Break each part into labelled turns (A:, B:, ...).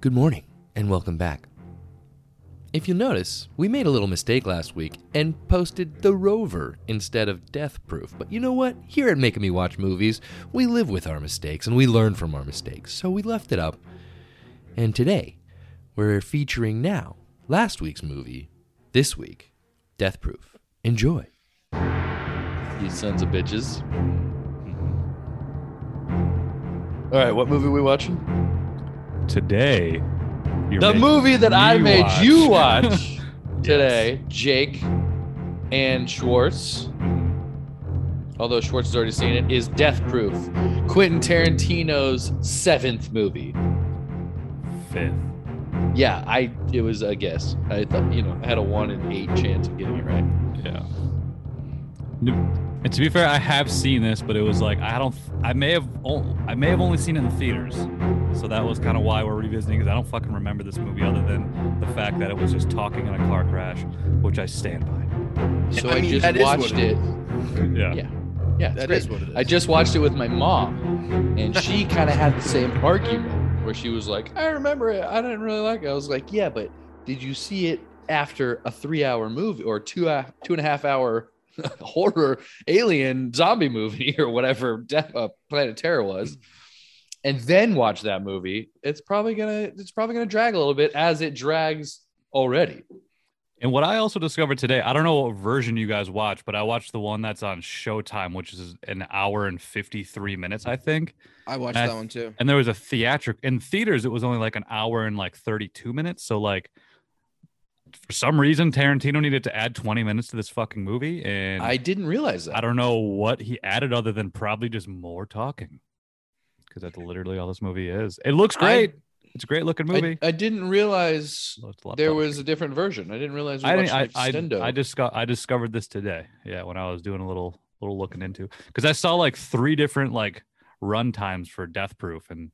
A: Good morning, and welcome back. If you notice, we made a little mistake last week and posted The Rover instead of Death Proof. But you know what? Here at Making Me Watch Movies, we live with our mistakes and we learn from our mistakes. So we left it up. And today, we're featuring now last week's movie, this week, Death Proof. Enjoy.
B: You sons of bitches. All right, what movie we watching?
C: today. you're
B: the
C: making
B: movie that I
C: me
B: made
C: watch.
B: you watch today,
C: Yes.
B: Jake and Schwartz. Although Schwartz has already seen it, is Death Proof, Quentin Tarantino's seventh movie.
C: Fifth.
B: Yeah, I it was a guess. I thought you know I had a one in eight chance of getting it right.
C: Yeah. No- And to be fair, I have seen this, but it was like I don't. I may have. o- I may have only seen it in the theaters, so that was kind of why we're revisiting. Because I don't fucking remember this movie other than the fact that it was just talking in a car crash, which I stand by.
B: So
D: I
B: I,
D: mean, that
B: just
D: is what
B: watched
D: it
B: it.
C: Yeah.
B: Yeah. Yeah, it's
D: That
B: great.
D: is what it is.
B: I just watched it with my mom, and she kind of had the same argument where she was like, I remember it. I didn't really like it. I was like, Yeah, but did you see it after a three hour movie or two, hou- two and a half hour horror alien zombie movie or whatever Death, uh, Planet Terror was? And then watch that movie. It's probably gonna it's probably gonna drag a little bit as it drags already.
C: And what I also discovered today, I don't know what version you guys watch, but I watched the one that's on Showtime, which is an hour and fifty-three minutes, I think.
D: I watched
C: I-
D: that one too.
C: and there was a theatric in theaters it was only like an hour and like 32 minutes so like for some reason tarantino needed to add 20 minutes to this fucking movie and
B: I
C: i,
B: didn't realize that.
C: don't know what he added other than probably just more talking because that's literally all this movie is it looks
B: I-
C: great it's a great looking
B: I-
C: movie
B: I, didn't realize
C: Lots- lot of
B: there
C: talking.
B: was a different version. I didn't realize we
C: I,
B: watched
C: didn't, I,
B: an
C: I,
B: extendo.
C: I, disco- I discovered this today. Yeah, when I was doing a little little looking into because I saw like three different like run times for Death Proof, and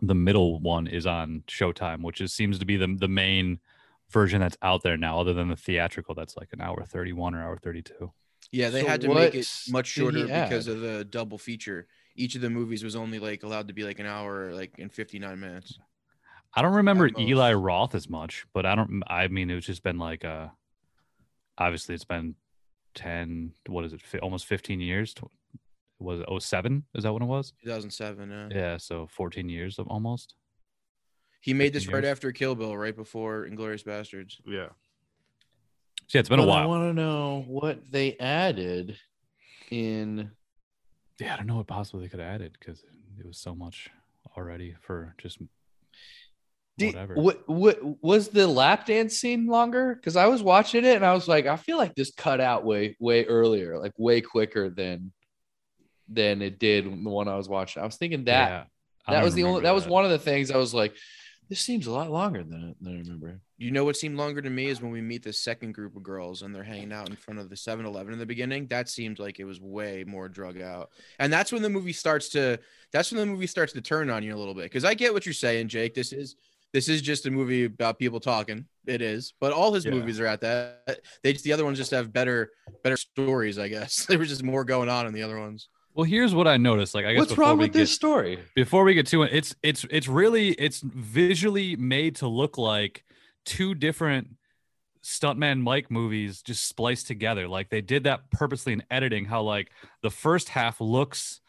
C: the middle one is on Showtime, which is seems to be the the main version that's out there now, other than the theatrical that's like an hour thirty one or hour thirty two.
D: Yeah, they
B: So
D: had to make it
B: what
D: much
B: did he
D: shorter because
B: add?
D: of the double feature. Each of the movies was only like allowed to be like an hour, like in 59 minutes.
C: I don't remember
D: most.
C: Eli Roth as much, but I don't. I mean, it's just been like uh obviously it's been ten. What is it? Fi- almost fifteen years. Tw- Was it 07? Is that when it was?
D: 2007. Uh,
C: Yeah, so 14 years of almost.
D: He made this
C: 15
D: right
C: years.
D: after Kill Bill, right before Inglorious Bastards.
E: Yeah.
C: So, yeah, it's been a
B: I
C: while.
B: want to know what they added in.
C: yeah, I don't know what possibly they could have added because it was so much already for just
B: Did,
C: whatever.
B: what, what was the lap dance scene longer? Because I was watching it and I was like, I feel like this cut out way way earlier, like way quicker than than it did in the one I was watching. I was thinking that
C: Yeah, I
B: that
C: don't
B: was the only
C: remember
B: that, was one of the things I was like, this seems a lot longer than, I- than I remember.
D: You know what seemed longer to me is when we meet the second group of girls and they're hanging out in front of the 7 Eleven in the beginning. That seemed like it was way more drug out. And that's when the movie starts to that's when the movie starts to turn on you a little bit. Because I get what you're saying, Jake. This is this is just a movie about people talking. It is, but all his
C: Yeah.
D: movies are at that. They just the other ones just have better better stories, I guess. there was just more going on in the other ones.
C: Well, here's what I noticed. Like, I guess
B: What's
C: before
B: wrong
C: we
B: with this
C: get-
B: story?
C: before we get to it, it's it's it's really it's visually made to look like two different stuntman Mike movies just spliced together. Like they did that purposely in editing. How like the first half looks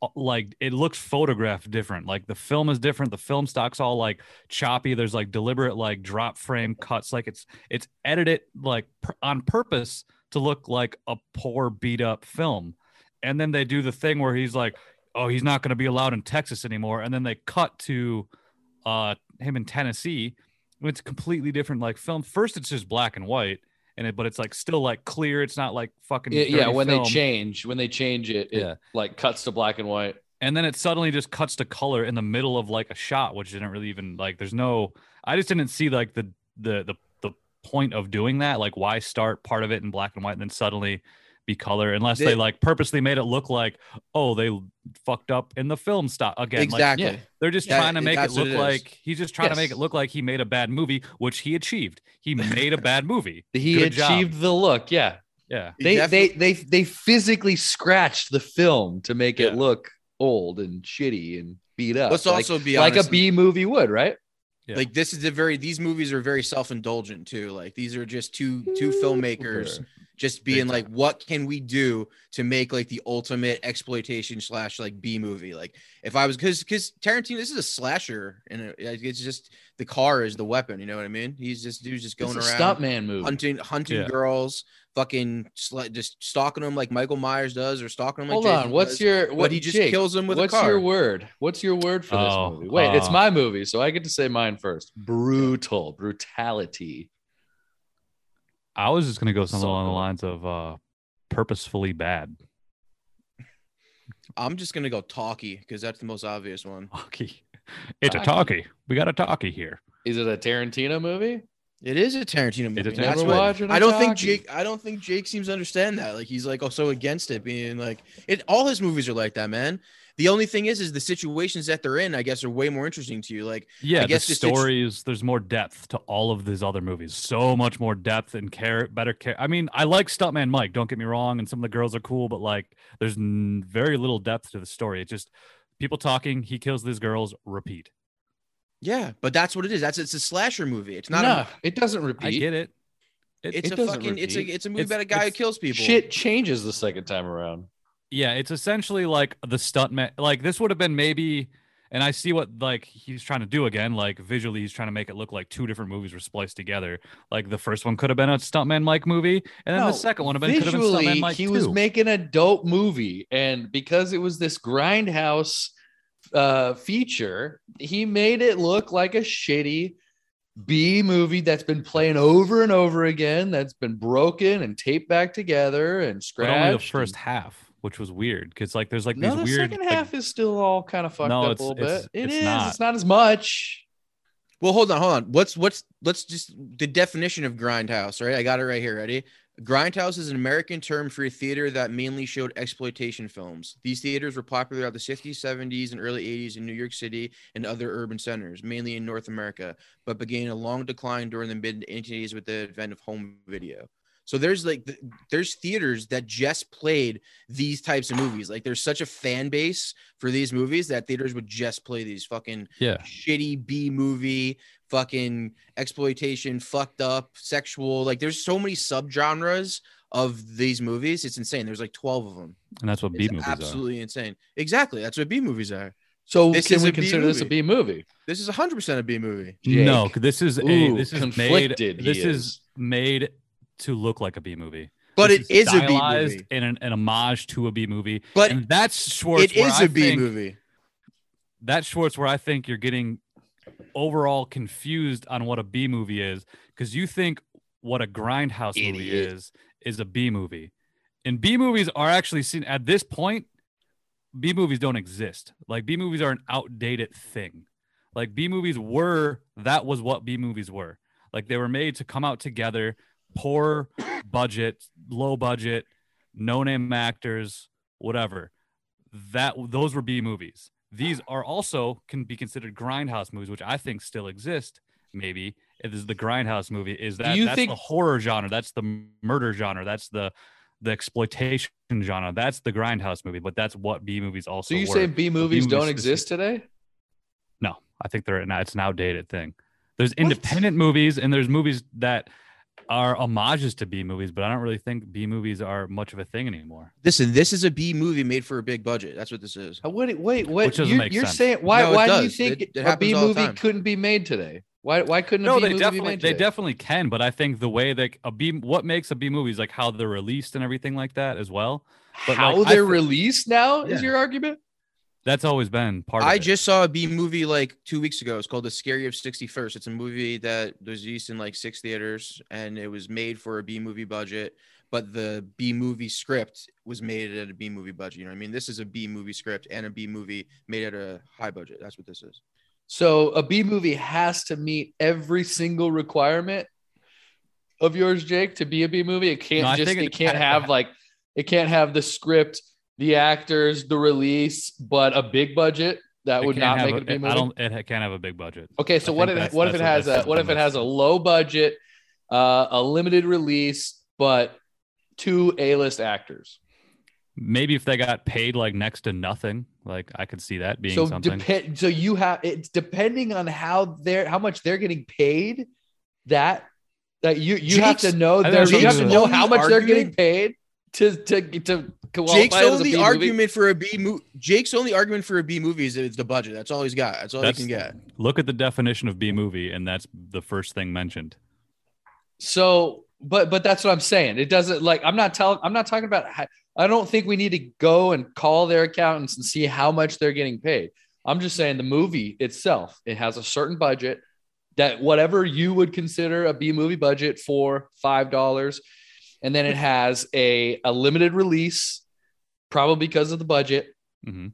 C: uh, like it looks photographed different. Like the film is different. The film stock's all like choppy. There's like deliberate like drop frame cuts. Like it's it's edited like pur- on purpose to look like a poor beat up film. And then they do the thing where he's like, oh, he's not going to be allowed in Texas anymore. And then they cut to uh, him in Tennessee. It's completely different, like film. First, it's just black and white, and it, but it's like still like clear. It's not like fucking
B: Yeah, yeah,
C: dirty
B: when
C: film.
B: they change, when they change it, it
C: Yeah.
B: like cuts to black and white.
C: and then it suddenly just cuts to color in the middle of like a shot which didn't really even like there's no i just didn't see like the the the, the point of doing that like why start part of it in black and white and then suddenly be color unless they,
D: They-
C: like purposely made it look like oh they fucked up in the film stop again like
D: exactly.
B: yeah.
C: they're just
D: Yeah,
C: trying to
D: it-
C: make it
D: that's
C: look
D: what it is.
C: like he's just trying to make
B: Yes.
C: it look like he made a bad movie which he achieved he made a bad movie
B: He
C: Good job.
B: achieved the look. Yeah.
C: yeah
D: He
B: They,
D: definitely-
B: they they they physically scratched the film to make it
C: Yeah.
B: look old and shitty and beat up.
D: Let's
B: uh, like,
D: also be
B: like
D: honest
B: a B movie would, right?
C: Yeah.
D: Like this is a very these movies are very self-indulgent too. Like these are just two two filmmakers just being like, what can we do to make like the ultimate exploitation slash like B movie? Like if I was because because Tarantino, this is a slasher, and it- it's just the car is the weapon. You know what I mean? He's just dude's just going
B: It's a
D: around
B: stunt man movie.
D: hunting hunting
C: Yeah.
D: girls, fucking sl- just stalking them like Michael Myers does, or stalking them like
B: Hold
D: Jason
B: on, what's
D: does,
B: your
D: But
B: what
D: he just
B: Jake,
D: kills them with
B: What's
D: a car.
B: your word? What's your word for
C: Oh,
B: this movie? Wait, it's
C: uh,
B: my movie, so I get to say mine first. Brutal, brutality.
C: I was just gonna go something
B: So
C: along the
B: good.
C: lines of uh, purposefully bad.
D: I'm just gonna go talkie because that's the most obvious one.
C: Talkie. It's a
B: Talkie.
C: talkie. We got a talkie here.
B: Is it a Tarantino movie?
D: It is a Tarantino movie.
C: It's a
D: and
C: Tarantino
D: that's
B: Never
D: what-
B: watch it
D: I don't think
B: Taki.
D: Jake. I don't think Jake seems to understand that. Like he's like also against it being like it. All his movies are like that, man. The only thing is, is the situations that they're in. I guess are way more interesting to you. Like
C: Yeah, the
D: guess just to tr-
C: stories. there's more depth to all of these other movies. So much more depth and care, better care. I mean, I like Stuntman Mike. Don't get me wrong, and some of the girls are cool, but like, there's n- very little depth to the story. It's just people talking. He kills these girls. Repeat.
D: yeah, but that's what it is. That's it's a slasher movie. It's not.
B: No,
D: A,
B: it doesn't
C: I
B: repeat.
C: get it.
D: it's
B: it
D: a
B: doesn't
D: fucking. It's a.
B: repeat.
D: It's a movie
C: It's-
D: about a guy who
C: it's-
D: kills people.
B: Shit changes the second time around.
C: Yeah, it's essentially like the stuntman. Like this would have been maybe, and I see what like he's trying to do again. Like visually, he's trying to make it look like two different movies were spliced together. Like the first one could have been a stuntman Mike movie, and then
B: No,
C: the second one have been could have been
B: Visually,
C: stuntman Mike
B: he
C: too.
B: was making a dope movie, and because it was this grindhouse uh, feature, he made it look like a shitty B movie that's been playing over and over again, that's been broken and taped back together and
C: but
B: scratched.
C: only the first half, which was weird because like there's like
B: no, the
C: these weird.
B: second
C: like-
B: half is still all kind of fucked
C: No,
B: up
C: it's-
B: a little
C: it's-
B: bit. It
C: it's
B: is.
C: not.
B: It's not as much.
D: Well, hold on, hold on. What's what's let's just the definition of grindhouse, right? I got it right here. Ready? Grindhouse is an American term for a theater that mainly showed exploitation films. These theaters were popular throughout the 60s, 70s, and early 80s in New York City and other urban centers, mainly in North America, but began a long decline during the mid 1980s with the advent of home video. So there's like th- there's theaters that just played these types of movies. Like there's such a fan base for these movies that theaters would just play these fucking
C: yeah,
D: shitty B movie, fucking exploitation, fucked up, sexual. Like there's so many subgenres of these movies. It's insane. There's like 12 of them.
C: and that's what B
D: It's
C: movies are.
D: absolutely insane. Exactly. That's what B movies are.
B: So
D: This
B: can
D: is
B: we
D: a B
B: consider this a
D: movie.
B: B movie?
D: This is 100% a B movie.
C: No,
B: Jake.
C: this is a
B: Ooh,
C: this is made
B: conflicted he
C: this is.
B: is.
C: made to look like a B movie,
D: But
C: This
D: it is a B
C: stylized
D: movie.
C: and an, an homage to a B movie.
D: But
C: and that's Schwartz.
D: it is
C: a
D: a B movie.
C: That's Schwartz where I think you're getting overall confused on what a B movie is because you think what a grindhouse movie
B: Idiot.
C: is is a B movie, and B movies are actually seen at this point. B movies don't exist. Like B movies are an outdated thing. Like B movies were that was what B movies were. Like they were made to come out together, poor budget, low budget, no name actors, whatever. That those were B movies. These are also can be considered grindhouse movies, which I think still exist. Maybe it is the grindhouse movie. Is that
B: you
C: that's
B: think-
C: the horror genre? That's the murder genre. That's the the exploitation genre. That's the grindhouse movie. But that's what B movies also.
B: So you
C: were.
B: say B movies don't
C: movies
B: exist today?
C: No, I think they're now it's an outdated thing. There's independent movies and there's movies that are homages to B movies, but I don't really think B movies are much of a thing anymore.
D: Listen, this is a B movie made for a big budget. That's what this is.
B: Uh, Wait, wait, wait.
C: Which doesn't
B: you're,
C: make
B: you're
C: sense.
B: saying why?
D: No, it
B: why do you
D: does.
B: think
D: It- it
B: a
D: happens
B: B
D: all the
B: movie
D: time.
B: couldn't be made today? Why? Why couldn't a
C: No,
B: B
C: they
B: movie be
C: definitely
B: made
C: they
B: today?
C: definitely can, but I think the way that a B what makes a B movie is like how they're released and everything like that as well. but,
B: How
C: like, I
B: they're
C: thi-
B: released now
C: Yeah.
B: is your argument?
C: That's always been part of
D: I
C: it.
D: just saw a B movie like two weeks ago. It's called The Scary of 61st. It's a movie that was used in like six theaters and it was made for a B movie budget, but the B movie script was made at a B movie budget. You know what I mean? This is a B movie script and a B movie made at a high budget. That's what this is.
B: So a B movie has to meet every single requirement of yours, Jake, to be a B movie. It can't
C: No, I
B: just
C: think
B: it,
C: it
B: can't
C: has to
B: have
C: ha-
B: like it can't have the script, the actors, the release, but a big budget that
C: It
B: would
C: can't
B: not
C: have
B: make it a B movie.
C: I don't. It can't have a big budget.
B: Okay, so
C: I
B: what if
C: think that's-
B: what if it has
C: that's what
B: a
C: this
B: what if it
C: is.
B: has a low budget, uh, a limited release, but two A list actors?
C: Maybe if they got paid like next to nothing, like I could see that being
B: so
C: something.
B: depend. So you have it's depending on how they're how much they're getting paid. That that you you have
D: Jake's-
B: to know
C: I
B: their,
C: think
B: you have to
C: Jake's
B: know
D: only
B: how much they're getting
D: argument-
B: paid to to to qualify
D: Jake's
B: as a B
D: only
B: movie.
D: argument for a B movie. Jake's only argument for a B movie is it's the budget. That's all he's got. That's all
C: That's-
D: he can get.
C: Look at the definition of B movie, and that's the first thing mentioned.
B: So, but but that's what I'm saying. It doesn't like I'm not telling. I'm not talking about. how- I don't think we need to go and call their accountants and see how much they're getting paid. I'm just saying the movie itself. It has a certain budget that whatever you would consider a B movie budget for five dollars, and then it has a a limited release, probably because of the budget
C: hmm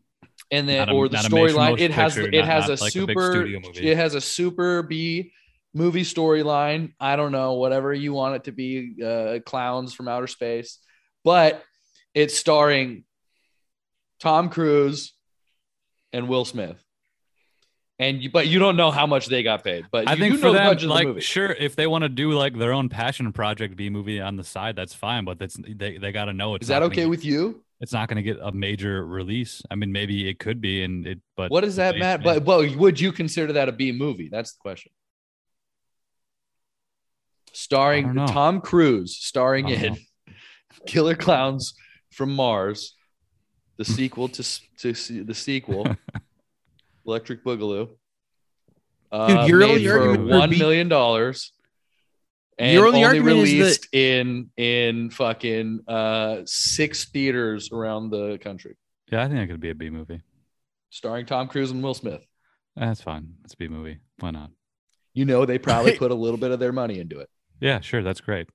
B: and then
C: Not a-
B: or the
C: not a major
B: storyline
C: motion
B: it has
C: picture,
B: it
C: not-
B: has a
C: not like a big
B: super
C: studio movie.
B: it has a super b movie storyline i don't know whatever you want it to be uh, clowns from outer space but it's starring tom cruise and will smith and you, but you don't know how much they got paid but
C: I
B: you
C: think
B: do
C: for
B: know the
C: them,
B: budget of the
C: like,
B: movie.
C: sure, if they want to do like their own passion project B movie on the side, that's fine. But that's they, they got to know it's
B: is that
C: not gonna
B: okay
C: get-
B: with you
C: It's not going to get a major release. I mean, maybe it could be, and it. But
B: what does that
C: they-
B: matter but well would you consider that a b movie that's the question
C: I
B: starring
C: don't know.
B: tom cruise starring
C: I don't
B: in
C: know.
B: killer clowns from mars the sequel to s- to s- the sequel electric boogaloo uh,
D: Dude, your
B: made
D: only
B: for
C: argument for
B: one
D: B-
B: million dollars and
D: Your
B: only,
D: only argument is that-
B: released in in fucking uh six theaters around the country
C: yeah, I think it could be a B movie.
B: starring tom cruise and will smith
C: That's fine. It's a B movie. Why not?
B: you know they probably put a little bit of their money into it.
C: Yeah, sure. That's great.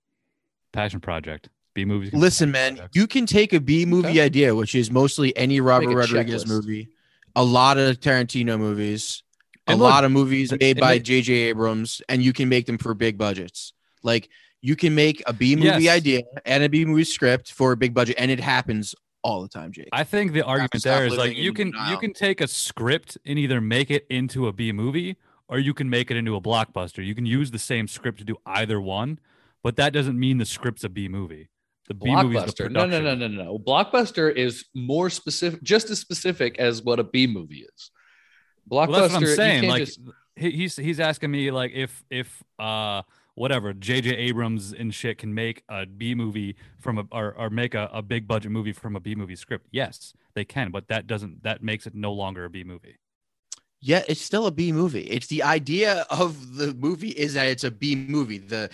C: Passion project. B movies. can be
D: Listen,
C: passion
D: man,
C: projects.
D: you can take a B movie
B: Okay.
D: idea, which is mostly any Robert
B: Make a
D: Rodriguez
B: checklist.
D: movie, a lot of Tarantino movies, a
C: And look,
D: lot of movies
C: th-
D: made
C: it
D: by
C: may-
D: J.J. Abrams, and you can make them for big budgets. Like you can make a B movie
C: Yes.
D: idea and a B movie script for a big budget, and it happens all the time, Jake.
C: I think the argument
D: stop
C: there is like
D: living
C: you
D: in
C: can you
D: denial.
C: can take a script and either make it into a B movie or you can make it into a blockbuster. You can use the same script to do either one, but that doesn't mean the script's a B movie. The B movie is the
B: Blockbuster.
C: production.
B: No, no, no, no, no. Blockbuster is more specific, just as specific as what a B movie is. Blockbuster.
C: Well, that's what I'm
B: you
C: saying.
B: can't
C: Like
B: just-
C: he, he's he's asking me like if if uh whatever JJ Abrams and shit can make a B movie from a or, or make a, a big budget movie from a B movie script. Yes, they can, but that doesn't that makes it no longer a B movie.
D: Yeah, it's still a B movie. It's the idea of the movie is that it's a B movie. The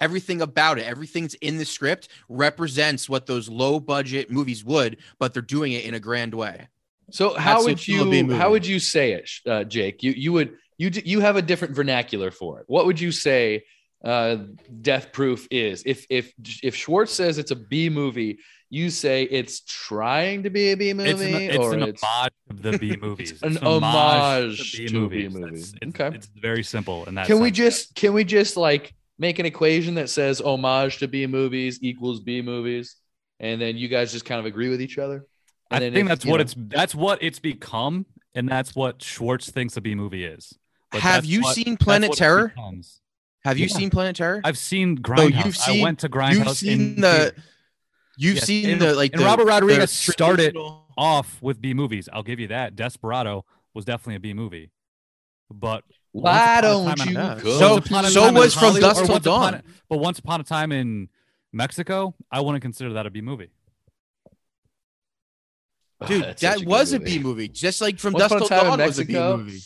D: everything about it, everything's in the script represents what those low budget movies would, but they're doing it in a grand way.
B: so how
D: that's
B: would
D: still a B
B: you
D: movie.
B: how would you say it, sh- uh, Jake? You you would you d- you have a different vernacular for it. What would you say? Uh, Death Proof is if if if Schwartz says it's a B movie, you say it's trying to be a B movie
C: it's an, it's
B: or
C: an
B: it's
C: homage of the B movies. It's
B: an homage
C: B
B: to a B
C: movies.
B: movie.
C: That's- It's,
B: Okay.
C: it's very simple. And that
B: can we
C: sense.
B: just can we just like make an equation that says homage to B movies equals B movies, and then you guys just kind of agree with each other?
C: I
B: And then
C: think
B: if,
C: that's
B: you
C: what
B: know-
C: it's that's what it's become, and that's what Schwartz thinks a B movie is. But
D: Have
C: that's
D: you
C: what-
D: seen
C: that's
D: Planet
C: what it
D: Terror?
C: becomes.
D: Have you
C: Yeah.
D: seen Planet Terror?
C: I've seen Grindhouse.
D: you've
C: I
D: seen-
C: went to Grindhouse.
D: you've
C: in
D: seen the
C: theaters.
D: you've
C: Yes,
D: seen
C: and-
D: the like
C: and
D: the,
C: Robert Rodriguez
D: the
C: started
D: traditional-
C: off with B movies. I'll give you that. Desperado was definitely a B movie, but
B: why
C: Once upon a
B: don't
C: time
B: you
C: in-
D: Yeah.
B: go?
D: So-
C: Once upon a
D: so
C: time in
D: was From
C: Hollywood-
D: Dusk
C: or
D: Till
C: Once Upon
D: Dawn.
C: a- but once upon a time in Mexico, I wouldn't consider that a B movie.
D: Dude,
B: That's such
D: that was a
B: good
D: B movie. Just like from
B: Once
D: Dust
B: Upon a
D: Till
B: Time in
D: Dawn was a B
B: Mexico.
D: movie.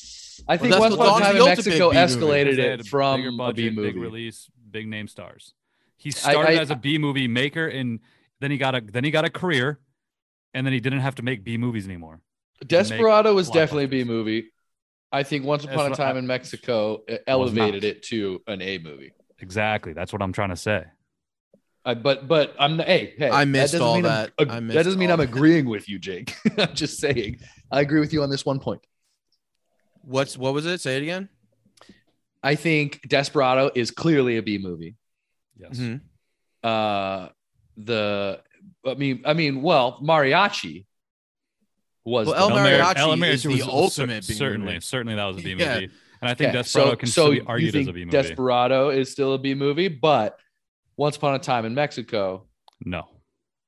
B: I think
D: Well,
B: Once
D: that's
B: Upon
D: what
B: a Time in
D: Dawn is the
B: Mexico
D: ultimate B movie.
B: escalated
C: They had a
B: it from
C: bigger
B: a B
C: budget, big
B: movie.
C: release, big name stars. He
B: I-
C: started
B: I-
C: as a B movie maker, and then he got a then he got a career, and then he didn't have to make B movies anymore.
B: Desperado was
C: blockbusters.
B: definitely a B movie. I think Once
C: That's
B: Upon a
C: what
B: Time
C: I-
B: in Mexico uh,
C: not.
B: elevated it to an A movie.
C: Exactly, that's what I'm trying to say.
B: I, but but I'm hey hey
D: I missed
B: doesn't
D: all
B: mean I'm-
D: that.
B: ag-
D: I missed
B: that doesn't mean I'm
D: all that.
B: agreeing with you, Jake. I'm just saying I agree with you on this one point.
D: What's what was it? Say it again.
B: I think Desperado is clearly a B movie.
C: Yes,
B: Mm-hmm.
D: Mhm.
B: Uh, the I mean I mean well Mariachi was
D: Well,
B: the-
D: El
C: Del
D: Mariachi
C: Mar- El
D: is the
C: was
D: ultimate B
C: certainly,
D: movie.
C: certainly that was a B movie,
D: Yeah.
C: and I think
B: Okay,
C: Desperado
B: so,
C: can
B: so
C: still be
B: you
C: argued as
B: think
C: a B movie.
B: Desperado is still a B movie, but Once Upon a Time in Mexico
C: no,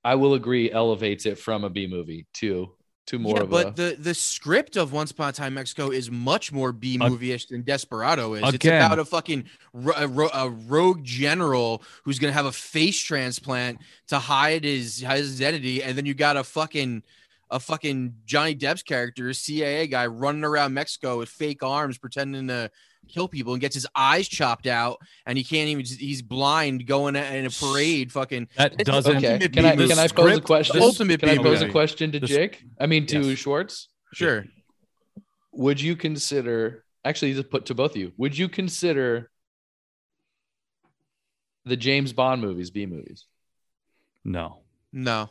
B: I will agree elevates it from a B movie to to more
D: yeah,
B: of
D: but
B: a
D: the the script of Once Upon a Time in Mexico is much more B movie ish than Desperado is. It's
C: Again.
D: about a fucking ro- a, ro- a rogue general who's gonna have a face transplant to hide his hide his identity, and then you got a fucking a fucking Johnny Depp's character, CIA guy, running around Mexico with fake arms, pretending to kill people, and gets his eyes chopped out, and he can't even. He's blind, going in a parade. Fucking
C: That
D: It's-
C: doesn't.
B: okay.
D: ultimate
B: Can I
D: B
B: can I pose a
C: script,
B: question?
C: this-
D: ultimate
B: can I
D: B
B: pose a
D: movie.
B: question to
C: This-
B: Jake? I mean to
C: Yes.
B: Schwartz.
D: sure.
B: Would you consider actually just put to both of you? Would you consider the James Bond movies B movies?
C: No.
D: No,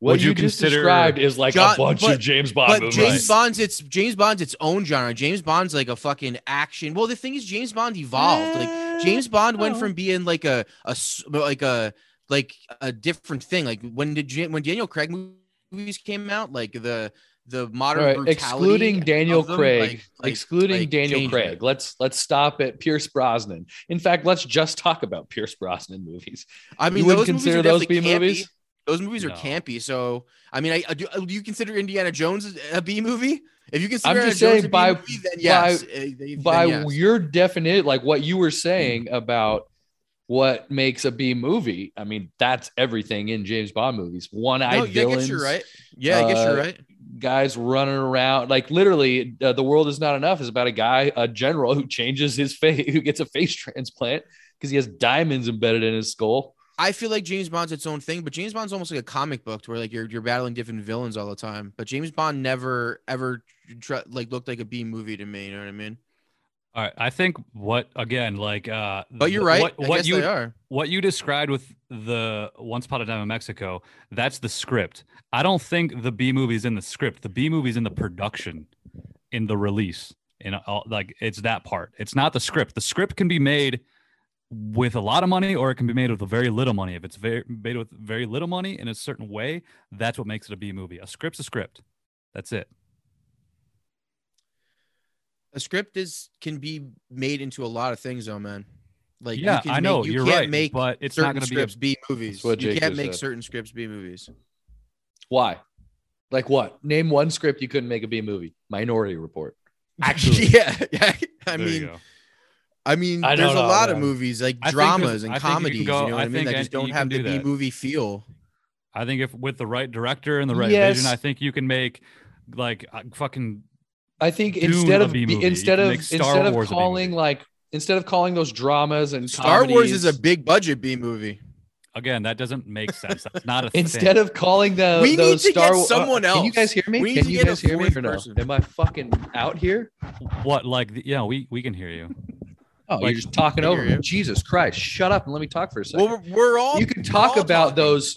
B: What
C: Would
B: you,
C: you
B: just
C: consider-
B: described is like
D: John-
B: a bunch
D: but-
B: of James Bond
D: but
B: movies.
D: James Bond's it's James Bond's its own genre. James Bond's like a fucking action. Well, the thing is, James Bond evolved. Like James Bond went
C: no.
D: from being like a a s- like a like a different thing. Like when did Ja- when Daniel Craig movies came out, like the the modern
B: All right,
D: brutality
B: excluding Daniel
D: of them,
B: Craig,
D: like- like-
B: excluding
D: like
B: Daniel
D: changed
B: Craig.
D: it.
B: Let's let's stop at Pierce Brosnan. In fact, let's just talk about Pierce Brosnan movies.
D: I mean,
B: you wouldn't
D: those
B: consider
D: movies are
B: those
D: definitely
B: B
D: campy.
B: movies?
D: Those movies are
C: No.
D: campy. So I mean, I, I do. Do you consider Indiana Jones a B movie? If you consider
B: I'm
D: Indiana
B: just
D: Jones
B: saying
D: a B
B: by-
D: movie, then yes. Uh, then
B: By
D: yes.
B: your definition, like what you were saying about what makes a B movie, I mean that's everything in James Bond movies. One-eyed
D: no, yeah, I guess
B: villains,
D: you're right. Yeah, I guess
B: uh,
D: you're right.
B: guys running around like literally uh, the world is not enough is about a guy a general who changes his face who gets a face transplant because he has diamonds embedded in his skull
D: I feel like James Bond's its own thing, but James Bond's almost like a comic book to where like you're you're battling different villains all the time. But James Bond never ever tr- like looked like a B movie to me. You know what I mean?
C: All right. I think what again, like uh
D: But you're
C: the-
D: right.
C: What,
D: I
C: what
D: guess
C: you
D: they are.
C: what you described with the Once Upon a Time in Mexico, that's the script. I don't think the B movie's in the script. The B movie's in the production, in the release, in all like it's that part. It's not the script. The script can be made with a lot of money or it can be made with very little money. If it's very made with very little money in a certain way, that's what makes it a B movie. A script's a script. That's it.
D: A script is can be made into a lot of things, though, man. Like
C: yeah,
D: you can
C: I
D: make-
C: know
D: you
C: are
D: can't
C: right,
D: make
C: but it's not
D: certain
C: going to be. A,
D: scripts B movies.
B: That's what
D: You
B: Jake
D: can't
B: just
D: make
B: said.
D: certain scripts B movies.
B: why like what name one script you couldn't make a b movie minority report
C: Actually.
D: yeah, yeah. I
C: There you
D: mean,
C: go.
D: I mean,
B: I
D: there's
B: don't
D: a
B: know,
D: lot of
B: man.
D: movies like
C: I think
D: dramas
C: there's-
D: and
C: I think you can
D: comedies. You,
C: go-
D: know what
C: I
D: I, mean?
C: think
D: That
C: I-
D: just
C: you
D: don't
C: can
D: have
C: do
D: the B
C: that.
D: movie feel.
C: I think if with the right director and the right
B: Yes.
C: vision, I think you can make like uh, fucking
B: i think
C: Dune
B: instead
C: a
B: of
C: B
B: be-
C: movie. You
B: instead
C: can
B: of
C: make Star
B: instead of
C: Wars a B
B: calling
C: movie.
B: like instead of calling those dramas and
D: Star Wars is a
B: comedies-
D: big budget B movie.
C: again. That doesn't make sense. That's not a
B: Instead
C: thing.
B: of calling the
D: We need
B: those
D: to
B: Star
D: get
B: Wa- uh,
D: someone
B: Can you
D: else.
B: guys hear me?
D: We need
B: can
D: to
B: you
D: get a
B: guys hear me
D: fourth
B: or no?
D: person.
B: Am I fucking out here?
C: what like the- yeah, we we can hear you.
B: Oh, you're
C: Like,
B: just talking
D: I
B: over
D: hear
B: me.
D: you.
B: Jesus Christ! Shut up and let me talk for a second.
D: Well, we're, we're all
B: you can
D: we're
B: talk
D: all
B: about
D: talking.
B: those.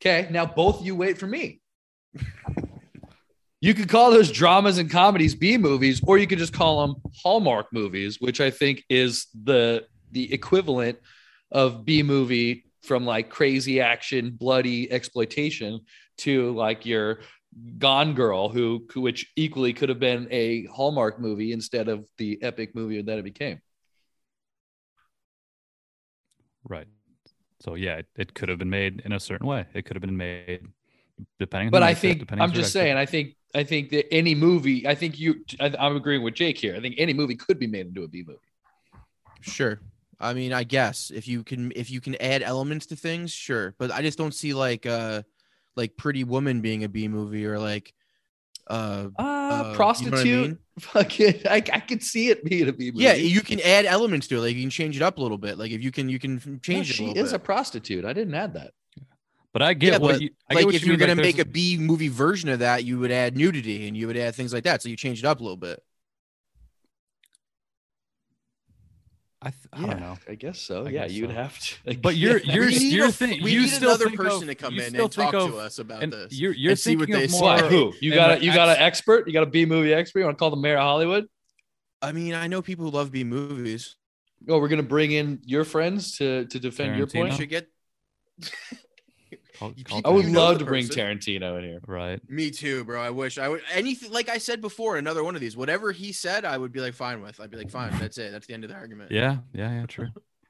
B: Okay, now both you wait for me. you could call those dramas and comedies B movies, or you could just call them Hallmark movies, which I think is the the equivalent of B movie from like crazy action, bloody exploitation to like your Gone Girl, who which equally could have been a Hallmark movie instead of the epic movie that it became.
C: Right. So yeah, it, it could have been made in a certain way. It could have been made depending. on
B: but
C: who
B: I
C: makes it,
B: think
C: depending on
B: I'm
C: the
B: just
C: director.
B: saying. I think I think that any movie. I think you. I, I'm agreeing with Jake here. I think any movie could be made into a B movie.
D: Sure. I mean, I guess if you can if you can add elements to things, sure. But I just don't see like uh like Pretty Woman being a B movie or like uh,
B: Uh,
D: uh, you know what I
B: prostitute.
D: mean?
B: Fucking. I, I could see it being a B movie.
D: Yeah, you can add elements to it. Like you can change it up a little bit. Like if you can you can f-
B: No,
D: change it a
B: she
D: little
B: is a
D: bit.
B: prostitute. I didn't add that.
C: But I get
D: Yeah,
C: what
D: but,
C: you. I get
D: like
C: what
D: if
C: you
D: you are
C: mean, like,
D: gonna
C: there's
D: make a B movie version of that, you would add nudity and you would add things like that. So you change it up a little bit.
C: I, th- I
B: Yeah,
C: don't know.
B: I guess so.
C: I
B: yeah,
C: guess
B: you'd
C: so.
B: have to.
C: But you're
B: Yeah.
C: you're
D: we need,
C: you're
D: a,
C: thinking.
D: we
C: you
D: need
C: still
D: another
C: think
D: person
C: of,
D: to come
C: you
D: in
C: still
D: and
C: think
D: talk
C: of,
D: to us about
C: And
D: this.
C: you're you're
D: and see what
C: thinking of
D: they
C: more.
B: Why,
D: say.
B: who you
C: and,
B: got?
C: like,
B: A, you got
C: ex-
B: an expert? You got a B movie expert? You want to call the mayor of Hollywood?
D: I mean, I know people who love B movies.
B: Oh, we're gonna bring in your friends to to defend your
D: We
B: point.
C: Tarantino?
D: should get
C: Call-
D: You
C: call
B: I would
D: You
C: Tarantino.
D: know
B: love
D: the
B: to bring
D: person.
B: Tarantino in here.
C: Right.
D: Me too, bro. I wish I would anything like I said before, another one of these. Whatever he said, I would be like fine with. I'd be like, fine, that's it. That's the end of the argument.
C: Yeah. Yeah. Yeah. True.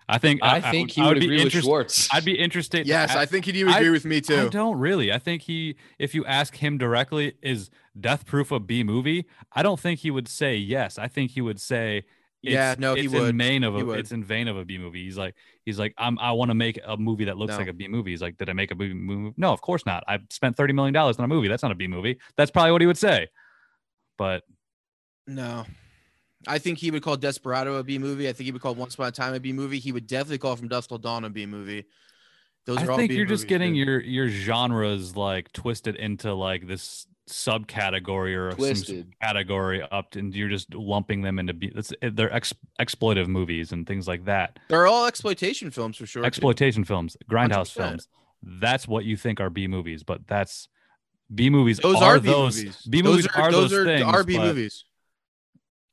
C: I think
B: I think he
C: I
B: would,
C: be
B: agree with
C: interest-
B: Schwartz.
C: I'd be interested.
E: Yes,
C: I
E: I think you
C: I-
E: agree with me
C: I
E: too.
C: don't really. I think he, if you ask him directly, is Death Proof a B movie? I don't think he would say yes. I think he would say, it's,
D: Yeah, no, he
C: it's
D: would.
C: In vain of
D: He
C: a,
D: would.
C: it's in vain of a B movie. He's like, he's like, I'm, I want to make a movie that looks
D: No.
C: like a B movie. He's like, did I make a B movie? No, of course not. I spent thirty million dollars on a movie. That's not a B movie. That's probably what he would say. But
D: No. I think he would call Desperado a B movie. I think he would call Once Upon a Time a B movie. He would definitely call From Dusk Till Dawn a B movie. Those are
C: I
D: all
C: think
D: B
C: you're just
D: movies,
C: getting
D: dude.
C: your your genres like twisted into like this subcategory or some
B: Twisted.
C: category up, and you're just lumping them into be- that's, they're ex- exploitive movies and things like that,
D: They're all exploitation films for sure. dude.
C: exploitation films, grindhouse
D: 100%.
C: films. That's what you think are B movies, but that's B movies.
D: Those
C: are,
D: are B
C: those
D: movies.
C: B movies are, those,
D: are
C: things.
D: are B
C: but
D: movies.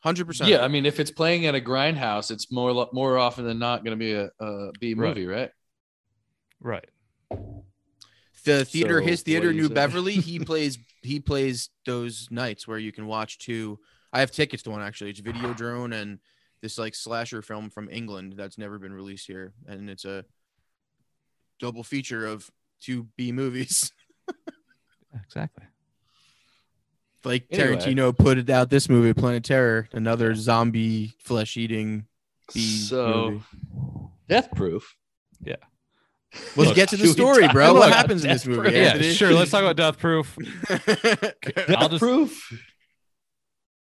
D: Hundred percent.
B: yeah, I mean, if it's playing at a grindhouse, it's more lo- more often than not going to be a, a B
C: Right.
B: movie, right?
C: Right.
D: the theater,
B: So,
D: his
B: what
D: theater,
B: do you
D: New
B: say?
D: Beverly. He plays. He plays those nights where you can watch two. I have tickets to one actually. It's Video Drone and this like slasher film from England that's never been released here, and it's a double feature of two B movies.
C: Exactly.
D: Like
B: Anyway.
D: Tarantino put out this movie, Planet Terror, another zombie flesh eating. B
B: so,
D: movie.
B: Death Proof.
D: Let's
C: Look,
D: get to the
B: should we
D: story,
B: talk
D: bro. What
B: about
D: happens in this
B: Death
D: movie?
B: Proof?
C: Yeah,
D: Anthony?
C: sure. Let's talk about Death Proof. I'll
B: Death
C: just-
B: Proof.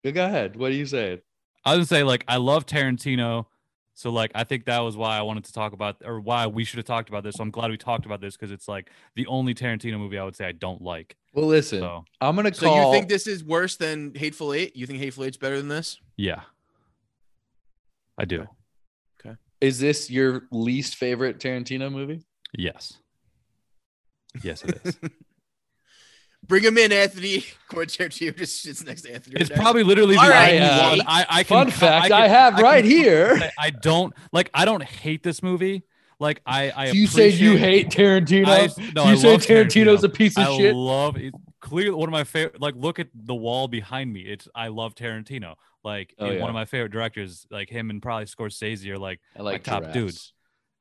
B: Yeah, Go ahead. What are you saying?
C: I was gonna say like I love Tarantino, so like I think that was why I wanted to talk about or why we should have talked about this. So I'm glad we talked about this because it's like the only Tarantino movie I would say I don't like.
B: Well, listen,
C: So
B: I'm gonna
D: So
B: call.
D: you think this is worse than Hateful Eight? You think Hateful Eight's better than this?
C: yeah, I do.
B: is this your least favorite Tarantino movie?
C: Yes, yes, it is.
D: Bring him in, Anthony. Quentin Tarantino just sits next to Anthony.
C: it's
D: right now.
C: probably literally the
D: All right,
C: only
B: uh,
C: one I, I can.
B: Fun
C: co-
B: fact: I,
C: can-
B: have
C: I
B: right
C: can
B: here.
C: say I don't like. I don't hate this movie. Like I, I
B: Do you say you
C: appreciate-
B: hate Tarantino?
C: I- no,
B: Do you
C: I
B: say
C: love
B: Tarantino's
C: Tarantino.
B: a piece of
C: I
B: shit?
C: love it. Clearly, one of my favorite. Like, look at the wall behind me. It's I love Tarantino. Like
B: Oh,
C: and
B: yeah.
C: one of my favorite directors, like him and probably Scorsese are like,
B: I like
C: top
B: giraffes.
C: dudes.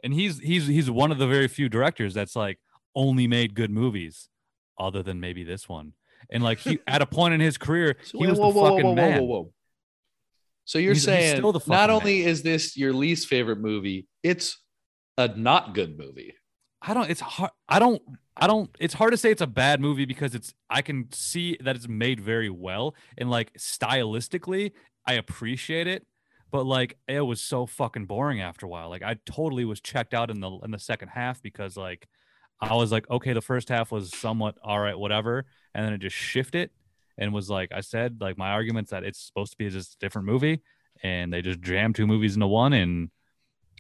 C: and he's he's he's one of the very few directors that's like only made good movies, other than maybe this one. And like he at a point in his career,
B: So
C: he
B: wait,
C: was
B: whoa,
C: the
B: whoa, whoa,
C: fucking
B: whoa, whoa,
C: man.
B: whoa, whoa. So you're
C: He's- he's
B: saying
C: still the
B: not
C: fucking
B: only is this your least favorite movie, it's a not good movie.
C: I don't. It's hard. I don't. I don't. It's hard to say it's a bad movie because it's. I can see that it's made very well and like stylistically, I appreciate it. But like, it was so fucking boring after a while. Like, I totally was checked out in the in the second half because like, I was like, okay, the first half was somewhat all right, whatever, and then it just shifted and was like, I said, like my arguments that it's supposed to be just a different movie, and they just jammed two movies into one and.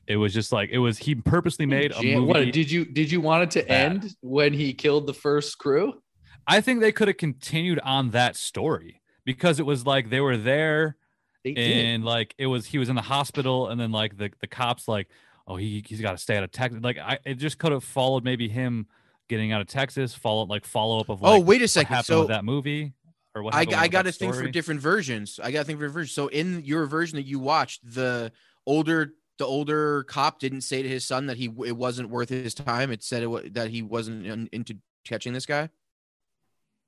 C: It was just like it was. He purposely made a
B: Jan-
C: movie.
B: what, did you did you want it to
C: Bad.
B: end when he killed the first crew?
C: I think they could have continued on that story because it was like they were there
B: They did.
C: and like it was he was in the hospital and then like the, the cops like oh he he's got to stay out of Texas like I it just could have followed maybe him getting out of Texas follow like follow up of like
D: oh, wait a
C: what
D: second.
C: happened
D: So
C: with that movie or what
D: I,
C: happened
D: I
C: with
D: got to
C: that
D: think for
C: story.
D: different versions. I got to think for different versions. So in your version that you watched, the older the older cop didn't say to his son that he it wasn't worth his time. It said it, wa- that he wasn't in, into catching this guy.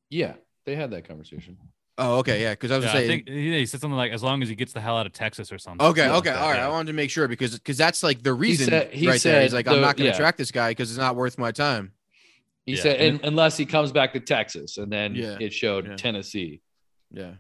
B: Yeah, they had that conversation.
D: Oh, okay, yeah. Because I was
C: Yeah,
D: saying,
C: I think he, he said something like as long as he gets the hell out of Texas or something
D: okay,
C: Yeah,
D: okay,
C: like that,
D: all right.
C: yeah.
D: I wanted to make sure because because that's like the reason
B: said- he
D: right there. He's
B: said
D: like,
B: the-
D: I'm not going to
B: yeah.
D: track this guy because it's not worth my time.
B: He
C: Yeah,
B: said,
C: and
B: and, unless he comes back to Texas, and then
D: Yeah,
B: it showed
D: yeah.
B: Tennessee.
D: Yeah.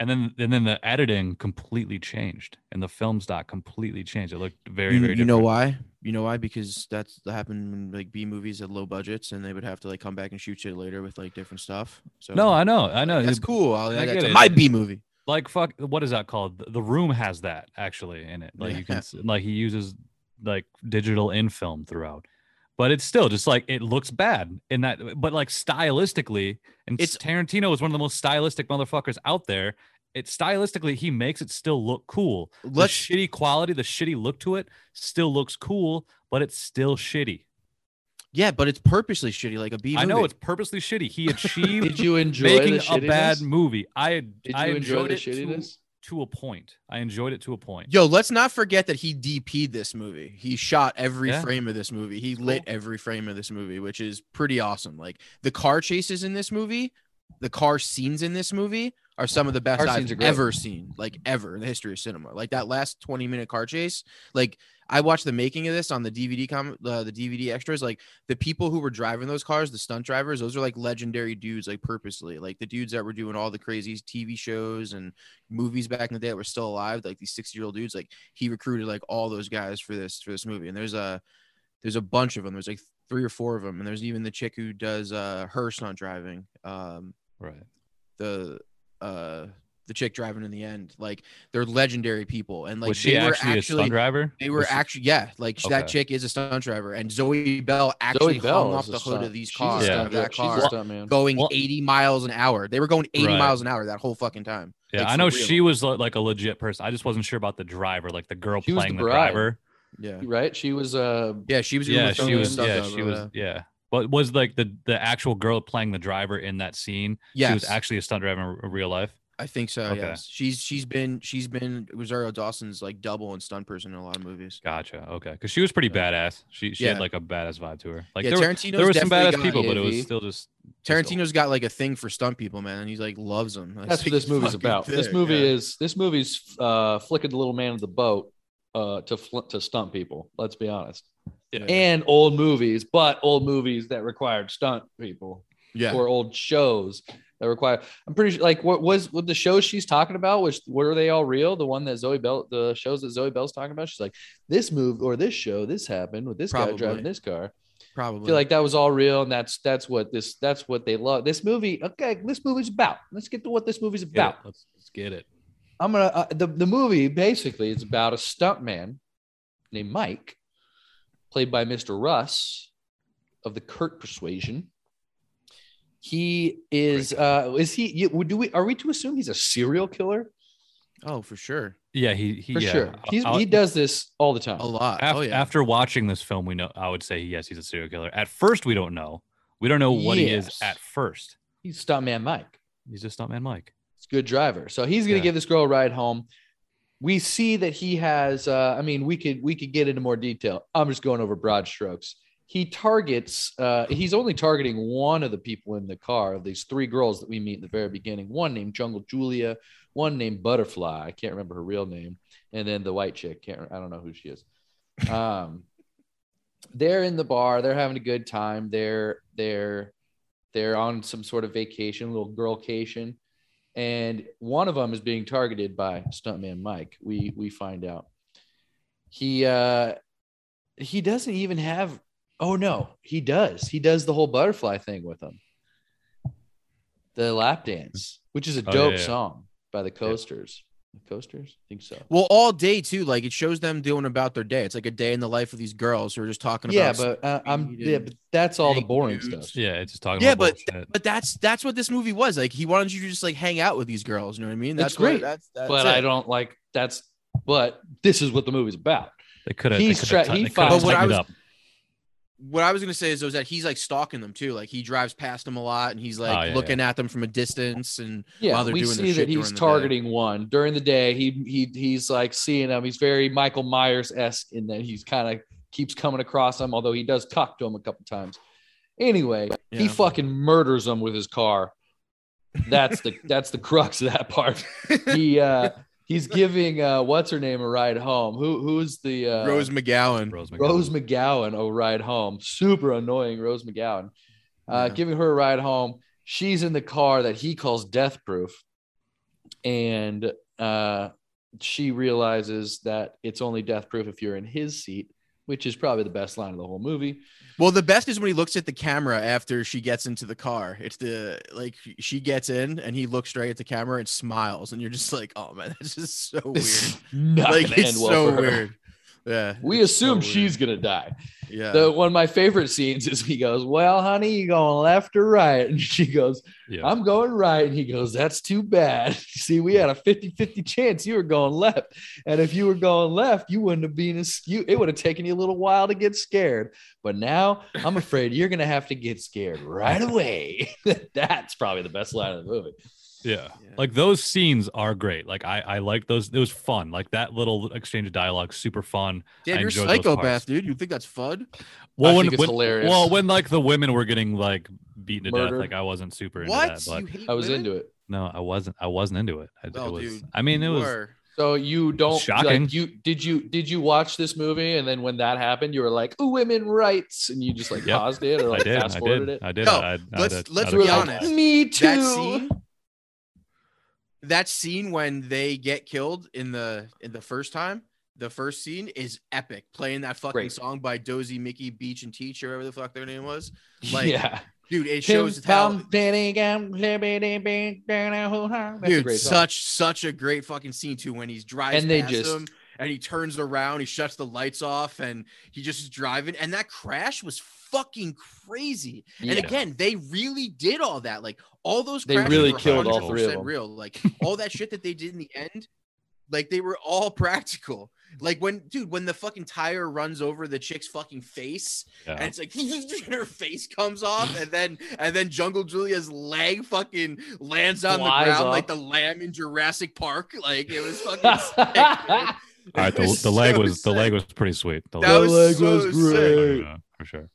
C: and then and then the editing completely changed and the film stock completely changed it looked very
D: you,
C: very
D: you know
C: different.
D: why? You know why? Because that's that happened when like B movies had low budgets and they would have to like come back and shoot shit later with like different stuff. So
C: no I know I know
D: that's
C: It-
D: cool. I'll,
C: I
D: that's
C: get it.
D: my B movie.
C: like fuck what is that called the, the room has that actually in it like you can
D: Yeah.
C: s- like he uses like digital in film throughout but it's still just like it looks bad in that but like stylistically and
D: It's-
C: it's tarantino is one of the most stylistic motherfuckers out there it stylistically he makes it still look cool
D: Let's
C: the shitty quality the shitty look to it still looks cool but it's still shitty
D: yeah, but it's purposely shitty, like a B movie.
C: i know it's purposely shitty he achieved
B: Did you enjoy
C: making
B: the
C: a bad
B: shittiness?
C: movie i
B: Did you
C: i
B: enjoy
C: enjoyed
B: the
C: it to-
B: shittiness?
C: to a point. I enjoyed it to a point.
D: Yo, let's not forget that he DP'd this movie. He shot every
C: Yeah.
D: frame of this movie. He lit every frame of this movie, which is pretty awesome. Like the car chases in this movie, the car scenes in this movie are some of the best
B: Car
D: I've
B: scenes are great.
D: ever seen, like ever in the history of cinema. Like that last 20 minute car chase, like I watched the making of this on the DVD com uh, the DVD extras. Like the people who were driving those cars, the stunt drivers, those are like legendary dudes, like purposely, like the dudes that were doing all the crazy TV shows and movies back in the day that were still alive, like these 60 year old dudes, like he recruited like all those guys for this for this movie. And there's a there's a bunch of them. There's like three or four of them, and there's even the chick who does uh her stunt driving. Um,
C: Right.
D: the uh the chick driving in the end, like they're legendary people, and like
C: was she
D: they were
C: actually, a stunt driver?
D: they were
C: Was she-
D: actually yeah, like that
C: Okay.
D: chick is a stunt driver, and Zoe Bell actually
B: Bell
D: hung
B: is
D: off
B: a
D: the hood
B: stunt-
D: of these
B: she's a
D: cars,
C: stunt
D: of that
B: She's
D: car,
B: a stunt man.
D: going
C: Well-
D: 80 miles an hour. They were going 80
C: Right.
D: miles an hour that whole fucking time.
C: Yeah,
D: like,
C: I
D: for
C: know
D: real.
C: she was li- like a legit person. I just wasn't sure about the driver, like the girl
B: She was
C: playing
B: the
C: the,
B: bride.
C: driver.
D: Yeah,
B: Right? She was uh
D: yeah, she was.
C: Yeah,
D: Uma
C: she
D: Thurman
C: was.
D: stunt
C: Yeah,
D: driver,
C: she was. Yeah, but was like the the actual girl playing the driver in that scene?
D: Yes,
C: She was actually a stunt driver in r- real life.
D: I think so.
C: Okay.
D: Yes, she's she's been she's been Rosario Dawson's like double and stunt person in a lot of movies.
C: Gotcha. Okay, because she was pretty badass. She she
D: Yeah.
C: had like a badass vibe to her. Like
D: yeah,
C: there, were,
D: Tarantino's
C: there were some badass
D: definitely got-
C: people, but it was
B: EAV.
C: still just
D: Tarantino's got like a thing for stunt people, man, and he's like loves them.
B: that's what this movie's about. This movie is this movie's uh flicking the little man of the boat uh to fl- to stunt people, let's be honest.
D: Yeah.
B: And old movies, but old movies that required stunt people.
D: yeah.
B: or old shows that require. I'm pretty sure, like, what was with the shows she's talking about? Which were they all real? The one that Zoe Bell, the shows that Zoe Bell's talking about. She's like, this move or this show, this happened with this
D: Probably.
B: guy driving this car. I
D: probably.
B: feel like that was all real, and that's that's what this that's what they love. This movie, okay, this movie's about. Let's get to what this movie's
C: Get
B: about.
C: it. Let's, let's get it.
B: I'm gonna uh, the the movie basically is about a stuntman named Mike, played by Mr. Russ of the Kurt persuasion. He is uh is he you- do we are we to assume he's a serial killer
D: oh, for sure,
C: Yeah, he he
B: for
C: yeah.
B: sure
C: I-
B: he's,
C: I-
B: he does this all the time
D: a lot.
C: af-
D: oh yeah.
C: After watching this film, we know. I would say yes, he's a serial killer. At first, we don't know. We don't know what he is
B: Yes.
C: at first.
B: he's stuntman Mike
C: He's just stuntman Mike.
B: He's a good driver. So he's going to
C: Yeah.
B: give this girl a ride home. We see that he has. Uh, I mean, we could we could get into more detail. I'm just going over broad strokes. He targets. Uh, he's only targeting one of the people in the car. Of these three girls that we meet in the very beginning. One named Jungle Julia. One named Butterfly. I can't remember her real name. And then the white chick. Can't. I don't know who she is. Um, they're in the bar. They're having a good time. They're they're they're on some sort of vacation, little girlcation and one of them is being targeted by stuntman Mike. We we find out he uh, he doesn't even have. Oh no, he does. He does the whole butterfly thing with him, the lap dance, which is a
C: Oh,
B: dope
C: yeah, yeah.
B: song by the Coasters. The Coasters, I think so.
D: well, all day too. Like it shows them doing about their day. It's like a day in the life of these girls who are just talking
B: Yeah,
D: about.
B: but uh, I'm.
D: speed
B: Yeah,
D: and
B: but that's all the
D: big
B: boring
D: dudes.
B: stuff.
C: Yeah, it's just talking.
D: Yeah,
C: about
D: but-
C: bullshit.
D: But that's that's what this movie was like. He wanted you to just like hang out with these girls. You know what I mean?
B: That's
D: That's what-
B: great,
D: that's, that's
B: but
D: it.
B: I don't like that's. But this is what the movie's about.
C: they could have.
B: he's tra- he finds-
D: But what I was-
C: up.
D: what I was gonna say is, is that he's like stalking them too. Like he drives past them a lot, and he's like
C: Oh, yeah,
D: looking at them from a distance. And
B: Yeah,
D: while they're
B: we
D: doing their
B: see
D: shit
B: that he's
D: during the day.
B: targeting one during the day. He he he's like seeing him. He's very Michael Myers esque in that he's kind of keeps coming across him, although he does talk to him a couple times. Anyway, he
D: Yeah.
B: fucking murders him with his car. That's the that's the crux of that part. He uh he's giving uh what's her name a ride home. Who who's the uh
D: Rose McGowan,
C: Rose McGowan.
B: Rose McGowan a ride home. Super annoying Rose McGowan. Uh,
D: Yeah.
B: Giving her a ride home. She's in the car that he calls death proof. And uh, she realizes that it's only death proof if you're in his seat, which is probably the best line of the whole movie.
D: Well, the best is when he looks at the camera after she gets into the car. It's the like she gets in and he looks straight at the camera and smiles, and you're just like, oh man, that's just so weird.
B: This is not
D: like
B: gonna
D: it's
B: end well
D: so
B: for her.
D: weird. Yeah,
B: We
D: it's
B: assume
D: so
B: she's gonna die.
D: weird. yeah.
B: The one of my favorite scenes is he goes, "Well, honey, you going left or right?" And she goes,
C: Yeah.
B: I'm going right. And he goes, That's too bad. See, we had a 50 50 chance you were going left. And if you were going left, you wouldn't have been as you, it would have taken you a little while to get scared. But now I'm afraid you're going to have to get scared right away. That's probably the best line of the movie.
C: Yeah.
D: Yeah.
C: Like those scenes are great. Like I I like those. It was fun. Like that little exchange of dialogue, super fun.
D: Dan,
C: I
D: you're a
C: enjoyed those parts.
D: psychopath, dude. You think that's fun?
C: Well, when,
B: think it's
C: when-
B: hilarious.
C: well, when like the women were getting like beaten to
B: Murdered.
C: death, like I wasn't super into
D: What?
C: that. But
D: you hate
B: I was into it.
C: no, I wasn't. I wasn't into it. I,
D: Oh,
C: it was.
D: dude,
C: I mean, it was.
B: So you don't
C: Shocking.
B: like you did you did you watch this movie and then when that happened you were like "Ooh, women rights and you just like
C: Yep.
B: paused it or
C: I
B: like
C: did.
B: fast
C: I did.
B: forwarded it.
C: I did.
D: No,
C: I, I, I
D: let's-
C: had a-
D: let's
C: had a
B: You were
D: be
C: couple-
B: like,
D: honest.
B: Me too.
D: That scene. That scene when they get killed in the in the first time, the first scene is epic. Playing that fucking
B: Great.
D: song by Dozy, Mickey, Beach, and Teach, or whatever the fuck their name was, like,
B: Like, yeah.
D: dude. It shows how dude such such a great fucking scene too when he's driving
B: And they
D: past
B: just-
D: him and he turns around he shuts the lights off and he just is driving and that crash was fucking crazy and again they really did all that like all those
B: They
D: crashes
B: really
D: were
B: killed all three of
D: 100%
B: them.
D: real like all that shit that they did in the end like they were all practical like when dude when the fucking tire runs over the chick's fucking face
C: Yeah.
D: and it's like her face comes off, and then and then Jungle Julia's leg fucking lands on
B: Flies
D: the ground
B: off.
D: like the lamb in Jurassic Park. Like it was fucking sick. dude.
C: All right,
D: It
C: the,
D: was
C: the leg
D: so
C: was the
D: sick.
C: leg was pretty sweet. The
D: That
C: leg
D: was
B: leg
D: so
B: was
D: sick.
B: great.
C: yeah, for sure.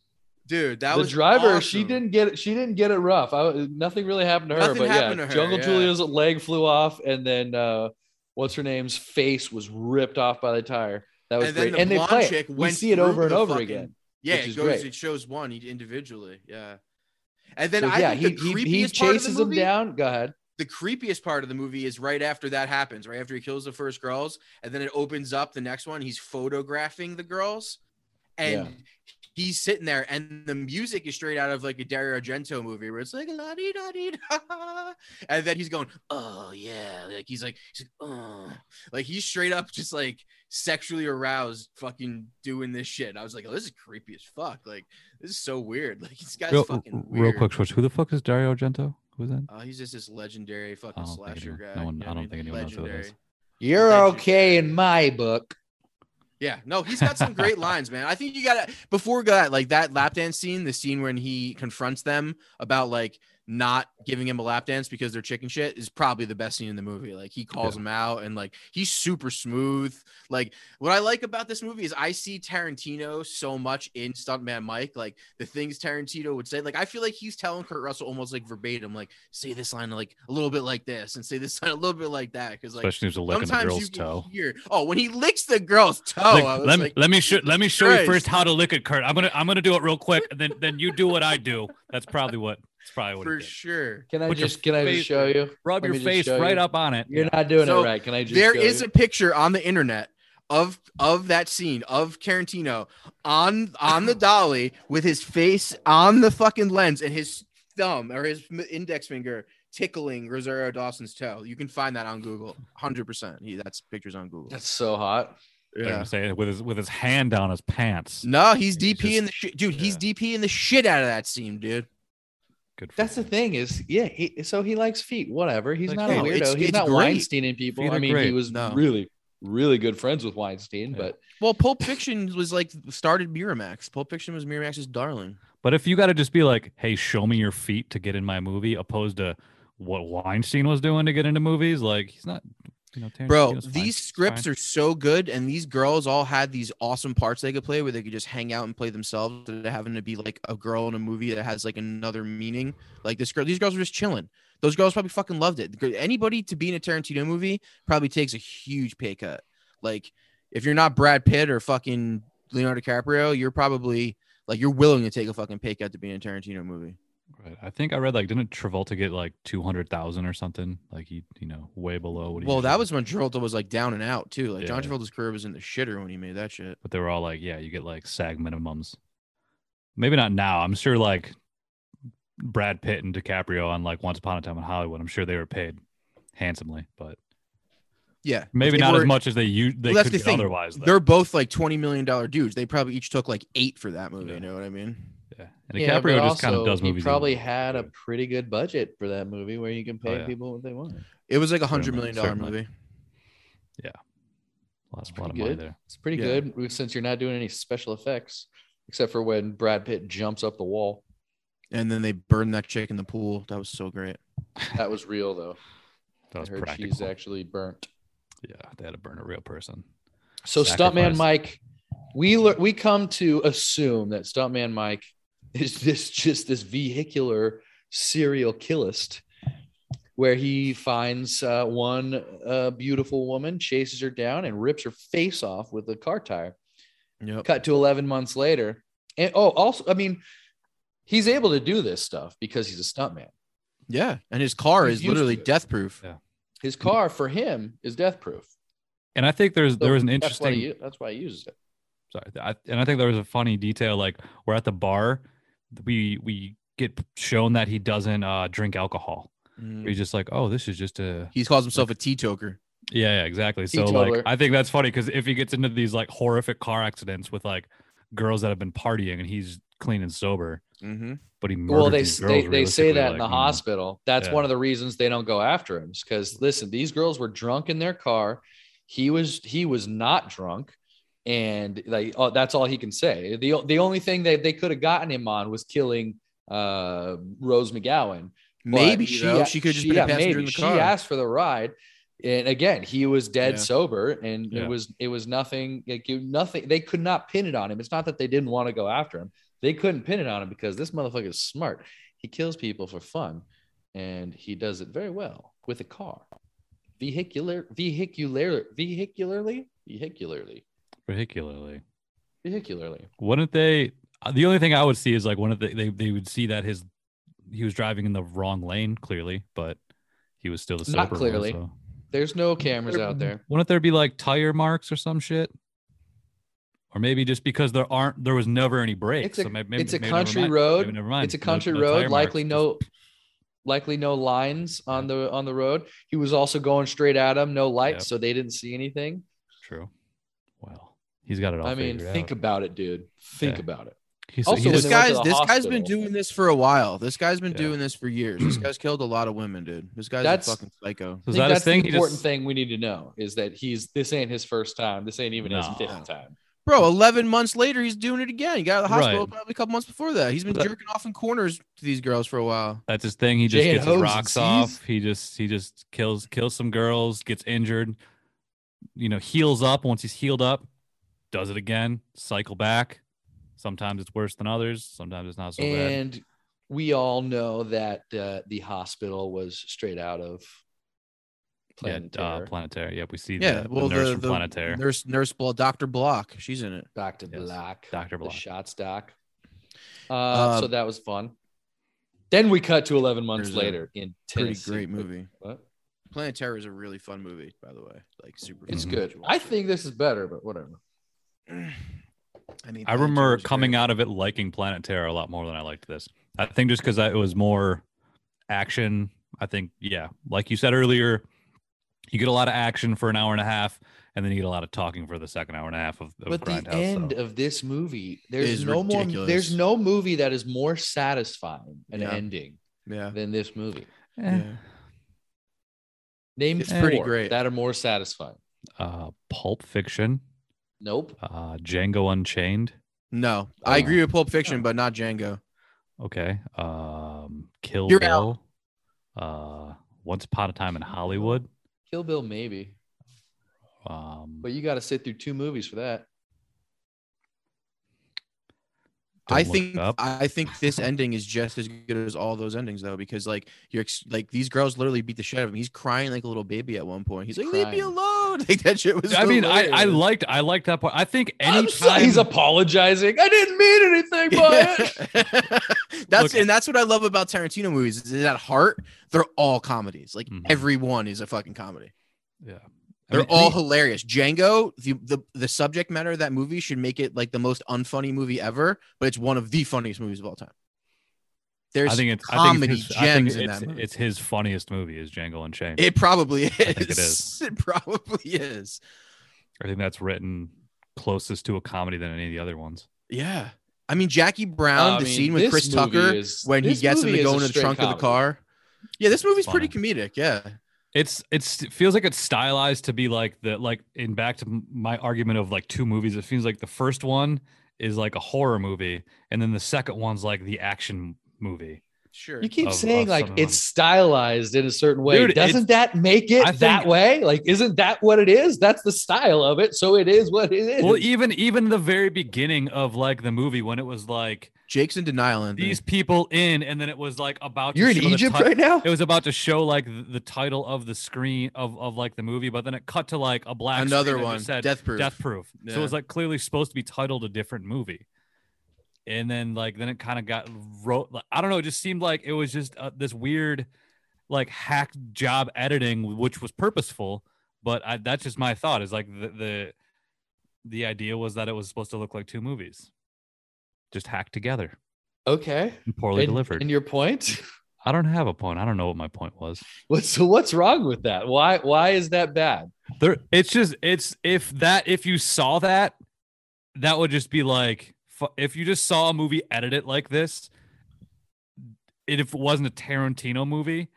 D: dude. That
B: the
D: was
B: driver, she
D: awesome.
B: didn't get it. She didn't get it rough. I, nothing really happened to her.
D: Nothing
B: but yeah,
D: happened to her,
B: Jungle
D: yeah.
B: Julia's leg flew off, and then uh, what's her name's face was ripped off by the tire. That was
D: And then
B: great.
D: the
B: and they
D: blonde
B: play
D: chick
B: it. We
D: went
B: see it
D: through
B: over and
D: the
B: over
D: fucking-
B: again.
D: Yeah,
B: which
D: it
B: is
D: goes.
B: great.
D: It shows one each individually. Yeah. And then
B: So,
D: I
B: yeah, he,
D: think the
B: he,
D: creepiest
B: he
D: part of
B: chases
D: the
B: him
D: movie,
B: down. Go ahead.
D: The creepiest part of the movie is right after that happens, right after he kills the first girls, and then it opens up the next one. He's photographing the girls, and he's sitting there, and the music is straight out of like a Dario Argento movie where it's like la di da di da, and then he's going, oh yeah, like he's like, he's like, oh, like he's straight up just like sexually aroused, fucking doing this shit. I was like, oh, this is creepy as fuck. Like this is so weird. Like this guy's
C: Real,
D: fucking weird.
C: real quick, Schwartz, who the fuck is Dario Argento? Who is that?
D: Oh, he's just this legendary
C: I
D: fucking
C: don't think
D: slasher
C: anyone-
D: guy.
C: no one-
D: you know
C: I
D: what
C: don't think anyone knows who that is.
D: Legendary.
B: You're
D: Thank you.
B: okay in my book.
D: Yeah, no, he's got some great lines, man. I think you gotta before that, like that lap dance scene, the scene when he confronts them about like not giving him a lap dance because they're chicken shit is probably the best scene in the movie. Like he calls him out and like he's super smooth. Like what I like about this movie is I see Tarantino so much in Stuntman Mike, like the things Tarantino would say. Like I feel like he's telling Kurt Russell almost like verbatim, like say this line like a little bit like this and say this line a little bit like that. Cause like
C: Especially who's licking a
D: Sometimes
C: girl's
D: you can
C: toe.
D: hear- oh, when he licks the girl's toe,
C: Like,
D: I was
C: let, me-
D: like,
C: let me show let me show you
D: Christ.
C: first how to lick it, Kurt. I'm gonna I'm gonna do it real quick, and then then you do what I do. That's probably what. That's probably what. he
D: for
C: did.
D: sure.
B: Can I
C: Put your
B: just can I just
C: face-
B: show you?
C: Rub
B: Let
C: your
B: me just
C: face
B: show
C: right
B: you.
C: up on it.
B: You're
C: Yeah.
B: not doing
D: So,
B: it right. Can I just?
D: There
B: show
D: is
B: you?
D: a picture on the internet of of that scene of Tarantino on on the dolly with his face on the fucking lens and his thumb or his m- index finger tickling Rosario Dawson's toe. You can find that on Google, hundred percent. That's pictures on Google.
B: That's so hot.
C: Like I'm saying, with his with his hand on his pants.
D: No, he's
C: He's
D: DP in the shit, dude. He's
C: yeah.
D: DP in the shit out of that scene, dude.
C: Good. For
B: That's the
C: him.
B: thing is, yeah. He, so he likes feet, whatever. He's
C: Like,
B: not a
C: hey,
B: weirdo.
D: it's-
B: He's
D: it's
B: not
D: great.
B: Weinstein and people.
C: Feet
B: I
C: are
B: mean, he
C: great.
B: was
D: No.
B: really, really good friends with Weinstein.
C: Yeah.
B: But
D: Well, Pulp Fiction was like started Miramax. Pulp Fiction was Miramax's darling.
C: But if you got to just be like, "Hey, show me your feet to get in my movie," opposed to what Weinstein was doing to get into movies, like he's not. You know,
D: Bro, these scripts are so good, and these girls all had these awesome parts they could play where they could just hang out and play themselves instead of having to be like a girl in a movie that has like another meaning. Like this girl, these girls were just chilling. Those girls probably fucking loved it. The gir- Anybody to be in a Tarantino movie probably takes a huge pay cut. Like if you're not Brad Pitt or fucking Leonardo DiCaprio, you're probably like you're willing to take a fucking pay cut to be in a Tarantino movie.
C: Right. I think I read like didn't Travolta get like two hundred thousand or something? Like he, you know, way below what he.
D: Well,
C: usually
D: that
C: gets.
D: was when Travolta was like down and out too. Like John
C: Yeah.
D: Travolta's career was in the shitter when he made that shit.
C: But they were all like, "Yeah, you get like SAG minimums." Maybe not now. I'm sure like Brad Pitt and DiCaprio on like Once Upon a Time in Hollywood. I'm sure they were paid handsomely, but
D: Yeah,
C: maybe
D: They
C: not
D: were-
C: as much as they u- they
D: Well, that's
C: could
D: the
C: get
D: thing.
C: otherwise. though.
D: They're both like twenty million dollar dudes. They probably each took like eight for that movie.
C: Yeah.
D: You know what I mean?
C: yeah. And
B: yeah,
C: DiCaprio
B: but
C: just kind of
B: also,
C: does
B: he
C: movies. he
B: probably
C: wants.
B: had a
C: Yeah. Oh,
B: pretty good budget for that movie where you can pay
C: yeah.
B: people what they want.
D: It was like a hundred
C: Certainly,
D: million dollar
C: certainly.
D: movie.
C: Lots, a
B: Pretty
C: lot of money
B: good.
C: there.
B: It's pretty
D: Yeah.
B: good since you're not doing any special effects except for when Brad Pitt jumps up the wall.
D: And then they burned that chick in the pool. That was so great.
B: That was real though.
C: That
B: I
C: was
B: heard
C: practical.
B: she's actually burnt.
C: yeah, they had to burn a real person.
B: So Stuntman
C: Sacrifice.
B: Mike, we lear- we come to assume that Stuntman Mike is this just this vehicular serial killist, where he finds uh, one uh, beautiful woman, chases her down, and rips her face off with a car tire.
D: Yep.
B: Cut to eleven months later, and oh, also, I mean, he's able to do this stuff because he's a stuntman.
D: Yeah, and his car
B: He's
D: is
B: used
D: literally
B: to it.
D: death proof.
C: Yeah.
B: His car for him is death proof.
C: And I think there's there was an
B: That's why,
C: interesting
B: he, that's why he uses it.
C: sorry I, and i think there was a funny detail like we're at the bar we we get shown that he doesn't uh drink alcohol
B: Hmm.
C: he's just like oh this is just a
D: Mm. He calls himself a teetotaler.
C: yeah, yeah exactly so like
B: Teetotaler.
C: i think that's funny because if he gets into these like horrific car accidents with like girls that have been partying and he's clean and sober
D: Mm-hmm.
C: but he
B: Well,
C: murdered
B: they
C: these
B: they,
C: girls
B: they say that
C: realistically,
B: in the
C: like, hmm, you know.
B: hospital. That's
C: Yeah.
B: one of the reasons they don't go after him. Because listen, these girls were drunk in their car. He was he was not drunk, and like oh, that's all he can say. the The only thing that they could have gotten him on was killing uh, Rose McGowan. But
D: Maybe she
B: a-
D: she could just
B: she-
D: be
B: yeah,
D: a passenger in
B: maybe.
D: the
B: She
D: car.
B: asked for the ride. And again, he was dead
D: Yeah.
B: sober, and
C: Yeah.
B: it was it was nothing. Like you, nothing. They could not pin it on him. It's not that they didn't want to go after him. They couldn't pin it on him because this motherfucker is smart. He kills people for fun, and he does it very well with a car, vehicular, vehicular, vehicularly, vehicularly,
C: particularly
B: vehicularly.
C: wouldn't they uh, the only thing i would see is like one of the they, they would see that his he was driving in the wrong lane clearly but he was still the
B: Not
C: sober one,
B: clearly.
C: so.
B: There's no cameras out there.
C: Wouldn't there be like tire marks or some shit? Or maybe just because there aren't, there was never any breaks.
B: It's a-
C: so may- maybe,
B: it's a
C: maybe never
B: country
C: mind.
B: road.
C: Maybe never mind.
B: It's a
C: No-
B: country
C: no
B: road,
C: tire marks,
B: likely
C: just-
B: no, likely no lines on the on the road. He was also going straight at him, no lights,
C: Yep.
B: so they didn't see anything.
C: True. Well, he's got it all.
B: I mean,
C: figured
B: think
C: out.
B: about it, dude. Think
C: Yeah.
B: about it.
C: He's,
B: also
C: he's
B: when
D: this
B: they went to
D: guy's
B: the
D: this guy's been
B: hospital.
D: doing this for a while. This guy's been
C: Yeah.
D: doing this for years. This guy's killed a lot of women, dude. This guy's
B: That's-
D: a fucking psycho.
C: so
B: I think that's
C: is that his thing?
B: the
C: He
B: important
C: just-
B: thing we need to know is that he's this ain't his first time. This ain't even his
C: No.
B: fifth time.
D: Bro, eleven months later, he's doing it again. He got out of the hospital
C: Right.
D: probably a couple months before that. He's been
C: But that-
D: jerking off in corners to these girls for a while.
C: That's his thing. He just
B: Jay and
C: gets his
B: Hose and
C: rocks
B: C's?
C: off. He just he just kills kills some girls, gets injured, you know, heals up. Once he's healed up, does it again, cycle back. Sometimes it's worse than others. Sometimes it's not so bad.
B: and we all know that uh, the hospital was straight out of Planet
C: yeah, uh,
B: Terror.
C: Planetary. Yep, we see
D: Yeah,
C: the, the
D: well,
C: nurse
D: the,
C: from
D: the
C: Planetary.
D: nurse, nurse, Blo- Doctor Block, she's in it.
B: Dr.
C: Yes.
B: Black.
C: Dr.
B: The
C: Block.
B: shots, Doc. Uh,
D: Uh,
B: so that was fun. Then we cut to 11 months
D: There's a
B: later in
D: Pretty
B: Tennessee.
D: great movie.
B: What?
D: Planet Terror is a really fun movie, by the way. Like super.
B: It's
D: fun.
B: good. I think this is better, but whatever.
D: I mean,
C: I remember coming out of it liking Planet Terror a lot more than I liked this. I think just because it was more action. I think, yeah, like you said earlier, you get a lot of action for an hour and a half, and then you get a lot of talking for the second hour and a half of, of
B: But the
C: Grindhouse.
B: end
C: so. eh.
B: of this movie,
D: is
B: there's no more.
D: ridiculous.
B: There's no movie that is more satisfying an
D: Yeah.
B: ending
D: Yeah,
B: than this movie.
C: Eh,
D: yeah.
B: Name
D: It's pretty
B: four
D: great.
B: that are more satisfying.
C: uh, Pulp Fiction,
B: Nope.
C: uh, Django Unchained.
D: No, I
C: Uh,
D: agree with Pulp Fiction, but not Django.
C: Okay. Um, Kill
D: You're
C: Bill. Uh, Once Upon a Time in Hollywood.
B: Kill Bill, maybe,
C: Um,
B: but you got to sit through two movies for that.
D: I
C: Don't look
D: think
C: it up.
D: I think this ending is just as good as all those endings though, because like you're ex- like these girls literally beat the shit out of him. He's crying like a little baby at one point. He's like, "Leave me
B: Crying.
D: alone!" Like that shit was.
C: I mean, I, I
D: hilarious.
C: liked I liked that part. I think
B: I'm so-
C: anytime
B: he's apologizing. I didn't mean anything by it.
C: Look-
D: that's and that's what I love about Tarantino movies is at heart they're all comedies. Like
C: Mhm.
D: everyone is a fucking comedy.
C: yeah, I
D: They're
C: mean,
D: all
C: any-
D: hilarious. Django, the, the the subject matter of that movie should make it like the most unfunny movie ever, but it's one of the funniest movies of all time. There's
C: I think it's
D: comedy
C: I think it's his, I think
D: gems in
C: it's-
D: that movie.
C: It's his funniest movie is Django Unchained.
D: it probably is.
C: think it is.
D: It probably is.
C: I think that's written closest to a comedy than any of the other ones.
D: Yeah. I mean, Jackie Brown,
B: I
D: the
B: mean,
D: scene with
B: this
D: Chris
B: movie
D: Tucker
B: is-
D: when he
B: this
D: gets him
B: movie is
D: to go
B: a
D: in the
B: straight
D: trunk of
B: comedy.
D: the car. Yeah, this movie's
C: Funny.
D: pretty comedic. Yeah.
C: It's it's it feels like it's stylized to be like the like in back to m- my argument of like two movies. It feels like the first one is like a horror movie, and then the second one's like the action movie.
D: Sure.
B: You keep
C: Of-
B: saying
C: of
B: like
C: some of
B: it's stylized in a certain way.
C: Dude, it's-
B: Doesn't that make it
C: I think-
B: that way? Like, isn't that what it is? That's the style of it. So it is what it is.
C: Well, even even the very beginning of like the movie when it was like
D: Jake's in denial. Anthony.
C: these people in, and then it was like about to
B: You're in
C: show the
B: Egypt
C: ti-
B: right now.
C: It was about to show like the, the title of the screen of of like the movie, but then it cut to like a black screen
D: another
C: that just
D: one.
C: said
D: Death proof.
C: Death Proof. So it
D: Yeah.
C: was like clearly supposed to be titled a different movie. And then like then it kind of got wrote like, I don't know, it just seemed like it was just uh, this weird like hack job editing which was purposeful, but I, that's just my thought is like the, the the idea was that it was supposed to look like two movies. Just hacked together
B: Okay.
C: and poorly
B: and,
C: delivered.
B: and your point?
C: I don't have a point. I don't know what my point was.
B: What's so what's wrong with that? Why why is that bad?
C: There it's just it's if that if you saw that that would just be like fu- if you just saw a movie edited like this and if it wasn't a Tarantino movie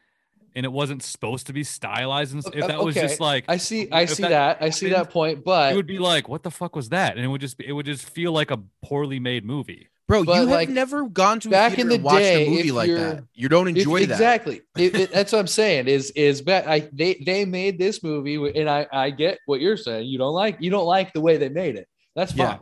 C: and it wasn't supposed to be stylized and s- if that was
B: Uh, Okay,
C: just like
B: I see I
C: If
B: see
C: that
B: that, I see that
C: happened,
B: point,
C: it
B: but
C: would be like what the fuck was that and it would just be, it would just feel like a poorly made movie.
D: Bro,
B: But,
D: you have
B: like,
D: never gone to a
B: back in
D: theater
B: the
D: and watched
B: day,
D: a movie
B: if
D: like
B: you're-
D: that. You don't
B: If-
D: enjoy that.
B: exactly It- it- that's what i'm saying is is bet i they they made this movie wi- and i i get what you're saying you don't like you don't like the way they made it that's fine
D: Yeah.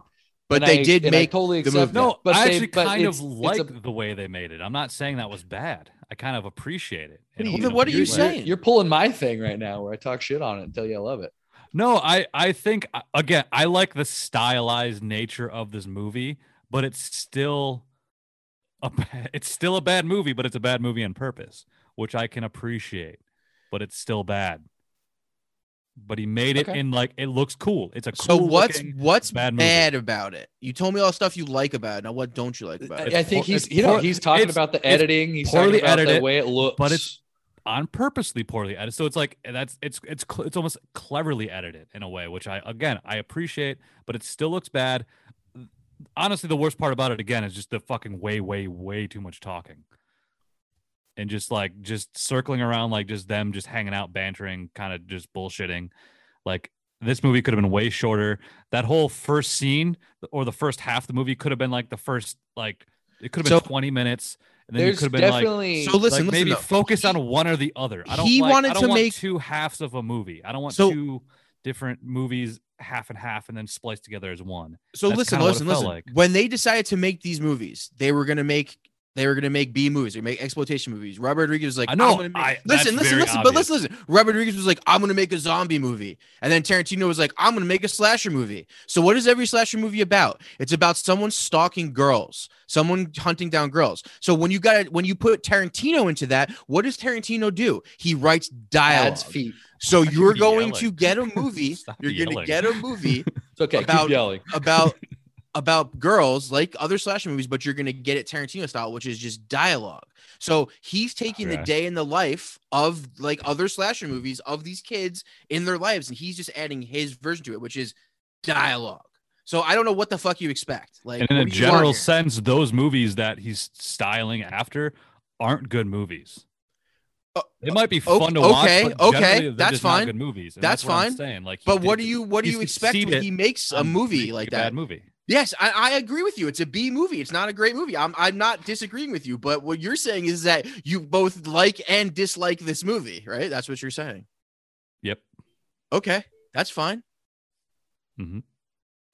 D: But
B: And
D: they
B: I-
D: did
B: and I
D: make
B: totally
D: the
B: accept
D: movie.
B: that.
C: No,
B: but
C: I
B: they-
C: actually
B: but
C: kind
B: it's-
C: of
B: it's a-
C: like the way they made it. I'm not saying that was bad. I kind of appreciate it. in a-
D: Well,
C: in
D: then
C: a
D: what are you
C: weird way.
D: saying?
B: you're pulling my thing right now where i talk shit on it and tell you i love it
C: No, I I think uh, again I like the stylized nature of this movie, but it's still a ba- it's still a bad movie, but it's a bad movie on purpose, which I can appreciate, but it's still bad. But he made it
B: Okay.
C: in like it looks cool. It's a cool
D: so what's
C: looking-
D: what's
C: bad
D: bad,
C: movie.
D: about it? You told me all the stuff you like about it. Now what don't you like about
B: i,
D: it?
C: It's
B: I think
C: poor-
B: he's
C: it's
B: you know
C: poor-
B: he's talking
C: it's-
B: about the editing he's
C: poorly
B: talking about the
C: edited,
B: way it looks
C: but it's- on purposely poorly edited. So it's like eh, that's it's it's cl- it's almost cleverly edited in a way, which I again I appreciate, but it still looks bad. Honestly, the worst part about it again is just the fucking way, way, way too much talking, and just like just circling around, like just them just hanging out, bantering, kind of just bullshitting. Like this movie could have been way shorter. That whole first scene or the first half of the movie could have been like the first like it could have been
D: So-
C: twenty minutes, and then you
B: there's
C: could have been like
B: definitely
D: so listen,
C: like,
D: listen.
C: maybe
D: though.
C: focus on one or the other. I don't.
D: he
C: like-
D: wanted
C: I don't
D: to
C: want
D: make-
C: two halves of a movie. I don't want
D: So-
C: two different movies, half and half, and then spliced together as one.
D: So
C: That's
D: listen,
C: kinda what it
D: listen,
C: felt
D: listen.
C: like.
D: When they decided to make these movies, they were gonna make they were gonna make B movies, they make exploitation movies. Robert Rodriguez was like,
C: I know,
D: I'm gonna make-
C: I- that's
D: listen, listen,
C: very
D: listen, but listen, listen. Robert Rodriguez was like, I'm gonna make a zombie movie, and then Tarantino was like, I'm gonna make a slasher movie. So what is every slasher movie about? It's about someone stalking girls, someone hunting down girls. So when you got when you put Tarantino into that, what does Tarantino do? He writes dialogue.
B: ads feet
D: So
C: should
D: you're
C: be
D: going
C: yelling.
D: to get a movie.
C: Stop
D: you're
C: yelling.
D: gonna get a movie
B: it's okay keep
D: About-
B: yelling
D: about about girls like other slasher movies, but you're gonna get it Tarantino style, which is just dialogue. So he's taking
C: Okay.
D: the day in the life of like other slasher movies of these kids in their lives, and he's just adding his version to it, which is dialogue. So I don't know what the fuck you expect. Like
C: And in
D: what
C: a
D: do you want
C: general
D: here?
C: sense, those movies that he's styling after aren't good movies.
D: Uh,
C: It might be
D: o-
C: fun to watch.
D: okay,
C: but generally
D: okay,
C: they're
D: that's
C: just not
D: fine.
C: Good movies. and
D: That's
C: what I'm
D: fine.
C: saying. Like, he
D: But what
C: did
D: do you what do
C: he's
D: you expect when
C: succeeded
D: he makes a
C: on
D: movie
C: making
D: like
C: a Bad
D: that?
C: movie.
D: Yes, I, I agree with you. It's a B movie. It's not a great movie. I'm I'm not disagreeing with you, but what you're saying is that you both like and dislike this movie, right? That's what you're saying.
C: Yep.
D: Okay, that's fine.
C: Mhm.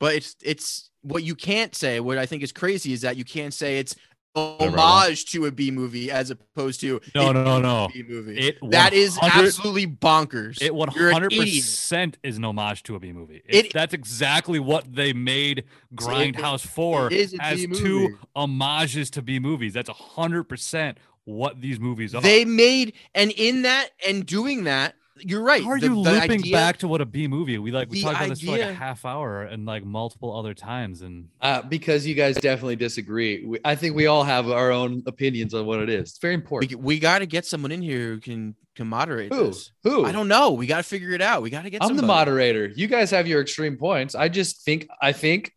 D: But it's it's what you can't say. What I think is crazy is that you can't say it's
C: I want.
D: homage to a B movie as opposed to
C: No,
D: a
C: no, no.
D: B movie.
C: It
D: that is
C: 100
D: absolutely bonkers.
C: It one
D: You're an
C: hundred
D: idiot.
C: percent is an homage to a B movie. It's-
D: It-
C: that's exactly what they made Grindhouse for
D: it is a
C: as
D: B
C: two
D: movie.
C: homages to B movies. That's hundred percent what these movies are.
D: They made and in that and doing that, you're right.
C: How are
D: the-
C: you
D: the
C: looping
D: idea-
C: back to what a B movie? We like we
D: the
C: talked about this for like a
D: idea-
C: half hour and like multiple other times, and
B: uh, because you guys definitely disagree we, i think we all have our own opinions on what it is it's very
D: We,
B: important
D: we got to get someone in here who can can moderate
B: who
D: this.
B: who
D: I don't know. We got to figure it out. We got to get.
B: I'm the
D: somebody.
B: moderator. You guys have your extreme points. I just think I think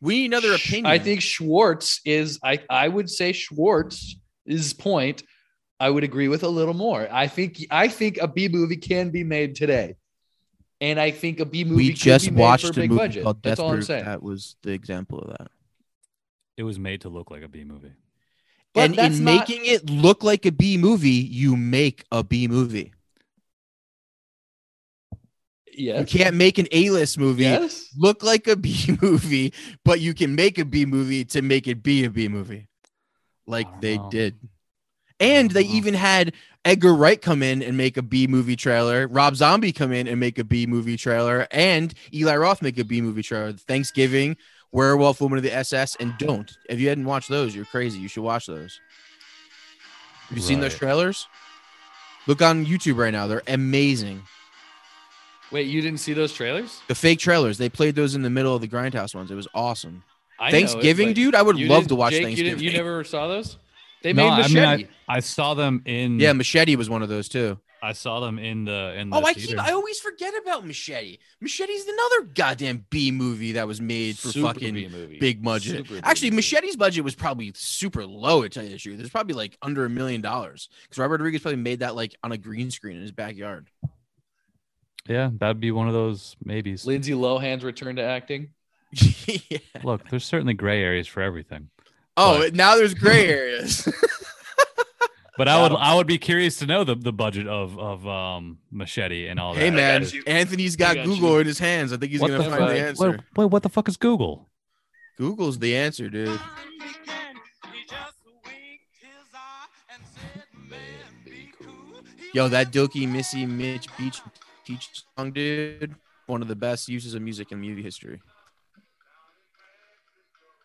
D: We need another
B: Sh-
D: opinion.
B: I think Schwartz is I I would say Schwartz's point I would agree with a little more. I think I think a B movie can be made today. And I think a B movie
D: we
B: could
D: just
B: be made
D: watched
B: for
D: a
B: a big
D: movie
B: budget.
D: called
B: That's
D: Death
B: all I'm
D: Proof.
B: saying.
D: That was the example of that.
C: it was made to look like a B movie.
B: But
D: and
B: that's
D: in
B: not-
D: making it look like a B movie, you make a B movie. You
B: Yes.
D: can't make an A list movie
B: Yes.
D: look like a B movie, but you can make a B movie to make it be a B movie, like
C: I don't
D: they
C: know.
D: did. And they
C: don't know.
D: even had Edgar Wright come in and make a B movie trailer, Rob Zombie come in and make a B movie trailer, and Eli Roth make a B movie trailer. Thanksgiving, Werewolf, Woman of the SS, and Don't. If you hadn't watched those, you're crazy. You should watch those. Have you seen those
C: Right.
D: trailers? Look on YouTube right now. They're amazing.
B: Wait, you didn't see those trailers?
D: The fake trailers. They played those in the middle of the Grindhouse ones. It was awesome.
B: I know, it's
D: Thanksgiving,
B: like-
D: dude. I would
B: You
D: love
B: didn't-
D: to watch
B: Jake, you
D: Thanksgiving.
B: didn't- You, never saw those? They
C: No,
B: made
C: I
B: machete.
C: mean, I saw them
B: Mm.
C: in.
D: yeah, Machete was one of those too.
C: I saw them in the in the.
D: Oh, I
C: theater.
D: keep, I always forget about Machete. Machete's another goddamn B movie that was made for
B: Super
D: fucking
B: B movie.
D: big budget.
B: Super B
D: Actually,
B: movie.
D: Machete's budget was probably super low. To tell you the truth, it's probably like under a million dollars because Robert Rodriguez probably made that like on a green screen in his backyard.
C: Yeah, that'd be one of those maybes.
B: Lindsay Lohan's return to acting.
D: yeah.
C: Look, there's certainly gray areas for everything.
D: Oh,
C: But-
D: now there's gray areas.
C: But I would
B: Wow.
C: I would be curious to know the, the budget of of um machete and all that.
D: hey man,
B: got you. I
D: Anthony's got,
B: got
D: Google
B: you.
D: in his hands. I think he's
C: What
D: gonna
C: the
D: find the
B: fuck?
D: answer.
C: What, wait, what the fuck is Google?
D: Google's the answer, dude. Yo, that Doki Missy Mitch Beach Teach song, dude. One of the best uses of music in movie history.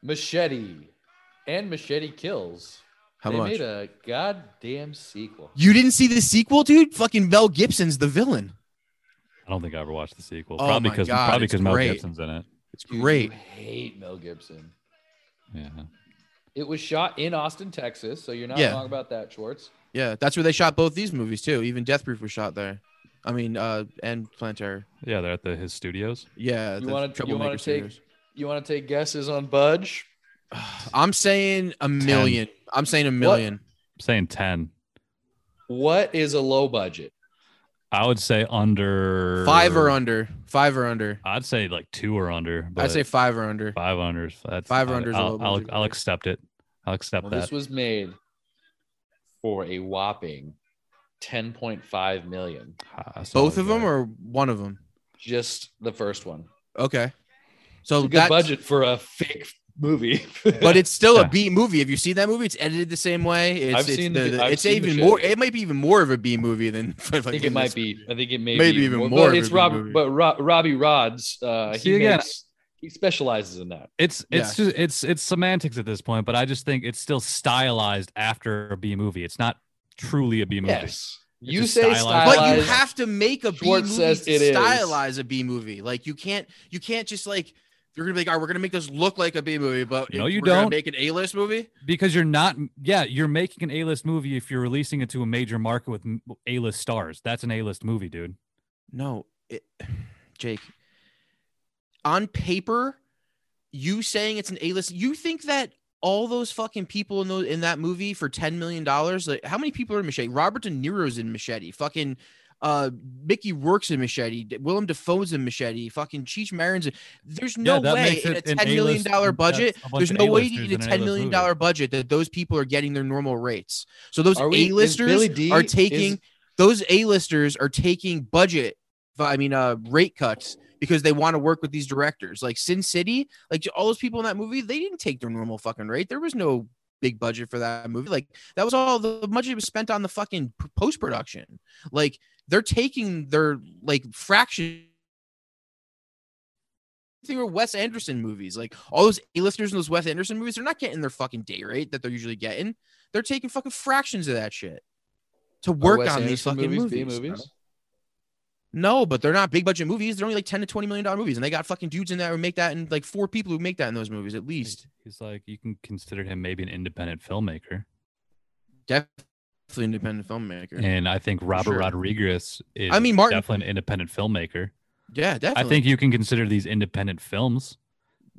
B: Machete and Machete Kills.
D: How
B: they
D: much?
B: made a goddamn sequel.
D: you didn't see the sequel, dude? Fucking Mel Gibson's the villain.
C: I don't think I ever watched the sequel.
D: Oh
C: Probably
D: my
C: because
D: God,
C: probably
D: it's
C: because Mel
D: great.
C: Gibson's in it.
D: It's
B: Dude,
D: great.
B: You hate Mel Gibson.
C: Yeah.
B: It was shot in Austin, Texas, so you're not
D: Yeah.
B: wrong about that, Schwartz.
D: Yeah, that's where they shot both these movies too. Even Death Proof was shot there. I mean, uh, and Planetary.
C: Yeah, they're at the his studios.
D: Yeah,
B: You
D: the
B: wanna- you
D: Troublemaker
B: wanna take-
D: series.
B: You want to take guesses on Budge?
D: I'm saying a million. I'm saying a million.
C: I'm saying ten.
B: What is a low budget?
C: I would say under
D: Five or under. Five or under.
C: I'd say like two or under. But
D: I'd say five or under.
C: five under. is- That's,
D: Five or
C: I'll-
D: under is a
C: I'll,
D: little
C: I'll,
D: bit
C: I'll
D: big.
C: accept it. I'll accept
B: Well,
C: that.
B: this was made for a whopping 10.5 million.
C: Ah, so
D: Both
C: I'll
D: of them
C: go-
D: or one of them?
B: Just the first one.
D: Okay.
B: It's
D: So
B: a good
D: Oh, that's-
B: budget for a fake movie.
D: but it's still
C: Yeah.
D: a B movie. Have you seen that movie? It's edited the same way. It's,
B: I've
D: it's
B: seen
D: the,
B: the-
D: the-
B: I've
D: it's
B: seen the
D: even
B: shit.
D: more. It might be even more of a B movie than.
B: I think it might be. I think it may
D: Maybe
B: be
D: even
B: but
D: more of
B: It's
D: a
B: Rob,
D: movie.
B: but Ro- Robbie Rods. Uh,
C: See,
B: he
C: again-
B: makes, he specializes in that.
C: It's it's
D: Yeah.
C: just it's it's semantics at this point, but I just think it's still stylized after a B movie. It's not truly a B movie.
B: Yes, you
C: just
B: say
C: stylized.
B: stylized.
D: But you have to make a B
B: Schwartz
D: movie
B: says
D: to
B: it is.
D: stylize a B movie. Like you can't. You can't just like. You're gonna be like, all right, we're gonna make this look like a B movie, but
C: No,
D: if
C: you
D: we're gonna
C: don't.
D: make an A list movie.
C: Because you're not yeah, you're making an A-list movie if you're releasing it to a major market with m- A-list stars. That's an A-list movie, dude.
D: No, it, Jake. On paper, you saying it's an A list. You think that all those fucking people in those in that movie for ten million dollars? Like, how many people are in Machete? Robert De Niro's in Machete. Fucking. Uh, Mickey works in Machete. D- Willem Dafoe's in Machete. Fucking Cheech Marin's. In, there's no
C: Yeah, that
D: way
C: makes
D: in a
C: it an
D: ten million
C: A-list-
D: dollar
C: that's
D: budget.
C: a bunch
D: There's
C: of
D: no way
C: A-listers
D: in a
C: in an
D: ten million
C: A-list
D: dollar budget that those people are getting their normal rates. So those
B: Are we- is
D: A listers
B: Billy D-
D: are
B: is-
D: taking those A-listers are taking budget, I mean, uh, rate cuts because they want to work with these directors. Like Sin City, like all those people in that movie, they didn't take their normal fucking rate. There was no big budget for that movie. Like that was all the budget was spent on the fucking post production. Like they're taking their like fraction. They were Wes Anderson movies. Like all those A-listers in those Wes Anderson movies, they're not getting their fucking day rate that they're usually getting. They're taking fucking fractions of that shit to
B: Are
D: work
B: Wes
D: on these
B: Anderson
D: fucking movies.
B: B
D: bro. No, but they're not big budget movies. They're only like ten to twenty million dollar movies, and they got fucking dudes in there who make that, and like four people who make that in those movies at least.
C: He's like you can consider him maybe an independent filmmaker.
D: Definitely independent filmmaker. Yeah,
C: And I think Robert
D: sure.
C: Rodriguez is
D: I mean, Martin-
C: definitely an independent filmmaker.
D: definitely.
C: I think you can consider these independent films,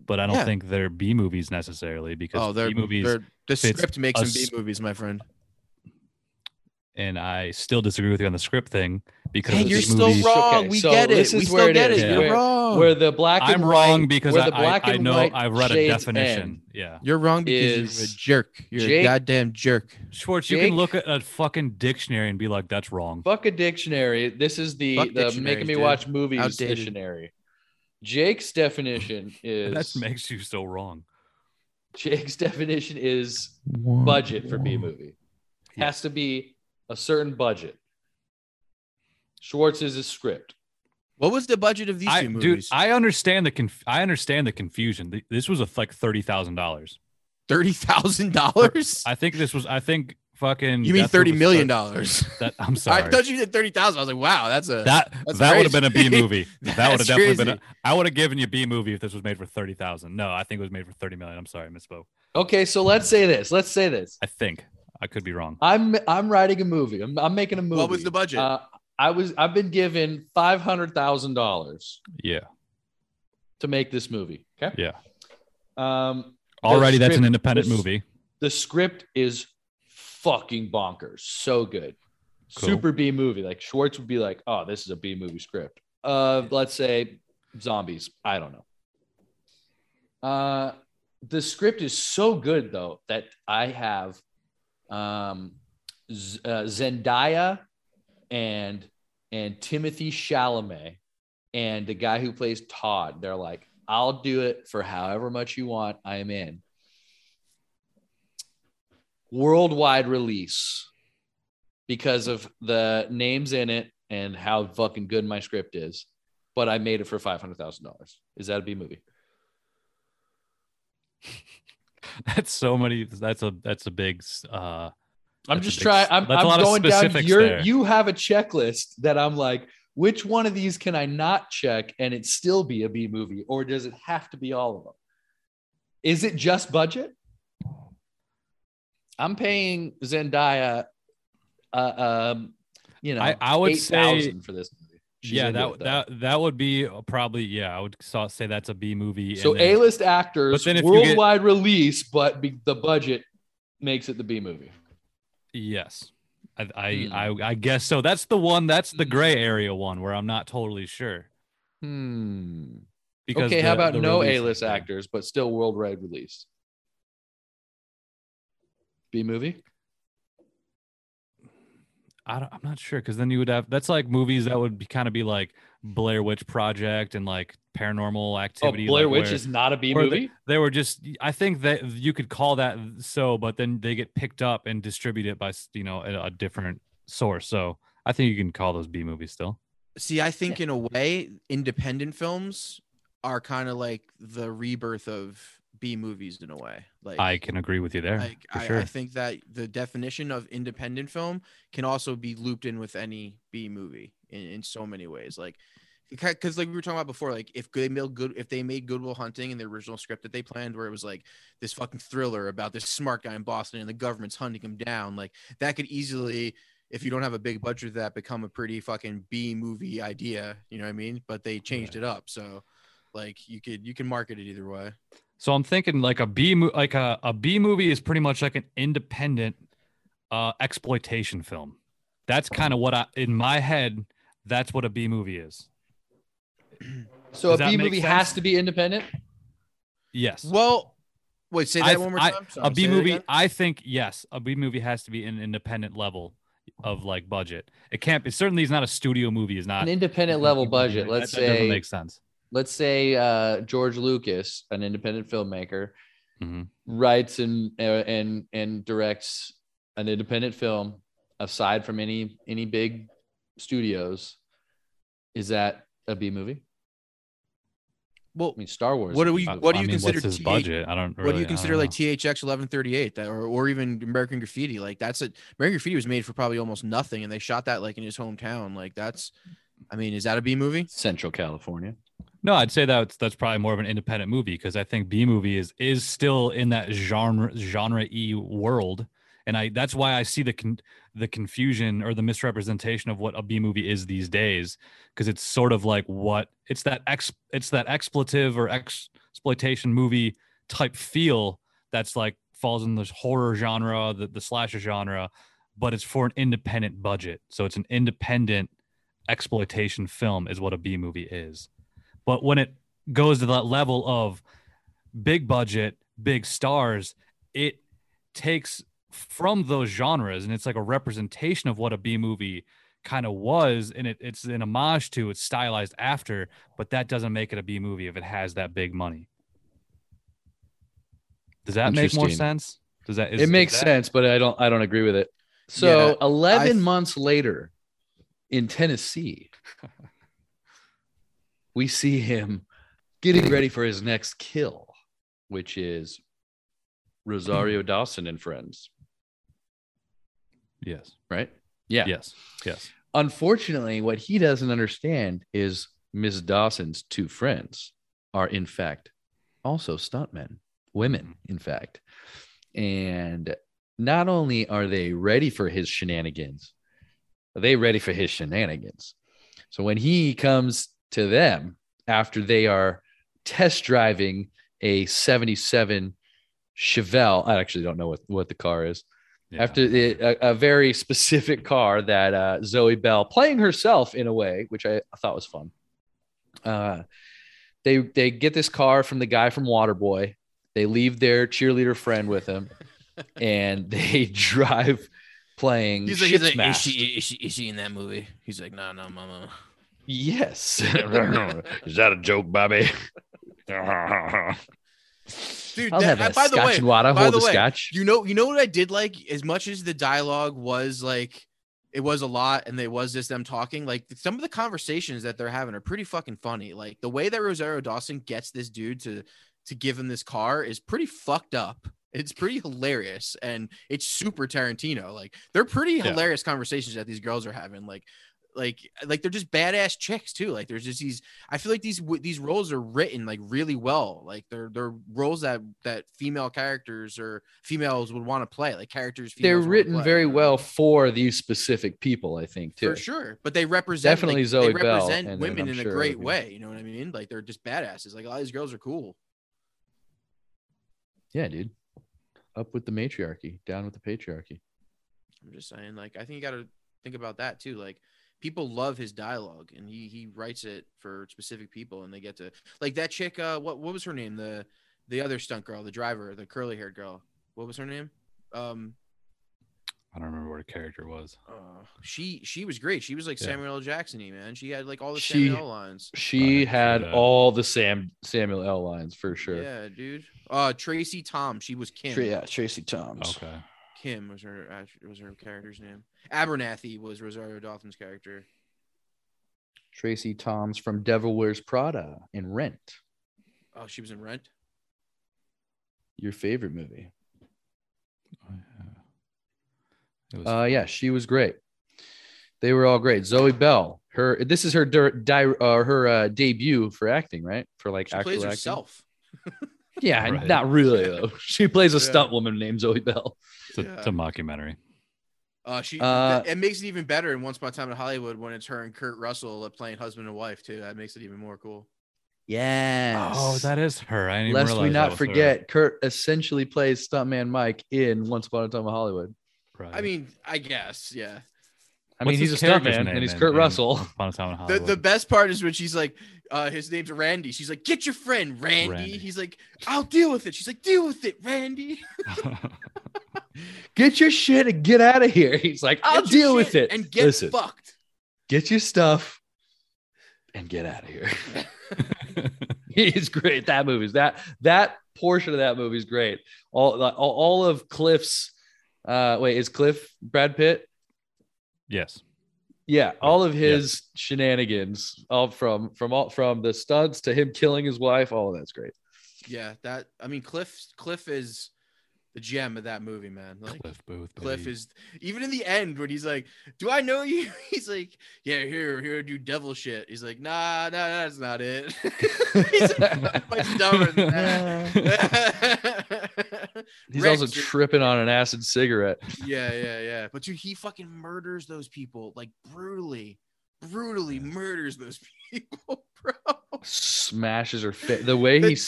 C: but I don't
D: Yeah.
C: think they're B movies necessarily because
D: Oh, they're,
C: B movies
D: they're the
C: fits
D: script makes
C: a
D: them B
C: s-
D: movies, my friend.
C: and I still disagree with you on the script thing because
D: Hey,
C: this
D: you're still
C: movie-
D: wrong.
B: Okay,
D: we
B: so
D: get it.
B: this
D: we
B: is
D: still
B: where it
D: get
B: is.
D: it. You're
B: Where-
D: wrong.
B: Where the black and
C: I'm wrong
B: white-
C: because
B: where
C: I,
B: the black
C: I, I
B: and
C: know
B: white
C: I've read a
B: shades
C: definition.
B: end.
C: Yeah,
D: You're wrong because you're a
B: is
D: jerk. You're
B: Jake-
D: a goddamn jerk.
C: Schwartz, you
B: Jake-
C: can look at a fucking dictionary and be like, "That's wrong."
B: Fuck a dictionary. This is the,
D: Fuck
B: the
D: dictionaries,
B: making me
D: dude.
B: watch movies
D: Outdated.
B: dictionary. Jake's definition is
C: That makes you so wrong.
B: Jake's definition is budget for B movie. Has to be a certain budget. Schwartz is a script.
D: What was the budget of these
C: I,
D: two
C: dude,
D: movies?
C: I understand the conf- I understand the confusion. Th- This was a, like thirty thousand dollars.
D: Thirty thousand dollars.
C: I think this was. I think fucking.
D: You mean
C: Death Proof
D: thirty
C: was
D: million
C: thir-
D: dollars?
C: That I'm
D: I
C: sorry.
D: thought you did thirty thousand. I was like, wow, that's a
C: that
D: That's
C: that would have been a
D: crazy.
C: B movie. That would have
D: That's
C: definitely been. A,
D: crazy.
C: I would have given you B movie if this was made for thirty thousand. No, I think it was made for thirty million. I'm sorry, I misspoke.
B: Okay, so let's say this. Let's say this.
C: I think I could be wrong.
B: I'm I'm writing a movie. I'm, I'm making a movie.
D: What was the budget?
B: Uh, I was I've been given five hundred thousand dollars
C: Yeah,
B: to make this movie. Okay.
C: yeah.
B: Um,
C: Already, that's an
B: script
C: independent
B: was-
C: movie.
B: the script is fucking bonkers. So good.
C: Cool.
B: Super B movie. Like Schwartz would be like, oh, this is a B movie script. Uh, let's say zombies. I don't know. Uh, the script is so good though that I have um, Z- uh, Zendaya and and Timothy Chalamet and the guy who plays Todd. They're like, I'll do it for however much you want. I am in. Worldwide release because of the names in it and how fucking good my script is. But I made it for five hundred thousand dollars. Is that a B movie?
C: That's so many. That's a that's a big. Uh,
B: I'm
C: That's a
B: just
C: big-
B: trying. I'm,
C: that's a
B: I'm
C: lot of
B: going down.
C: specifics
B: Your,
C: there.
B: you have a checklist that I'm like, which one of these can I not check and it still be a B movie, or does it have to be all of them? Is it just budget? I'm paying Zendaya, uh, um, you know,
C: I I would
B: eight
C: say
B: thousand for this movie. She's
C: yeah.
B: into
C: That
B: it, though.
C: that that would be probably yeah. I would saw, say that's a B movie.
B: So
C: and then-
B: A-list actors,
C: But then if you get-
B: worldwide release, but be, the budget makes it the B movie.
C: Yes. I I,
B: Hmm.
C: I I guess so. That's the one. That's the
B: Hmm.
C: gray area one where I'm not totally sure.
B: Hmm.
C: Because
B: Okay,
C: the-
B: how about
C: the
B: no
C: release is
B: A-list
C: big.
B: actors, but still worldwide release? B movie.
C: I don't, I'm not sure because then you would have that's like movies that would be kind of be like Blair Witch Project and like Paranormal
B: Oh,
C: Activity.
B: Blair
C: like,
B: Witch
C: where
B: is not a B
C: where
B: movie.
C: They were just. I think that you could call that so, but then they get picked up and distributed by s- you know a, a different source. So I think you can call those B movies still.
D: See, I think in a way, independent films are kind of like the rebirth of B movies in a way. Like
C: I can agree with you there.
D: like
C: for
D: I,
C: sure.
D: I think that the definition of independent film can also be looped in with any B movie in, in so many ways. Like because like we were talking about before, like if they made good if they made Goodwill Hunting in the original script that they planned, where it was like this fucking thriller about this smart guy in Boston and the government's hunting him down, like that could easily if you don't have a big budget that become a pretty fucking B movie idea, you know what I mean? But they changed it up, so like you could you can market it either way.
C: So I'm thinking like a B mo- like a, a B movie is pretty much like an independent uh exploitation film. That's kind of what I in my head that's what a B movie is.
B: So a
C: does that
B: B
C: make
B: movie
C: sense?
B: has to be independent.
C: Yes.
D: Well, wait, say that
C: I-
D: one more
C: I-
D: time. Sorry,
C: a
D: say
C: B
D: that
C: movie
D: again.
C: I think yes, a B movie has to be an independent level of like budget. It can't be certainly is not a studio movie is not
B: An independent level budget. Let's
C: Uh, that, that doesn't
B: say,
C: make sense.
B: let's say uh, George Lucas, an independent filmmaker,
C: Mhm.
B: writes and uh, and and directs an independent film aside from any any big studios. Is that a B movie?
D: Well,
B: I mean, Star Wars.
D: What
B: is a
D: do
B: B
D: we-
B: movie.
D: what do
C: I
D: you
C: mean,
D: consider
C: what's his
D: TA
C: budget? I don't
D: what do
C: really-
D: you
C: I don't
D: consider
C: know.
D: like THX 1138 that, or, or even American Graffiti? Like that's a American Graffiti was made for probably almost nothing, and they shot that like in his hometown. Like that's, I mean, is that a B movie?
B: Central California.
C: No, I'd say that's that's probably more of an independent movie because I think B movie is is still in that genre genre e world, and I that's why I see the con- the confusion or the misrepresentation of what a B movie is these days because it's sort of like what it's that ex it's that expletive or ex- exploitation movie type feel that's like falls in this horror genre, the, the slasher genre, but it's for an independent budget. So it's an independent exploitation film, is what a B movie is. But when it goes to that level of big budget, big stars, it takes from those genres and it's like a representation of what a B movie kind of was and it, it's an homage to it's stylized after but that doesn't make it a b movie if it has that big money does that make more
A: Interesting.
C: sense does that is,
B: it makes
C: is that-
B: sense, but I don't I don't agree with it. So
D: Yeah,
B: eleven
D: I-
B: months later, in Tennessee, we see him getting ready for his next kill, which is Rosario Dawson and friends.
C: Yes.
B: Right? Yeah.
C: Yes. Yes.
B: Unfortunately, what he doesn't understand is Miss Dawson's two friends are, in fact, also stuntmen, women, in fact. And not only are they ready for his shenanigans, they ready for his shenanigans. So when he comes to them after they are test driving a 77 Chevelle, I actually don't know what, what the car is
C: Yeah.
B: after it, a, a very specific car that uh, Zoe Bell playing herself in a way, which I, thought was fun. Uh, they they get this car from the guy from Waterboy. They leave their cheerleader friend with him, and they drive playing.
D: He's like, he's
B: Ship's
D: E like is
B: Mask.
D: she is she is she in that movie? He's like, no, no, mama.
B: yes.
A: Is that a joke, Bobby?
D: Dude,
B: I'll
D: that,
B: have a
D: by the
B: scotch
D: way,
B: and water.
D: by
B: Hold
D: the
B: the
D: way,
B: scotch.
D: you know, you know what I did like as much as the dialogue was like it was a lot and they was just them talking, like some of the conversations that they're having are pretty fucking funny. Like the way that Rosario Dawson gets this dude to to give him this car is pretty fucked up. It's pretty hilarious and it's super Tarantino. Like they're pretty hilarious conversations that these girls are having. Like like like they're just badass chicks too. Like there's just these I feel like these w- these roles are written like really well. Like they're they're roles that that female characters or females would want to play. Like characters
B: They're
D: females wanna
B: written
D: play.
B: very well for these specific people, I think, too.
D: for sure, but they represent
B: Definitely
D: like,
B: Zoe
D: they
B: Bell,
D: represent
B: and- and
D: women
B: I'm
D: in
B: sure
D: a great
B: other
D: way. You know what I mean? Like they're just badasses. Like a lot of these girls are cool.
B: Yeah, dude. Up with the matriarchy, down with the patriarchy.
D: I'm just saying. Like I think you got to think about that too. Like people love his dialogue, and he he writes it for specific people, and they get to like that chick. Uh, what what was her name? The the other stunt girl, the driver, the curly haired girl. What was her name? Um,
C: I don't remember what a character was.
D: uh, she she was great. She was like
C: Yeah.
D: Samuel L. Jackson, man. She had like all the
B: She-
D: Samuel L. lines.
B: She
C: Right, for
B: had
C: that.
B: all the Sam Samuel L lines for sure.
D: Yeah, dude. Uh, Tracy Tom. She was Kim.
B: Tra- yeah, Tracy Toms.
C: Okay.
D: Kim was her act- was her character's name. Abernathy was Rosario Dawson's character.
B: Tracy Toms from Devil Wears Prada and Rent,
D: Oh, she was in Rent.
B: your favorite movie.
C: Oh, yeah. It was-
B: Uh, yeah, she was great. They were all great. Zoe Bell, her this is her dir- di- uh, her uh, debut for acting, right? For like
D: She
B: actual
D: plays
B: acting.
D: herself.
B: Yeah,
C: Right.
B: not really though. She plays a
D: Yeah.
B: stunt woman named Zoe Bell.
C: it's, a, it's a mockumentary.
D: Uh, she
B: Uh,
D: th- it makes it even better in Once Upon a Time in Hollywood when it's her and Kurt Russell uh, playing husband and wife too. That makes it even more cool.
B: Yes.
C: Oh, that is her. I didn't
B: Lest
C: realize
B: we
C: that
B: not
C: was her.
B: forget, Kurt essentially plays stuntman Mike in Once Upon a Time in Hollywood.
C: Right.
D: I mean, I guess, yeah.
B: I
C: What's
B: mean, he's a
C: his character's
B: stuntman,
C: name
B: and he's
C: in-
B: Kurt
C: in
B: Russell.
C: Once Upon a Time in
D: The the
C: Hollywood?
D: best part is when she's like, uh, his name's Randy. She's like, get your friend Randy.
C: Randy.
D: He's like, I'll deal with it. She's like, deal with it, Randy.
B: Get your shit and get out of here. He's like, I'll
D: Get your
B: deal with
D: shit
B: it.
D: and get
B: Listen,
D: fucked.
B: get your stuff and get out of here. he's great. That movie's that that portion of that movie's great. All like, all, all of Cliff's. Uh, wait, is Cliff Brad Pitt?
C: yes.
B: Yeah, all of his shenanigans, all from from all from the stunts to him killing his wife. All of that's great.
D: Yeah, that I mean, Cliff Cliff is the gem of that movie, man. Like,
C: Cliff Booth.
D: Cliff
C: baby.
D: is even in the end when he's like, "Do I know you?" He's like, "Yeah, here, here, do devil shit." He's like, "Nah, nah, that's not it." he's much dumber than that.
B: He's
D: Rex
B: also
D: is-
B: tripping on an acid cigarette.
D: yeah, yeah, yeah. But dude, he fucking murders those people like brutally, brutally
C: Yeah.
D: murders those people, bro.
B: Smashes her face. The way
D: The
B: he
D: dog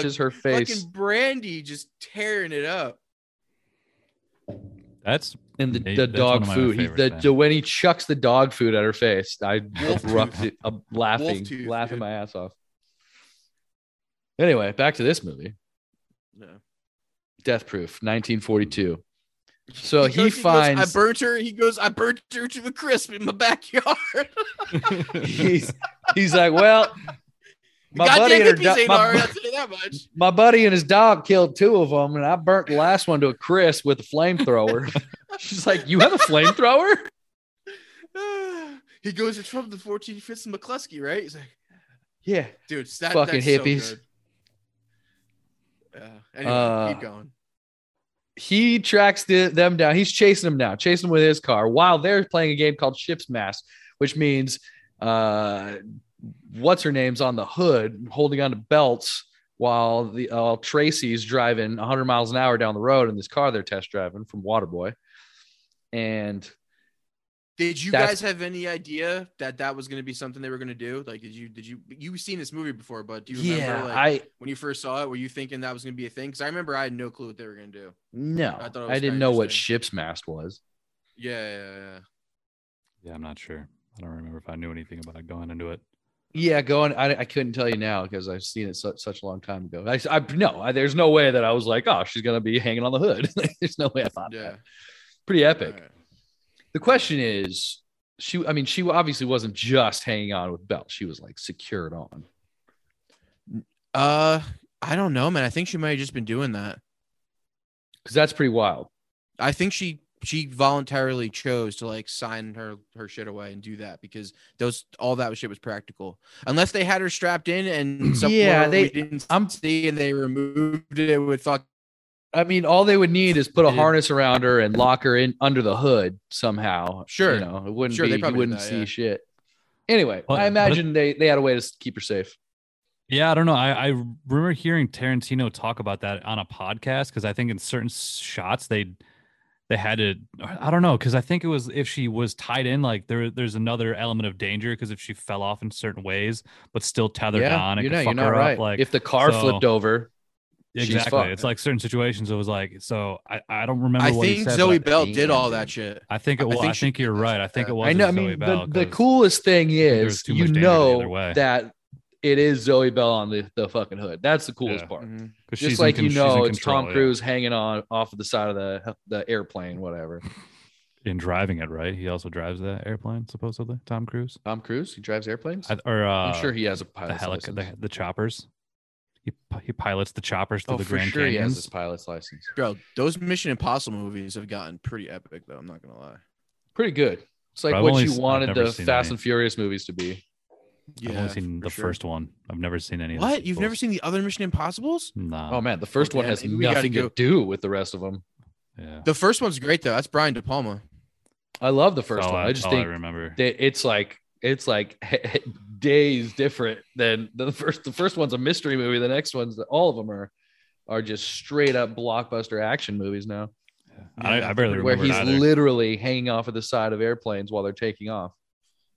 B: smashes her face.
D: Fucking Brandy just tearing it up.
C: That's
B: And the,
C: Nate,
B: the
C: that's one
B: dog
C: of my
B: food. He,
C: favorite
B: the,
C: things.
B: the- when he chucks the dog food at her face, I
D: Wolf
B: erupted I'm laughing,
D: tooth,
B: laughing
D: dude.
B: my ass off. Anyway, back to this movie,
D: No.
B: Death Proof, 1942. So
D: goes-
B: he,
D: goes,
B: finds
D: I burnt her. He goes, I burnt her to a crisp in my backyard.
B: he's, he's like, well, my buddy,
D: Goddamn
B: and her
D: hippies
B: do-
D: ain't
B: my
D: hard.
B: bu-
D: I'll tell you that much.
B: my buddy and his dog killed two of them, and I burnt the last one to a crisp with a flamethrower. She's like, you have a flamethrower?
D: he goes, it's from the 14 Fitz McCluskey, right? He's like,
B: Yeah.
D: dude, that,
B: Fucking
D: that's so
B: hippies.
D: good. Uh, anyway,
B: Uh,
D: keep going.
B: he tracks the, them down. He's chasing them down, chasing them with his car while they're playing a game called Ship's Mask, which means uh, what's her name's on the hood holding onto belts while the uh, Tracy's driving 100 miles an hour down the road in this car they're test driving from Waterboy. And
D: Did you
B: that's-
D: guys have any idea that that was going to be something they were going to do? Like, did you, did you, you've seen this movie before, but do you remember like,
B: I
D: when you first saw it, were you thinking that was going to be a thing? Cause I remember I had no clue what they were going to do.
B: no,
D: I
B: I,
D: thought it was
B: didn't
D: kinda
B: know what
D: interesting.
B: Ship's Mask was.
D: Yeah. yeah, yeah.
C: yeah, I'm not sure. I don't remember if I knew anything about it going into it.
B: Yeah, going. I, I couldn't tell you now because I've seen it such, such a long time ago. I, I no, I, there's no way that I was like, oh, she's gonna be hanging on the hood. there's no way I thought
D: Yeah.
B: that. Pretty epic.
D: Alright.
B: The question is, she. I mean, she obviously wasn't just hanging on with belt. She was like secured on.
D: Uh, I don't know, man. I think she might have just been doing that.
B: Because that's pretty wild.
D: I think she she voluntarily chose to like sign her her shit away and do that because those all that shit was practical. Unless they had her strapped in and somewhere
B: Yeah, they-
D: we didn't
B: I'm-
D: see and they removed it with fuck.
B: I mean, all they would need is put a
D: It-
B: harness around her and lock her in under the hood somehow.
D: Sure.
B: you know, it wouldn't
D: Sure,
B: be.
D: they
B: you
D: probably did
B: wouldn't
D: that,
B: see
D: yeah.
B: shit. Anyway,
C: But-
B: I
C: but-
B: imagine they they had a way to keep her safe.
C: Yeah, I don't know. I, I remember hearing Tarantino talk about that on a podcast because I think in certain s- shots they they had to. I don't know because I think it was if she was tied in, like there there's another element of danger because if she fell off in certain ways but still tethered on, it
B: you're
C: could
B: not, you're
C: fuck
B: not
C: her
B: right.
C: up. Like
B: if the car
C: so-
B: flipped over, she's
C: exactly,
B: fucked.
C: it's like certain situations. It was like so. I, I don't remember.
D: I
C: what he
D: think
C: said, but
D: Zoe
C: I-
D: Bell
F: think-
D: did all that shit.
C: I think
D: I
C: it was. I
D: think
C: think,
D: she did
C: you're
D: this,
C: right. I think
D: uh,
C: it was.
B: I know. I
C: Zoe
B: mean,
C: Bell,
B: the, the
C: 'cause-
B: coolest thing
C: there
B: is
C: was too
B: you
C: much danger either
B: know
C: way.
B: that it is Zoe Bell on the, the fucking hood. That's the coolest
C: Yeah.
B: part.
D: Mm-hmm.
C: 'cause she's
B: Just
C: in
B: like
C: con-
B: you
C: she's in
B: know, it's
C: control,
B: Tom
C: yeah.
B: Cruise hanging on off of the side of the the airplane, whatever.
C: in driving it. Right, he also drives that airplane supposedly. Tom Cruise.
B: Tom Cruise, he drives airplanes.
C: I, or uh,
B: I'm sure he has a
C: the
B: pilot's
C: helic-
B: license.
C: the, the choppers. He pi- he pilots the choppers through
B: oh,
C: the
B: for
C: Grand
B: sure he has
C: Canyons.
B: his pilot's license.
D: Bro, those Mission Impossible movies have gotten pretty epic though. I'm not gonna lie.
B: Pretty good. It's like
C: Bro, I've
B: what
C: only
B: you
C: s- I've
B: wanted
C: never
B: the
C: seen
B: Fast
C: any.
B: and Furious movies to be.
D: Yeah.
C: I've only seen
D: for
C: the
D: sure.
C: first one. I've never seen any. Of
D: What?
C: the
D: You've never
C: sequels.
D: seen the other Mission Impossibles?
C: Nah.
B: Oh man, the first
D: okay,
B: one has
D: maybe we gotta
B: nothing to
D: go-
B: do with the rest of them.
C: Yeah.
D: The first one's great though. That's Brian De Palma.
B: I love the first
C: Oh,
B: one. I
C: that's
B: just
C: all
B: think
C: I remember.
B: they, it's like it's like days different than the first the first one's a mystery movie the next one's all of them are are just straight up blockbuster action movies now
C: I, I barely
B: where
C: remember
B: he's
C: it either.
B: literally hanging off of the side of airplanes while they're taking off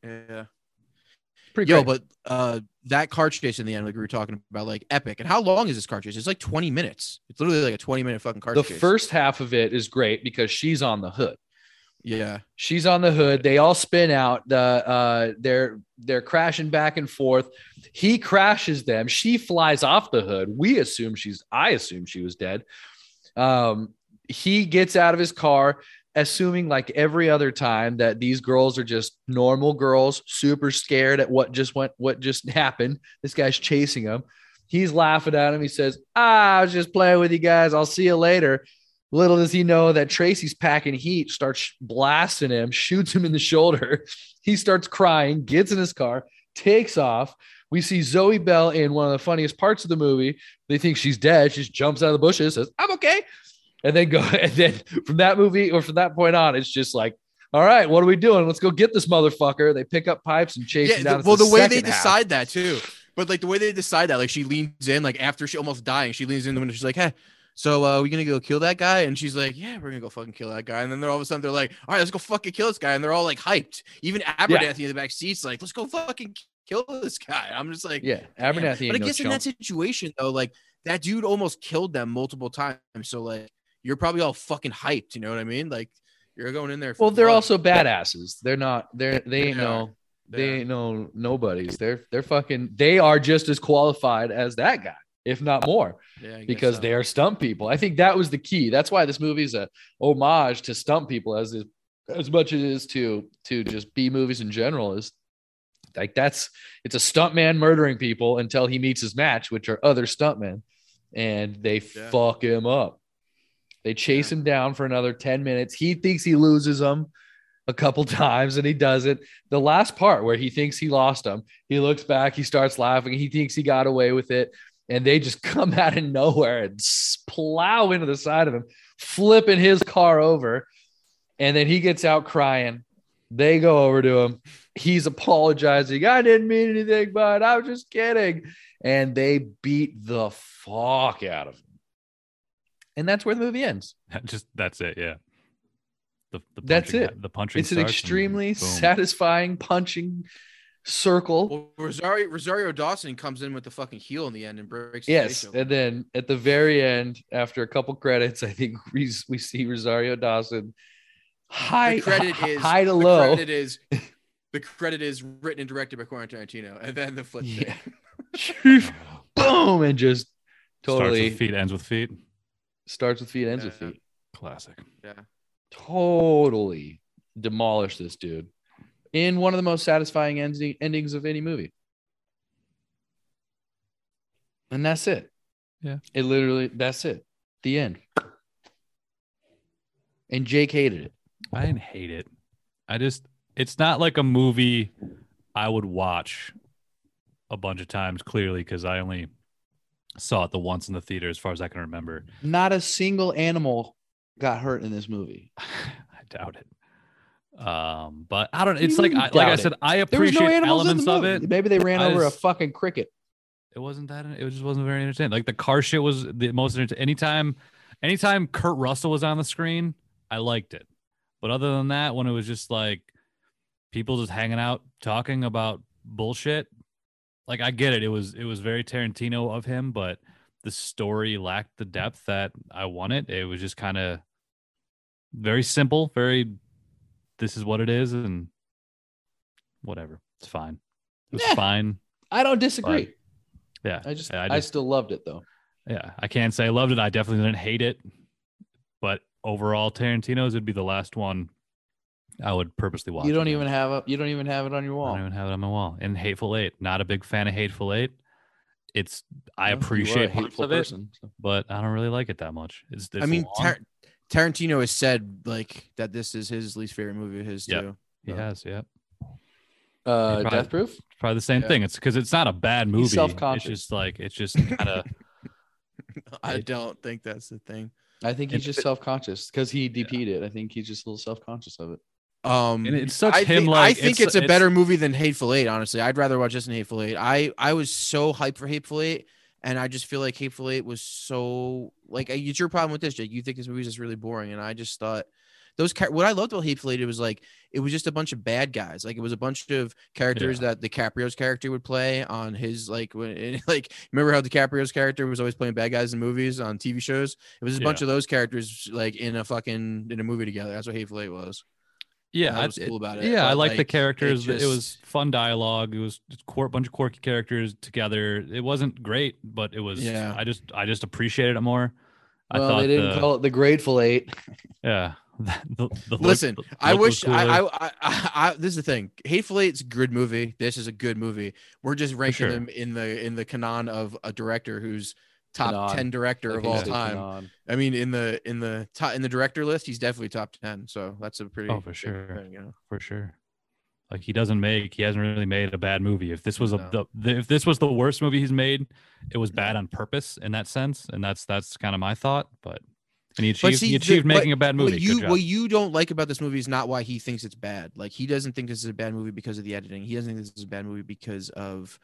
D: Yeah.
B: pretty
D: Yo,
B: great.
D: but uh, that car chase in the end, like we were talking about, like epic. And how long is this car chase? It's like 20 minutes. It's literally like a 20 minute fucking car
B: the
D: chase.
B: first half of it is great because she's on the hood
D: yeah,
B: She's on the hood. They all spin out. The uh, they're they're crashing back and forth. He crashes them. She flies off the hood. We assume she's. I assume she was dead. Um, he gets out of his car, assuming like every other time that these girls are just normal girls, super scared at what just went, what just happened. This guy's chasing them. He's laughing at him. He says, "Ah, I was just playing with you guys. I'll see you later." Little does he know that Tracy's packing heat, starts blasting him, shoots him in the shoulder. He starts crying, gets in his car, takes off. We see Zoe Bell in one of the funniest parts of the movie. They think she's dead. She just jumps out of the bushes, says, I'm okay. And then go. And then from that movie or from that point on, it's just like, all right, what are we doing? Let's go get this motherfucker. They pick up pipes and chase
D: yeah.
B: him
D: the-
B: down. It's
D: well, the way they
B: second half.
D: decide that too, but like the way they decide that, like she leans in, like after she almost dying, she leans in the window. She's like, "Hey, so uh, are we gonna go kill that guy?" And she's like, "Yeah, we're gonna go fucking kill that guy." And then they're all of a sudden they're like, "All right, let's go fucking kill this guy." And they're all like hyped. Even Abernathy in the back seats, like, "Let's go fucking kill this guy." I'm just like,
B: Yeah,
D: Damn.
B: Abernathy.
D: But I
B: ain't no
D: guess in
B: chump.
D: that situation though, like that dude almost killed them multiple times. So like you're probably all fucking hyped. You know what I mean? Like you're going in there. for
B: Well, they're
D: blood.
B: also badasses. They're not. They're they ain't
D: They are.
B: no. They
D: are.
B: ain't no nobodies. They're they're fucking. They are just as qualified as that guy, if not more,
D: Yeah, I guess
B: because
D: so.
B: they are stunt people. I think that was the key. That's why this movie's a homage to stunt people as is, as much as it is to to just B movies in general. Is like that's it's a stunt man murdering people until he meets his match, which are other stuntmen, and they
D: Yeah.
B: fuck him up. They chase him down for another 10 minutes. He thinks he loses them a couple times and he doesn't. The last part where he thinks he lost them, he looks back, he starts laughing, he thinks he got away with it. And they just come out of nowhere and s- plow into the side of him, flipping his car over. And then he gets out crying. They go over to him. He's apologizing. I didn't mean anything, but I was just kidding. And they beat the fuck out of him. And that's where the movie ends.
C: just that's it. Yeah. The, the
B: That's
C: punching-
B: it.
C: The punching.
B: It's an
C: starts and
B: extremely
C: boom.
B: satisfying punching circle.
D: Well, Rosario Rosario Dawson comes in with the fucking heel in the end and breaks. the
B: Yes,
D: face open.
B: and then at the very end, after a couple credits, I think we, we see Rosario Dawson high
D: the credit is
B: high to
D: the
B: low.
D: Credit is the credit is written and directed by Quentin Tarantino, and then the flip.
B: Yeah.
D: thing.
B: boom, and just
C: Starts
B: totally
C: with feet, ends with feet.
B: starts with feet, ends with
D: Yeah.
B: feet.
C: Classic.
B: Totally demolish this dude in one of the most satisfying ending, endings of any movie. And that's it.
C: Yeah.
B: It literally, that's it. The end. And Jake hated it.
C: I didn't hate it. I just it's not like a movie I would watch a bunch of times clearly because I only saw it the once in the theater as far as I can remember.
B: Not a single animal got hurt in this movie.
C: I doubt it. Um, but I don't. It's
B: do you
C: like
B: mean
C: I,
B: doubt
C: like I
B: it?
C: said, I
B: There was
C: appreciate
B: no animals in
C: elements
B: the
C: of
B: movie.
C: it.
B: Maybe they ran
C: I
B: over a
C: just-
B: fucking cricket.
C: It wasn't that. It just wasn't very entertaining. Like the car shit was the most entertaining. Anytime, anytime Kurt Russell was on the screen, I liked it. But other than that, when it was just like people just hanging out talking about bullshit, like I get it. It was it was very Tarantino of him, but the story lacked the depth that I wanted. It was just kind of very simple, very this is what it is, and whatever. It's fine. It was
B: Yeah.
C: fine.
B: I don't disagree.
C: Yeah.
B: I just,
C: I
B: I,
C: just-
B: still loved it though.
C: Yeah, I can't say I loved it. I definitely didn't hate it, but overall, Tarantino's would be the last one I would purposely watch.
B: You don't
C: again.
B: even have a, you don't even have it on your
C: I
B: wall.
C: don't even have it on my wall. And Hateful Eight, not a big fan of Hateful Eight. It's I
B: You are a
C: appreciate parts
B: hateful
C: of it,
B: person. so.
C: but I don't really like it that much. It's, it's
D: I mean,
C: long.
D: Tar- Tarantino has said like that this is his least favorite movie of his
C: Yeah.
D: too.
C: he has, yeah,
B: Uh,
C: probably-
B: Death Proof.
C: It's probably the same
D: Yeah.
C: thing. It's because it's not a bad movie.
B: self-conscious.
C: It's just like it's just kind of
D: I
C: It-
D: don't think that's the thing.
B: I think
C: And
B: he's just self conscious because he DP'd it. I think he's just a little self conscious of it.
D: Um,
C: and it's such
D: I
C: him
D: think,
C: like
D: I think it's, a better movie than Hateful Eight. Honestly, I'd rather watch this than Hateful Eight. I I was so hyped for Hateful Eight, and I just feel like Hateful Eight was so like I- it's your problem with this, Jake. You think this movie is just really boring, and I just thought those char- what I loved about Hateful Eight it was like it was just a bunch of bad guys. Like it was a bunch of characters that DiCaprio's character would play on his like when like remember how DiCaprio's character was always playing bad guys in movies on TV shows. It was a bunch of those characters like in a fucking in a movie together. That's what Hateful Eight was.
C: Yeah,
D: That
C: I-
D: was cool about it,
C: Yeah, I
D: but,
C: like, the
D: like, it
C: characters. It, was
D: just-
C: fun dialogue. It was just a bunch of quirky characters together. It wasn't great, but it was.
D: Yeah.
C: I just I just appreciated it more. I
B: well,
C: thought
B: they didn't
C: the,
B: call it the Grateful Eight.
C: Yeah. The, the look-
D: Listen,
C: the
D: I
C: look was
D: wish I,
C: cooler.
D: I, I, I, I- This is the thing. Hateful Eight's a good movie. This is a good movie. We're just ranking
C: sure.
D: them in the in the canon of a director who's top
B: Canon.
D: ten director
B: Like,
D: of
B: they
D: all
B: say
D: time.
B: Canon.
D: I mean, in the in the top in the director list, he's definitely top ten. So that's a pretty
C: Oh, for
D: big
C: sure.
D: thing, you know?
C: for sure. Like he doesn't make. He hasn't really made a bad movie. If this was a
D: No.
C: the, the, if this was the worst movie he's made, it was bad on purpose in that sense, and that's that's kind of my thought. But and he achieved
D: see,
C: he
D: the-
C: achieved
D: but
C: making a bad movie.
D: What
C: Good
D: you
C: job.
D: what you don't like about this movie is not why he thinks it's bad. Like he doesn't think this is a bad movie because of the editing. He doesn't think this is a bad movie because of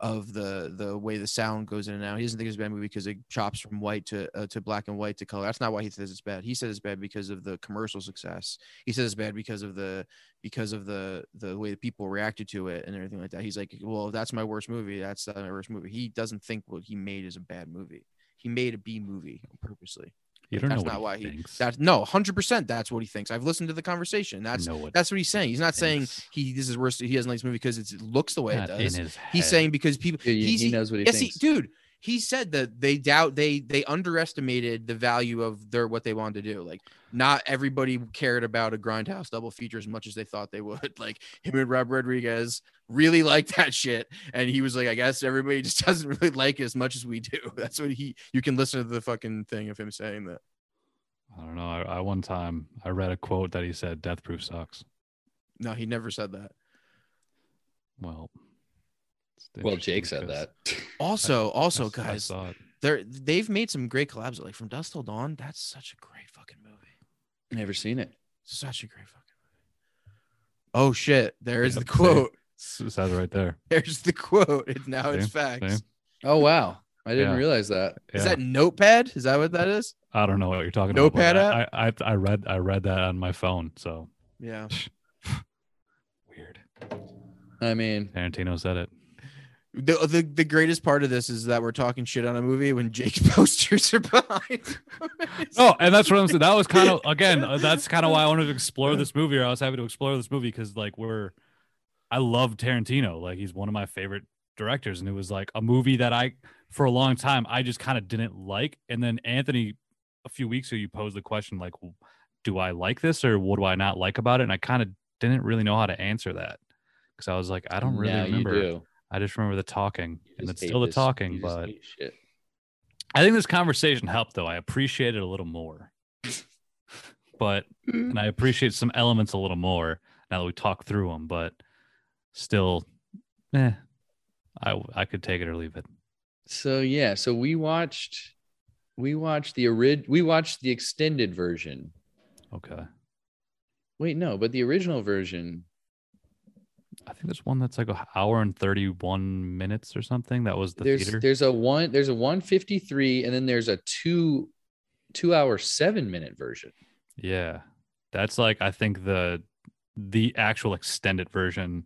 D: of the the way the sound goes in and out. He doesn't think it's a bad movie because it chops from white to uh, to black and white to color. That's not why he says it's bad. He says it's bad because of the commercial success. He says it's bad because of the because of the the way the people reacted to it and everything like that. He's like, well, if that's my worst movie. That's not my worst movie. He doesn't think what he made is a bad movie. He made a B movie purposely.
C: You don't
D: that's
C: know what
D: not why he-
C: thinks.
D: That's no, hundred percent. That's what he thinks. I've listened to the conversation.
B: Mm.
D: That's
C: know what
D: that's what he's saying. He's not saying
C: thinks.
D: he this is worse. He doesn't like this movie because it's, it looks the way
C: Not
D: it does.
C: in his
D: He's
C: head.
D: saying because people.
B: Yeah, he,
D: he's,
B: he knows what he
D: yes,
B: thinks.
D: he, dude. He said that they doubt they they underestimated the value of their what they wanted to do. Like not everybody cared about a grindhouse double feature as much as they thought they would. Like him and Rob Rodriguez really liked that shit, and he was like, I guess everybody just doesn't really like it as much as we do. That's what he. You can listen to the fucking thing of him saying that.
C: I don't know. I, I one time I read a quote that he said, "Death proof sucks."
D: No, he never said that.
C: Well, it's
B: well,
C: interesting
B: Jake said
C: because
B: that.
D: Also, also,
C: I s- I
D: guys,
C: saw it.
D: they're they've made some great collabs. Like from Dust Till Dawn, that's such a great fucking movie.
B: Never seen it.
D: Such a great fucking movie. Oh shit! There's the
C: Yep, see?
D: quote.
C: S- it says it right there.
D: There's the quote. It's now it's
C: See?
D: facts.
C: See?
B: Oh wow, I didn't
C: Yeah.
B: realize that.
D: Is
C: Yeah.
D: that Notepad? Is that what that is?
C: I don't know what you're talking about.
D: Notepad
C: but I, I I I read I read that on my phone. So
D: Yeah.
C: weird.
B: I mean,
C: Tarantino said it.
D: The, the the greatest part of this is that we're talking shit on a movie when Jake's posters are behind.
C: Oh, and that's what I'm saying. That was kind of again. uh, That's kind of why I wanted to explore this movie. Or I was happy to explore this movie because like we're, I love Tarantino. Like he's one of my favorite directors, and it was like a movie that I for a long time I just kind of didn't like. And then Anthony, a few weeks ago, you posed the question like, w- do I like this or what do I not like about it? And I kind of didn't really know how to answer that because I was like, I don't really
B: now you
C: remember.
B: do.
C: I just remember the talking,
B: You
C: and
B: just
C: it's
B: hate
C: still the
B: this-
C: talking.
B: you just
C: But
B: hate shit.
C: I think this conversation helped, though. I appreciate it a little more, but
B: Mm-hmm.
C: and I appreciate some elements a little more now that we talked through them. But still, eh, I I could take it or leave it.
B: So yeah, so we watched, we watched the orig- we watched the extended version.
C: Okay,
B: Wait, no, but the original version.
C: I think there's one that's like an hour and thirty one minutes or something. That was the
B: there's
C: theater.
B: there's a one there's a one fifty three, and then there's a two, two hour seven minute version.
C: Yeah, that's like I think the the actual extended version.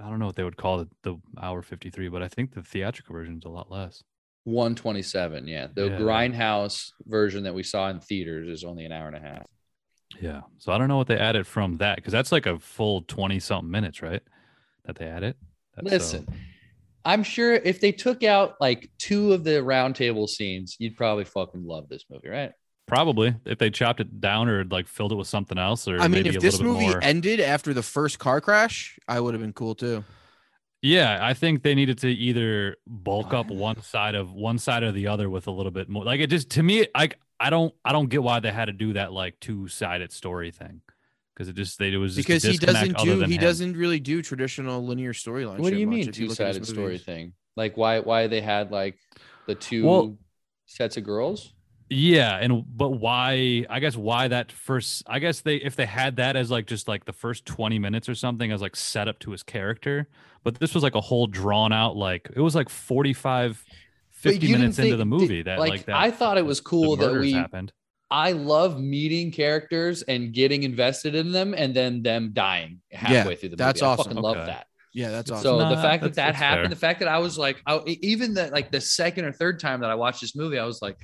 C: I don't know what they would call it, the hour fifty three, but I think the theatrical version is a lot less.
B: 127 yeah the
C: Yeah.
B: grindhouse version that we saw in theaters is only an hour and a half
C: Yeah. So I don't know what they added from that because that's like a full 20 something minutes, right? That they added. That's, uh,
B: listen i'm sure if they took out like two of the round table scenes you'd probably fucking love this movie right
C: probably if they chopped it down or like filled it with something else or
D: I mean,
C: maybe
D: if
C: a
D: this
C: little bit
D: movie
C: more.
D: ended after the first car crash, I would have been cool too. e-,
C: yeah, I think they needed to either bulk up one side of one side or the other with a little bit more. Like it just to me, like I don't I don't get why they had to do that like two sided story thing because it just they it was just a
D: because he
C: disconnect
D: doesn't
C: other
D: do
C: than
D: he
C: him.
D: doesn't really do traditional linear storyline.
B: what do
D: shit
B: you
D: much
B: mean
D: if look at his
B: two-sided story
D: movies.
B: thing like why why they had like the two
C: Well-
B: sets of girls
C: Yeah, and but why? I guess why that first? I guess they if they had that as like just like the first twenty minutes or something as like setup to his character, but this was like a whole drawn out like it was like 45,
B: But
C: 50
B: you didn't
C: minutes into
B: think-
C: the
B: did-
C: movie that
B: like,
C: like, that
B: I thought it was
C: the
B: cool that
C: murders
B: we-
C: happened.
B: i love meeting characters and getting invested in them and then them dying halfway through the movie
D: that's
B: I
D: awesome.
B: fucking love
C: Okay.
B: that
D: Yeah, that's awesome.
B: So
C: Nah,
B: the fact that that
C: that's- that's
B: happened,
C: fair.
B: the fact that I was like, I, e, even the like the second or third time that I watched this movie, I was like,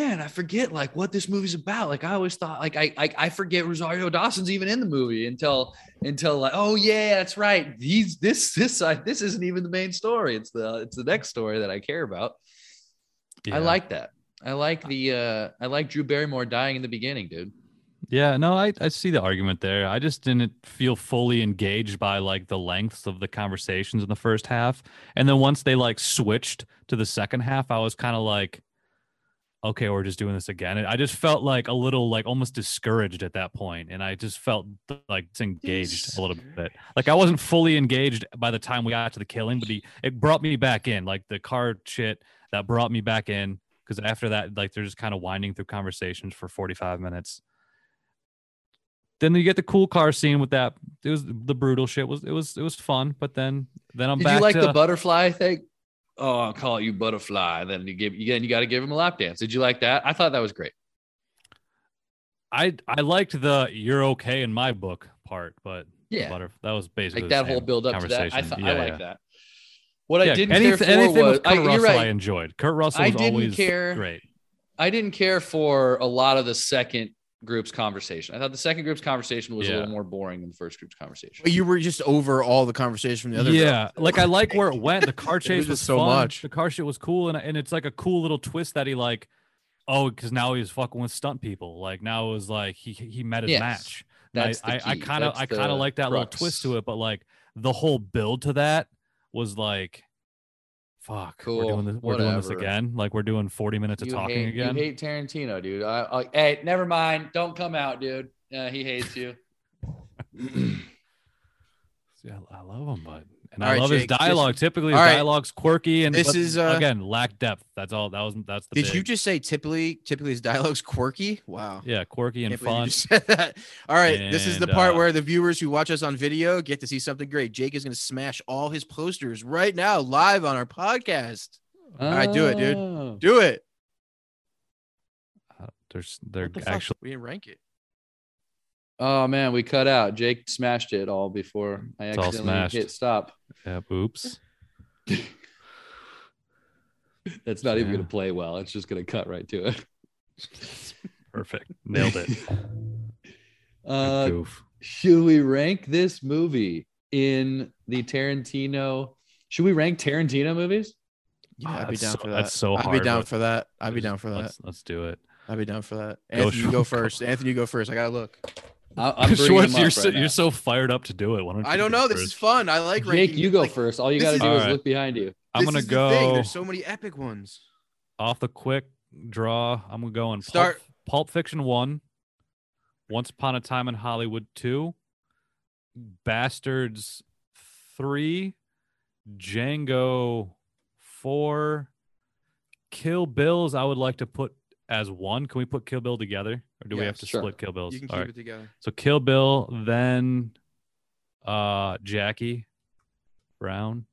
B: man, I forget like what this movie's about. Like I always thought, like I I, I forget Rosario Dawson's even in the movie until until like, oh yeah, that's right. These this this side this isn't even the main story. It's the it's the next story that I care about.
C: Yeah.
B: I like that. I like the uh I like Drew Barrymore dying in the beginning, dude.
C: Yeah, no, I, I see the argument there. I just didn't feel fully engaged by like the lengths of the conversations in the first half. And then once they like switched to the second half, I was kind of like, okay, we're just doing this again. And I just felt like a little like almost discouraged at that point, And I just felt like disengaged a little bit. Like I wasn't fully engaged by the time we got to the killing, but he, it brought me back in. Like the car shit that brought me back in. Cause after that, like they're just kind of winding through conversations for 45 minutes then you get the cool car scene with that. It was the brutal shit. Was it was it was fun, but then then I'm
B: Did
C: back
B: you like
C: to
B: the butterfly thing? Oh, I'll call you butterfly. Then you give then you got to give him a lap dance. Did you like that? I thought that was great.
C: I I liked the you're okay in my book part, but the
B: Yeah,
C: butter- that was basically
B: like
C: the
B: that
C: same
B: whole build up to that. I
C: conversation.
B: thought
C: Yeah,
B: I like
C: yeah.
B: that. What
C: Yeah,
B: I didn't
C: anyth-
B: care for
C: anything
B: was
C: with Kurt
B: I, you're
C: Russell I
B: right.
C: enjoyed. Kurt Russell
B: I
C: was
B: didn't
C: always
B: care-
C: great.
B: I didn't care for a lot of the second group's conversation. I thought the second group's conversation was a
C: Yeah.
B: little more boring than the first group's conversation.
D: But you were just over all the conversation from the other.
C: yeah, like I like where it went. The car chase
D: was
C: was,
D: just so
C: fun.
D: much.
C: The car shit was cool, and and it's like a cool little twist that he like, oh, because now he's fucking with stunt people. Like now it was like he he met his
B: Yes,
C: match. And
B: That's
C: I
B: the
C: I
B: key.
C: kind of
B: That's
C: I kind
B: the
C: of like that little
B: crux.
C: twist to it, but like the whole build to that was like, fuck, we're
B: Cool,
C: doing this, we're doing this
B: whatever.
C: again. Like we're doing forty minutes of
B: You
C: talking
B: hate,
C: again.
B: You hate Tarantino, dude. I, I, hey, never mind. Don't come out, dude. Uh, he hates you.
C: Yeah, I love him, but and
D: All
C: I
D: right,
C: love
D: Jake,
C: his
D: just-
C: dialogue. Typically, his
D: all right.
C: dialogue's quirky, and
D: This
C: but
D: is, uh,
C: again lack depth. That's all. That was that's the.
D: Did
C: big-
D: you just say typically? Typically, his dialogue's quirky. Wow.
C: Yeah, quirky and
D: Can't believe
C: fun.
D: you just said that. All right, this is the
C: And,
D: part
C: uh,
D: where the viewers who watch us on video get to see something great. Jake is going to smash all his posters right now, live on our podcast.
B: All
D: right, do it, dude.
B: dude.
D: Do it.
C: Uh, There's they're
D: What the fuck?
C: actually Ah,
D: we didn't rank it.
B: Oh man, we cut out. Jake smashed it all before I
C: It's all
B: accidentally
C: smashed.
B: hit stop.
C: yeah, oops.
B: That's not even
C: Yeah.
B: gonna play well. It's just gonna cut right to it.
C: Perfect. Nailed it.
B: Uh,
C: Goof.
B: should we rank this movie in the Tarantino? Should we rank Tarantino movies?
D: Yeah,
C: Ah,
D: I'd be
C: that's
D: down
C: so-
D: for that.
C: that's so
D: I'd
C: hard,
D: be down
C: but
D: for that. I'd be
C: Just-
D: down for that.
C: Let's, let's do it.
D: I'd be down for
C: Go
D: that. Anthony, you
C: Sean,
D: go
C: go.
D: first. Anthony, you go first. I gotta look.
B: I, I'm bringing
C: Schwartz,
B: them up
C: you're
B: right
C: so,
B: now.
C: you're so fired up to do it. Why don't
D: I
C: you
D: don't
C: go
D: know. This is
C: first?
D: fun. I like
B: Jake,
D: ranking.
B: you go
D: like,
B: first. All you
D: this
B: gotta
D: is-
B: do is
C: Alright.
B: look behind you.
C: I'm
D: this
C: gonna
D: is the thing.
C: go
D: There's so many epic ones.
C: off the quick draw. I'm gonna go on
D: Start-
C: Pulp, Pulp Fiction one, Once Upon a Time in Hollywood two, Bastards three, Django four, Kill Bills. I would like to put as one. Can we put Kill Bill together, or do we
D: Yeah,
C: have to
B: sure.
C: split Kill Bills?
D: You can keep
C: All right.
D: it together.
C: So Kill Bill, then uh Jackie Brown.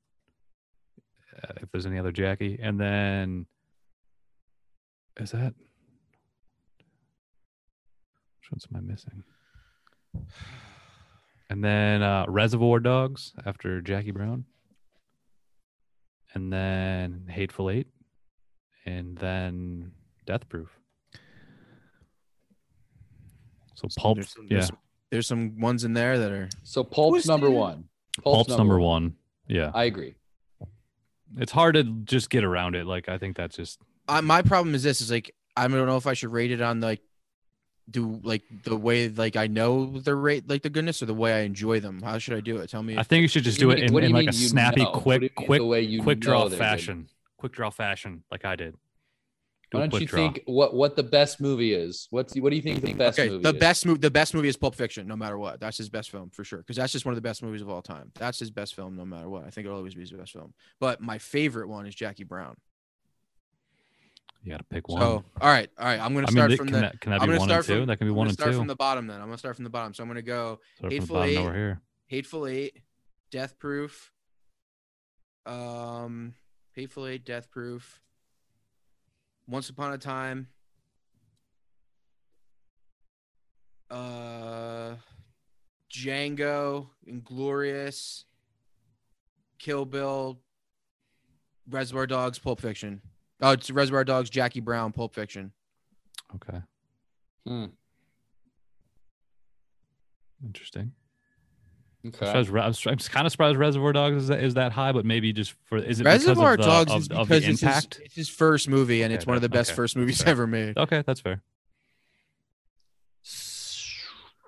C: Uh, if there's any other Jackie, and then is that which ones am I missing? And then uh Reservoir Dogs after Jackie Brown. And then Hateful Eight. And then Death Proof. So Pulp,
D: There's some-
C: yeah.
D: there's some- There's some ones in there that are.
B: So Pulp's
D: Twisted.
B: number one.
C: Pulp's, number one. Yeah.
B: I agree.
C: It's hard to just get around it. Like I think that's just
D: I, my problem is this: is like I don't know if I should rate it on like do like the way like I know the rate like the goodness or the way I enjoy them. How should I do it? Tell me.
C: I
D: if-
C: think you should just
B: What
C: do it
B: you
C: in,
B: mean- what do
C: in
B: you
C: like a
B: mean you
C: snappy,
B: know? What do you
C: quick,
B: mean
C: quick,
B: the way you
C: quick draw
B: know they're good?
C: fashion. Quick draw fashion, like I did. Do
B: Why
C: a
B: don't
C: quick
B: you
C: draw.
B: think what what the best movie is? What's what do you think the best
D: okay,
B: movie
D: the
B: is?
D: best movie. The best movie is Pulp Fiction, no matter what. That's his best film for sure, because that's just one of the best movies of all time. That's his best film, no matter what. I think it'll always be his best film. But my favorite one is Jackie Brown.
C: you gotta pick
D: So,
C: one?
D: all right, all right. I'm gonna
C: I mean,
D: start
C: th-
D: from
C: can
D: the.
C: that, can that be
D: I'm gonna
C: one and
D: start
C: two?
D: from-
C: that can be
D: I'm
C: one
D: gonna
C: and
D: start
C: two.
D: from the bottom. Then I'm gonna start from the bottom. So I'm gonna go
C: Start from the
D: Hateful
C: bottom
D: Eight.
C: over here.
D: Hateful Eight, Death Proof. Um, Hateful Eight, Death Proof. Once Upon a Time. Uh, Django, Inglorious, Kill Bill, Reservoir Dogs, Pulp Fiction. Oh, it's Reservoir Dogs, Jackie Brown, Pulp Fiction.
C: Okay.
B: Hmm.
C: Interesting. I'm,
B: Okay.
C: surprised Re- I'm, sur- I'm kind of surprised Reservoir Dogs is that, is that high, but maybe just for is it
D: Reservoir
C: because of
D: Dogs
C: the,
D: is
C: of, of
D: because
C: the
D: it's his-
C: impact?
D: It's, his first movie, and
C: Okay,
D: it's one of the
C: that-
D: best
C: okay,
D: first movies
C: fair.
D: ever made.
C: Okay, that's fair.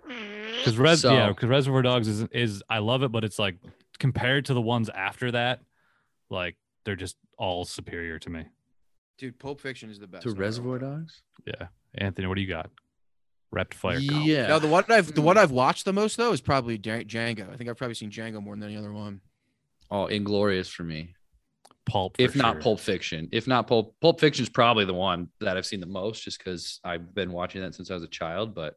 C: Because Res-
B: So-
C: yeah, 'cause Reservoir Dogs is is I love it, but it's like compared to the ones after that, like they're just all superior to me.
D: Dude, Pulp Fiction is the best.
G: To
D: no matter
G: Reservoir
D: what.
G: Dogs?
C: Yeah, Anthony, what do you got? Rapid fire. go.
G: Yeah.
D: No, the one I've the one I've watched the most though is probably Dja- Django. I think I've probably seen Django more than any other one.
B: Oh, Inglorious for me.
C: Pulp. for
B: If not
C: sure.
B: Pulp Fiction. If not Pulp Pulp Fiction's probably the one that I've seen the most just because I've been watching that since I was a child, but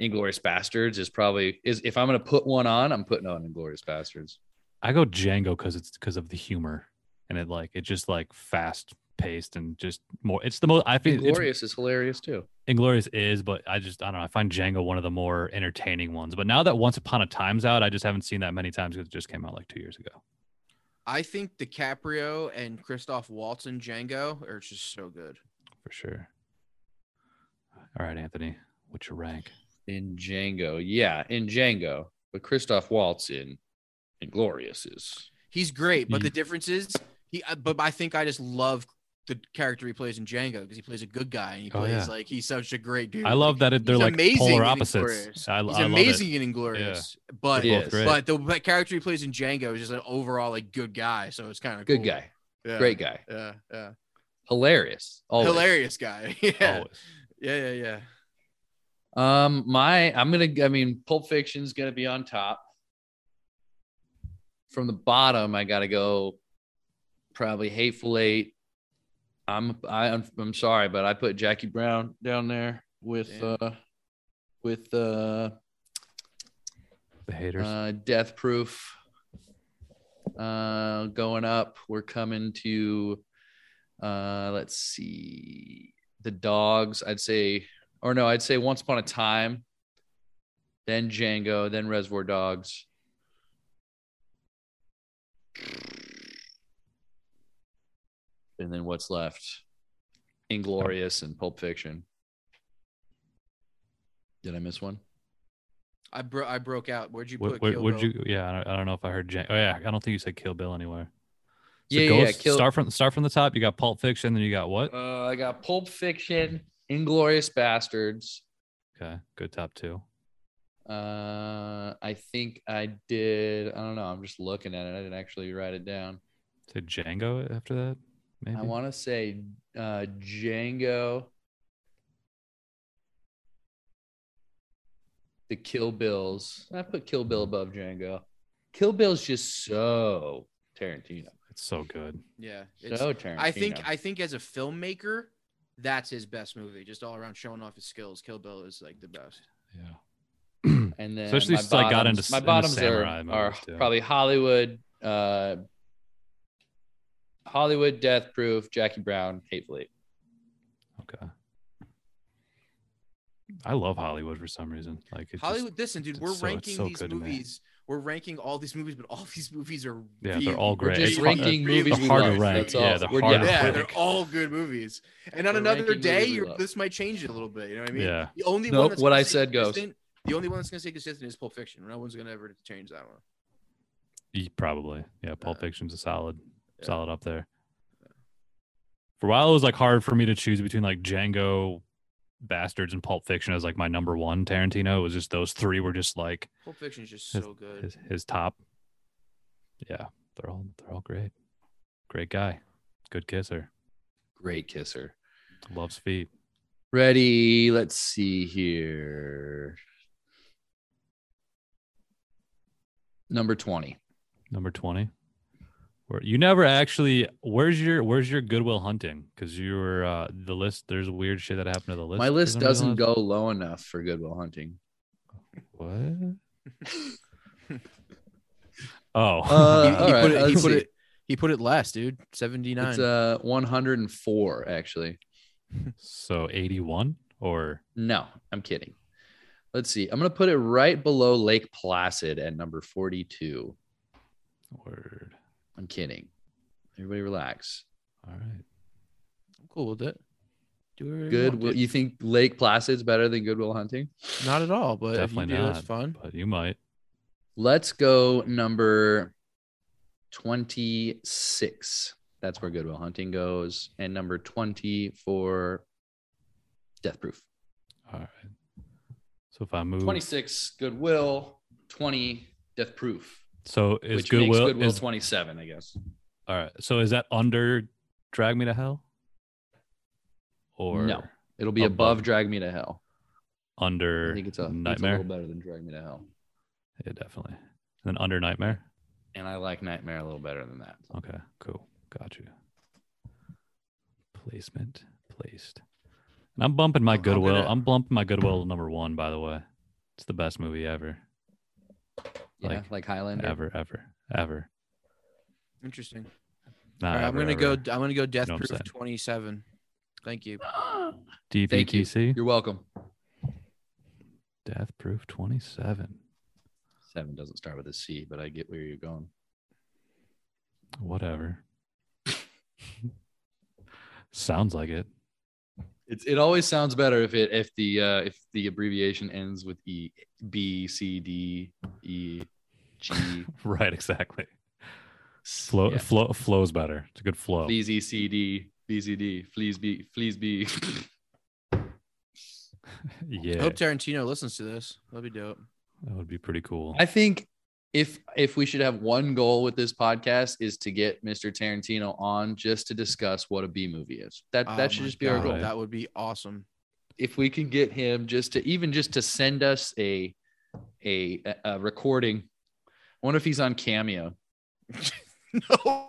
B: Inglorious Bastards is probably is if I'm gonna put one on, I'm putting on Inglorious Bastards.
C: I go Django because it's because of the humor and it like it's just like fast paced and just more. It's the most I think it's
B: Inglorious is hilarious too.
C: Inglorious is, but I just I don't know. I find Django one of the more entertaining ones. But now that Once Upon a Time's out, I just haven't seen that many times because it just came out like two years ago.
D: I think DiCaprio and Christoph Waltz in Django are just so good.
C: for sure. All right, Anthony, what's your rank?
B: in Django. Yeah, in Django. But Christoph Waltz in Inglorious is
D: He's great, but
C: Mm.
D: the difference is he. I- But I think I just love the character he plays in Django because he plays a good guy and he
C: Oh,
D: plays
C: yeah.
D: like he's such a great dude.
C: I love that it, they're
D: he's
C: like
D: amazing
C: polar
D: in
C: opposites.
D: Inglourious.
C: I,
D: He's
C: I love
D: amazing
C: it.
D: and inglorious, but
B: It is.
C: Great.
D: but the but character he plays in Django is just an overall like good guy. So it's kind of
B: good guy,
D: yeah,
B: great guy,
D: yeah, yeah,
B: hilarious, always.
D: hilarious guy. Yeah,
C: Always.
D: yeah, yeah, yeah.
B: Um, my I'm gonna. I mean, Pulp Fiction's gonna be on top. From the bottom, I gotta go. Probably Hateful Eight. I'm I, I'm I'm sorry, but I put Jackie Brown down there with
D: Damn.
B: uh with uh
C: The haters.
B: uh, Death Proof. Uh, going up, we're coming to. Uh, let's see the dogs. I'd say, or no, I'd say Once Upon a Time, then Django, then Reservoir Dogs. And then what's left? Inglorious and Pulp Fiction. Did I miss one?
D: I bro I broke out. Where'd you
C: Where,
D: put?
C: where,
D: Kill
C: would
D: Bill?
C: you? Yeah, I don't, I don't know if I heard. Jan- oh yeah, I don't think you said Kill Bill anywhere. So
B: Yeah,
C: go
B: yeah,
C: s-
B: Kill-
C: Start from start from the top. You got Pulp Fiction, then you got what?
B: Uh, I got Pulp Fiction, Inglorious Bastards.
C: Okay, good top two.
B: Uh, I think I did. I don't know. I'm just looking at it. I didn't actually write it down.
C: Say Django after that. Maybe.
B: I want to say uh, Django, the Kill Bills. I put Kill Bill above Django. Kill Bill's just so Tarantino.
C: it's so good.
D: Yeah, it's,
B: So Tarantino.
D: I think I think as a filmmaker, that's his best movie. Just all around showing off his skills. Kill Bill is like the best.
C: Yeah.
B: And then
C: Especially
B: my
C: since I got
B: bottoms-
C: into-
B: my
C: into
B: bottoms
C: samurai
B: are, are
C: movies, too.
B: probably Hollywood, uh, Hollywood, Death Proof, Jackie Brown, Hateful Eight.
C: Okay. I love Hollywood for some reason. Like it's just-
D: Hollywood. Listen, dude,
C: it's
D: we're
C: so- it's
D: ranking
C: so
D: these
C: good, man.
D: movies. We're ranking all these movies, but all these movies are
C: Yeah, they're
D: really,
C: all great.
B: Just
C: It's hard-
B: ranking
D: really
B: movies we
C: hard to
B: love.
C: rank.
B: That's
C: Yeah,
B: all.
C: the
B: We're-
C: hard to
D: Yeah,
C: rank.
D: they're all good movies. And on
B: We're
D: another
B: ranking
D: day,
B: movies we
D: you're,
B: love.
D: this might change it a little bit. You know what I mean?
C: uh, yeah.
D: The only one
B: Nope,
D: that's
B: what
D: gonna
B: I
D: stay
B: said goes.
D: consistent- The only one that's gonna stay consistent is Pulp Fiction. No one's gonna ever change that one.
C: Y- Probably. Yeah. Pulp
D: Uh,
C: Fiction's a solid,
D: yeah.
C: solid up there. For a while, it was like hard for me to choose between like Django, Bastards, and Pulp Fiction as like my number one Tarantino. It was just those three were just like
D: Pulp Fiction is just
C: His-
D: so good.
C: his, his top. Yeah. They're all, they're all great. Great guy. Good kisser.
B: Great kisser.
C: Loves feet.
B: Ready? Let's see here. Number twenty.
C: Number 20. Where you never actually where's your where's your goodwill hunting? Because you were uh the list there's weird shit that happened to the list.
B: My
C: for
B: list
C: some reason
B: doesn't go low enough for Goodwill Hunting.
C: last- What?
B: Uh,
C: Oh
D: he,
B: all
D: he
B: right,
D: put it, he
B: let's
D: put
B: see.
D: it. He put it last, dude. Seventy
B: It's
D: nine.
B: uh 104 actually.
C: so 81 or
B: No, I'm kidding. Let's see. I'm gonna put it right below Lake Placid at number 42.
C: word.
B: I'm kidding. Everybody relax.
C: All right.
D: I'm cool with it. Do whatever you
B: Good.
D: want,
B: Will,
D: dude.
B: you think Lake Placid's better than Goodwill Hunting?
D: Not at all, but if you
C: Definitely
D: do, that's
C: not.
D: fun.
C: But you might.
B: Let's go number 26. That's where Goodwill Hunting goes, and number 20 for Death Proof.
C: All right. So if I move
B: 26 Goodwill, 20 Death Proof,
C: so is
B: which
C: goodwill,
B: makes Goodwill
C: is,
B: 27, I guess.
C: all right. So is that under drag me to hell? Or
B: No. It'll be above,
C: Above.
B: Drag Me to Hell.
C: under
B: I think it's a,
C: nightmare?
B: it's a little better than Drag Me to Hell.
C: Yeah, definitely. And then under nightmare.
B: And I like Nightmare a little better than that.
C: Okay, cool. Got you. Placement placed. And I'm bumping my
D: I'm- I'm
C: goodwill. I'm,
D: gonna-
C: bumping my goodwill to number one. By the way, it's the best movie ever,
B: Yeah, like,
C: Like,
B: Highlander.
C: ever, ever, ever.
D: Interesting.
C: Not
D: All right, I'm
C: ever,
D: gonna
C: ever.
D: go. I'm gonna go. Death
C: what I'm
D: Proof
C: saying?
D: twenty seven. Thank you.
B: Thank you.
C: DPTC.
B: You're welcome.
C: Death Proof 27.
B: Seven doesn't start with a C, but I get where you're going.
C: Whatever. Sounds like it.
B: It's, it always sounds better if it if the uh, if the abbreviation ends with E B C D E G
C: Right, exactly. Flow,
B: Yeah.
C: flow, flows better. It's a good flow.
B: Fleas E C D B C D Fleas B Fleas B.
C: Yeah,
D: I hope Tarantino listens to this. That'd be dope.
C: that would be pretty cool.
B: I think if if we should have one goal with this podcast is to get Mr. Tarantino on just to discuss what a B movie is. That
D: Oh
B: that should
D: my
B: just be our
D: God,
B: goal.
C: Right.
D: That would be awesome.
B: if we can get him just to even just to send us a a, a recording. I wonder if he's on Cameo.
D: no,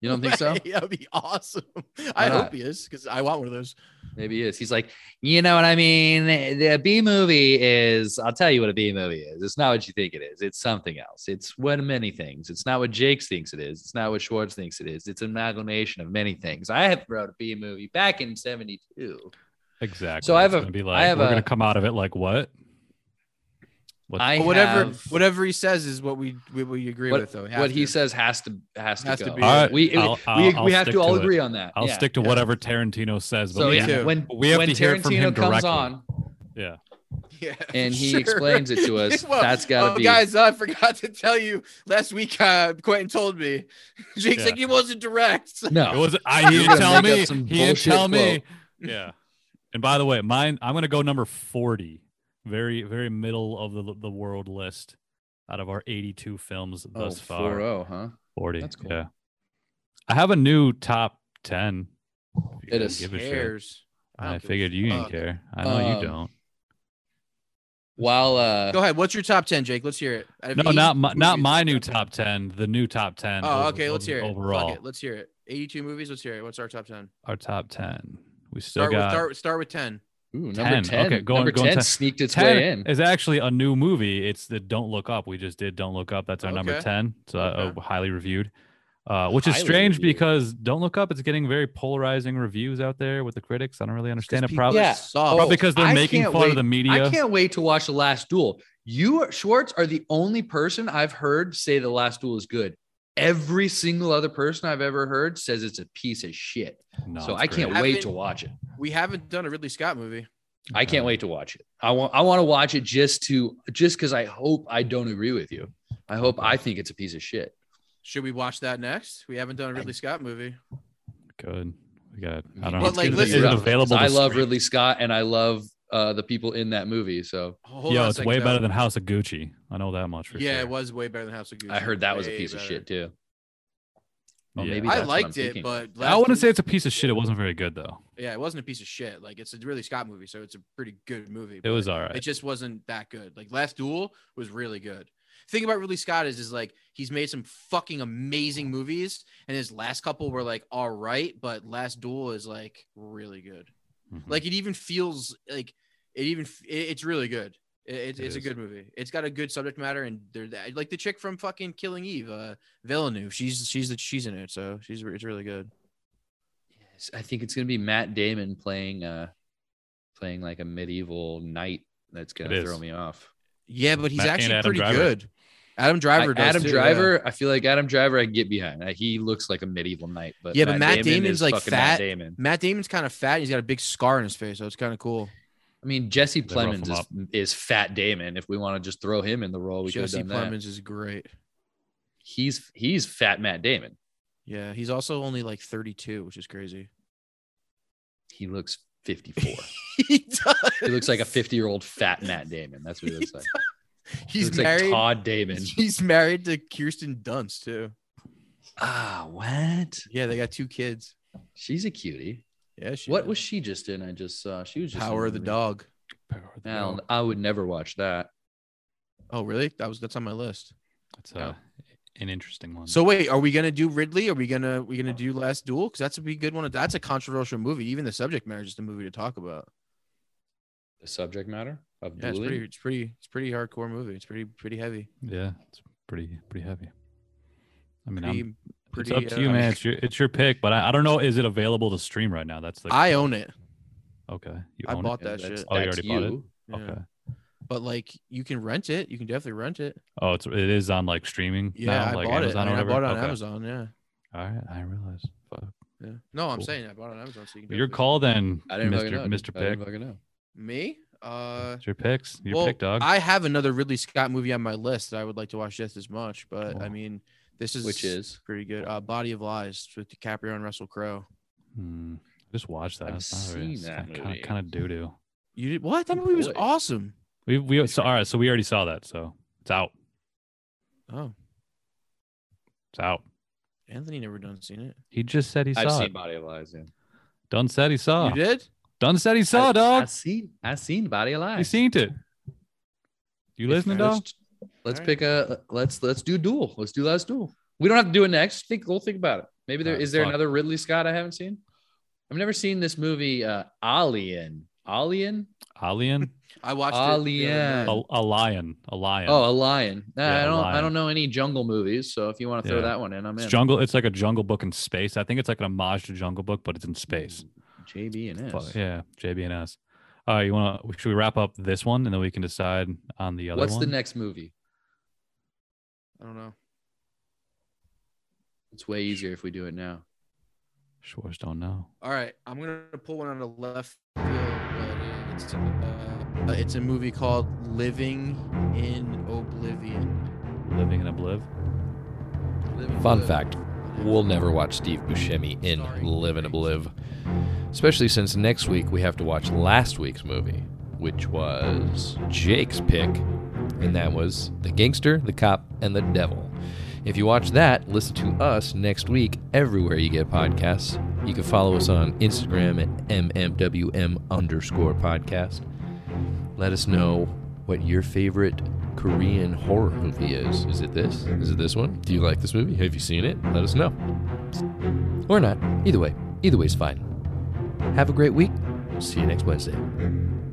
B: You don't think so?
D: way. That'd be awesome. I
B: not?
D: hope he is because I want one of those.
B: Maybe he is. He's like, you know what I mean? The B movie is, I'll tell you what a B movie is. It's not what you think it is. It's something else. It's one many things. It's not what Jakes thinks it is. It's not what Schwartz thinks it is. It's an amalgamation of many things. I have wrote a B movie back in 72.
C: Exactly.
B: So I have a-
C: It's gonna be
B: I
C: like,
B: have
C: we're
B: a-
C: gonna come out of it like what? What-
B: I
D: But whatever,
B: have-
D: whatever he says is what we we, we agree
B: What-
D: with, though. We have
B: what he
D: to.
B: says has to has to
D: Has to
B: go.
D: be
C: All right,
B: we
C: I'll-
B: we,
C: I'll-
B: we
C: I'll
B: have to
C: stick
B: all
C: it.
B: agree on that.
C: I'll
B: Yeah.
C: stick to whatever Tarantino says. But
B: So
C: we
D: Me
B: yeah,
C: have-
D: too.
B: when
C: we have
B: when
C: to hear it from him
B: Tarantino comes
C: directly.
B: on,
C: yeah,
D: Yeah,
B: and he
D: sure.
B: explains it to us,
D: Well,
B: that's gotta
D: oh,
B: be-
D: Guys, I forgot to tell you last week. Uh, Quentin told me. Jake's
C: Yeah.
D: like he wasn't direct. So-
C: it
B: no,
C: was. I he
B: You're
C: didn't
B: gonna
C: tell
B: make up
C: me.
B: some
C: He didn't
B: bullshit
C: tell me. Yeah. And by the way, mine. I'm gonna go number forty. Very, very middle of the the world list out of our 82 films thus far.
B: 4-0, huh?
C: 40.
B: Oh, That's cool.
C: Yeah. I have it new top 10. if you
B: It
C: guys
B: is
C: give a shit.
D: Cares.
C: I,
D: I don't give a
C: figured you didn't
D: fuck.
C: care. I know
B: Um,
C: you don't.
B: While uh,
D: Go ahead. What's your top ten, Jake? Let's hear it. Out of
C: No,
D: 80
C: not my, not
D: movies.
C: my new top 10, the new top 10.
D: Oh,
C: over-
D: okay. Let's
C: over-
D: hear it.
C: Overall,
D: Fuck it. Let's hear it. 82 movies. Let's hear it. What's our top 10?
C: our top 10. We still
D: Start with
C: got
D: start, start with 10.
B: ooh, number 10,
C: 10. Okay, going-
B: number
C: going
B: 10
C: 10.
B: sneaked its
C: 10
B: way in.
C: is actually a new movie. It's the Don't Look Up. We just did Don't Look Up. That's our number
D: Okay.
C: 10. So
D: Okay.
C: uh, highly reviewed. Uh, which is
B: Highly
C: strange
B: reviewed.
C: because Don't Look Up, it's getting very polarizing reviews out there with the critics. I don't really understand it. Probably,
B: Yeah.
D: Soft.
C: probably because they're
B: I
C: making
B: can't
C: fun
B: wait-
C: of the uh, media.
B: I can't wait to watch The Last Duel. You, are- Schwartz, are the only person I've heard say The Last Duel is good. Every single other person I've ever heard says it's a piece of shit.
C: No,
B: so
C: it's
B: I can't
C: great.
B: wait
D: Haven't-
B: to watch it.
D: We haven't done a Ridley Scott movie.
B: I can't wait to watch it. I want I want to watch it just to just because I hope I don't agree with you. I hope I think it's a piece of shit.
D: Should we watch that next? We haven't done a Ridley Scott movie.
C: Good. We got. I don't know.
D: But, like,
C: Is it
D: listen-
C: available.
B: I
C: to
B: love
C: stream?
B: Ridley Scott and I love uh, the people in that movie. So
D: Hold on
C: Yo,
D: a
C: it's
D: second,
C: way
D: though.
C: better than House of Gucci. I know that much for
D: Yeah,
C: sure.
D: it was way better than House of Gucci.
B: I heard that was a
D: Way
B: piece of
D: better.
B: shit too. Well,
C: Yeah.
B: maybe
D: I
B: that's what
D: liked
B: I'm
D: it,
B: thinking.
D: but
C: I
D: Last
C: wouldn't
D: Duel-
C: say it's a piece of shit. It wasn't very good though.
D: yeah, it wasn't a piece of shit. Like it's a Ridley Scott movie, so it's a pretty good movie.
C: It
D: but-
C: was all right.
D: It just wasn't that good. Like Last Duel was really good. Thing about Ridley Scott is, is like he's made some fucking amazing movies, and his last couple were like all right, but Last Duel is like really good.
C: Mhm.
D: Like it even feels like it even f- it- it's really good. It, it's
C: It
D: it's a
C: is.
D: good movie. It's got a good subject matter, and they're that- like the chick from fucking Killing Eve, uh, Villeneuve. She's she's the, she's in it, so she's re- it's really good.
B: Yes, I think it's gonna be Matt Damon playing uh playing like a medieval knight that's gonna
C: It is.
B: throw me off.
D: Yeah, but he's
C: Ma- and
D: actually
C: Adam
D: pretty
C: Driver.
D: good. Adam Driver.
B: I-
D: does
B: Adam
D: too, yeah.
B: Driver, I feel like Adam Driver I can get behind. Uh, He looks like a medieval knight, but
D: Yeah, but Matt Damon's,
B: is
D: like,
B: fucking
D: fat.
B: Matt Damon.
D: Matt Damon's kind of fat. And he's got a big scar on his face, so it's kind of cool.
B: I mean Jesse
C: They rough
B: Plemons
C: him
B: is,
C: up.
B: is fat Damon. If we want to just throw him in the role, we could have
D: Jesse
B: done that.
D: Plemons is great.
B: He's he's fat Matt Damon.
D: Yeah, he's also only like 32, which is crazy.
B: He looks 54.
D: he does.
B: he looks like a 50 year old fat Matt Damon. That's what he looks like.
D: He's
B: looks
D: married.
B: like Todd Damon.
D: he's married to Kirsten Dunst too.
B: Ah, what?
D: Yeah, they got two kids.
B: She's a cutie.
D: Yeah, she
B: What was she just in? I just saw she was just in a
D: Power of the
B: movie.
D: Dog?
C: Power of the
B: Now,
C: Dog.
B: I would never watch that.
D: Oh, really? That was that's on my list.
C: That's uh, an interesting one.
D: So wait, are we gonna do Ridley? Are we gonna we gonna do Last Duel? Because that's a be good one. That's a controversial movie. Even the subject matter is just a movie to talk about.
B: The subject matter of
D: Yeah, it's
B: dueling?
D: pretty, it's pretty, it's pretty hardcore movie. It's pretty, pretty heavy.
C: yeah, it's pretty pretty heavy. I mean,
D: Pretty,
C: I'm,
D: pretty.
C: it's up to you,
D: uh,
C: man. It's your it's your pick, but I, I don't know. Is it available to stream right now? That's the
D: I own it.
C: okay. You
D: I
C: own it?
D: bought that
B: That's, that's
D: shit.
C: Oh, you already bought it?
B: you.
D: Yeah.
C: Okay.
D: But like, you can rent it. You can definitely rent it.
C: Oh, it's it is on like streaming
D: Yeah,
C: now,
D: I
C: like
D: bought
C: Amazon
D: it. I,
C: or
D: mean, I
C: whatever.
D: bought it on
C: Okay.
D: Amazon. Yeah.
C: All right, I realize. Fuck.
H: Yeah.
D: No, I'm
C: Cool.
D: saying I bought it on Amazon, so you can. do it
C: Your
D: for yourself.
C: call then,
I: I didn't
C: Mister
I: fucking know.
C: Mister
I: dude. I
C: Pick.
I: didn't fucking know.
D: Me? Uh,
C: It's your picks. Your
D: well,
C: pick, dog.
D: I have another Ridley Scott movie on my list that I would like to watch just as much, but I
C: Oh.
D: mean, this is
I: Which is
D: pretty good. Uh, Body of Lies with DiCaprio and Russell Crowe.
C: Hmm. Just watch that.
I: I've seen that
C: Kind
I: movie.
C: of, kind of doo doo.
D: You did what? That
I: Oh,
D: movie was
I: boy.
D: awesome.
C: We we so all right. So we already saw that. So it's out.
D: Oh,
C: It's out.
D: Anthony never done seen it.
C: He just said he
I: I've
C: saw
I: seen
C: it.
I: Body of Lies. Yeah.
C: Dunn said he saw.
D: You did?
C: Dunn said he saw.
B: I, I
C: dog.
B: seen I seen Body Alive.
C: he seen it. You listening, dog?
I: Let's, let's
D: Alright.
I: pick a let's let's do duel. Let's do last duel. We don't have to do it next. Think we'll think about it. Maybe there is
C: Alright,
I: there
C: fuck.
I: another Ridley Scott I haven't seen. I've never seen this movie uh Alien. Alien?
C: Alien.
D: I watched it. the other
I: Alien.
D: night.
C: a, a lion. A lion.
I: Oh, a lion. Nah,
C: Yeah,
I: I
C: a
I: don't I
C: lion.
I: don't know any jungle movies, so if you want to throw
C: Yeah.
I: that one in, I'm
C: It's
I: in.
C: jungle. It's like a Jungle Book in space. I think it's like an homage to Jungle Book, but it's in space.
I: Mm, JB and
C: But,
I: S.
C: yeah, JBNS. All right, you want to? Should we wrap up this one and then we can decide on the other
I: What's
C: one?
I: the next movie?
D: I don't know.
I: It's way easier if we do it now.
C: Schwartz don't know.
D: All right, I'm gonna pull one out of left field. But it's, uh, it's a movie called Living in Oblivion.
C: Living in Obliv.
D: Living
B: Fun
D: Obliv-
B: fact we'll never watch Steve Buscemi in
D: Sorry.
B: Live and Obliv. Especially since next week we have to watch last week's movie, which was Jake's pick, and that was The Gangster, The Cop, and The Devil. If you watch that, listen to us next week everywhere you get podcasts. You can follow us on Instagram at MMWM underscore podcast. Let us know what your favorite Korean horror movie is. Is it this? Is it this one? Do you like this movie? Have you seen it? Let us know. Or not. Either way. Either way's fine. Have a great week. See you next Wednesday.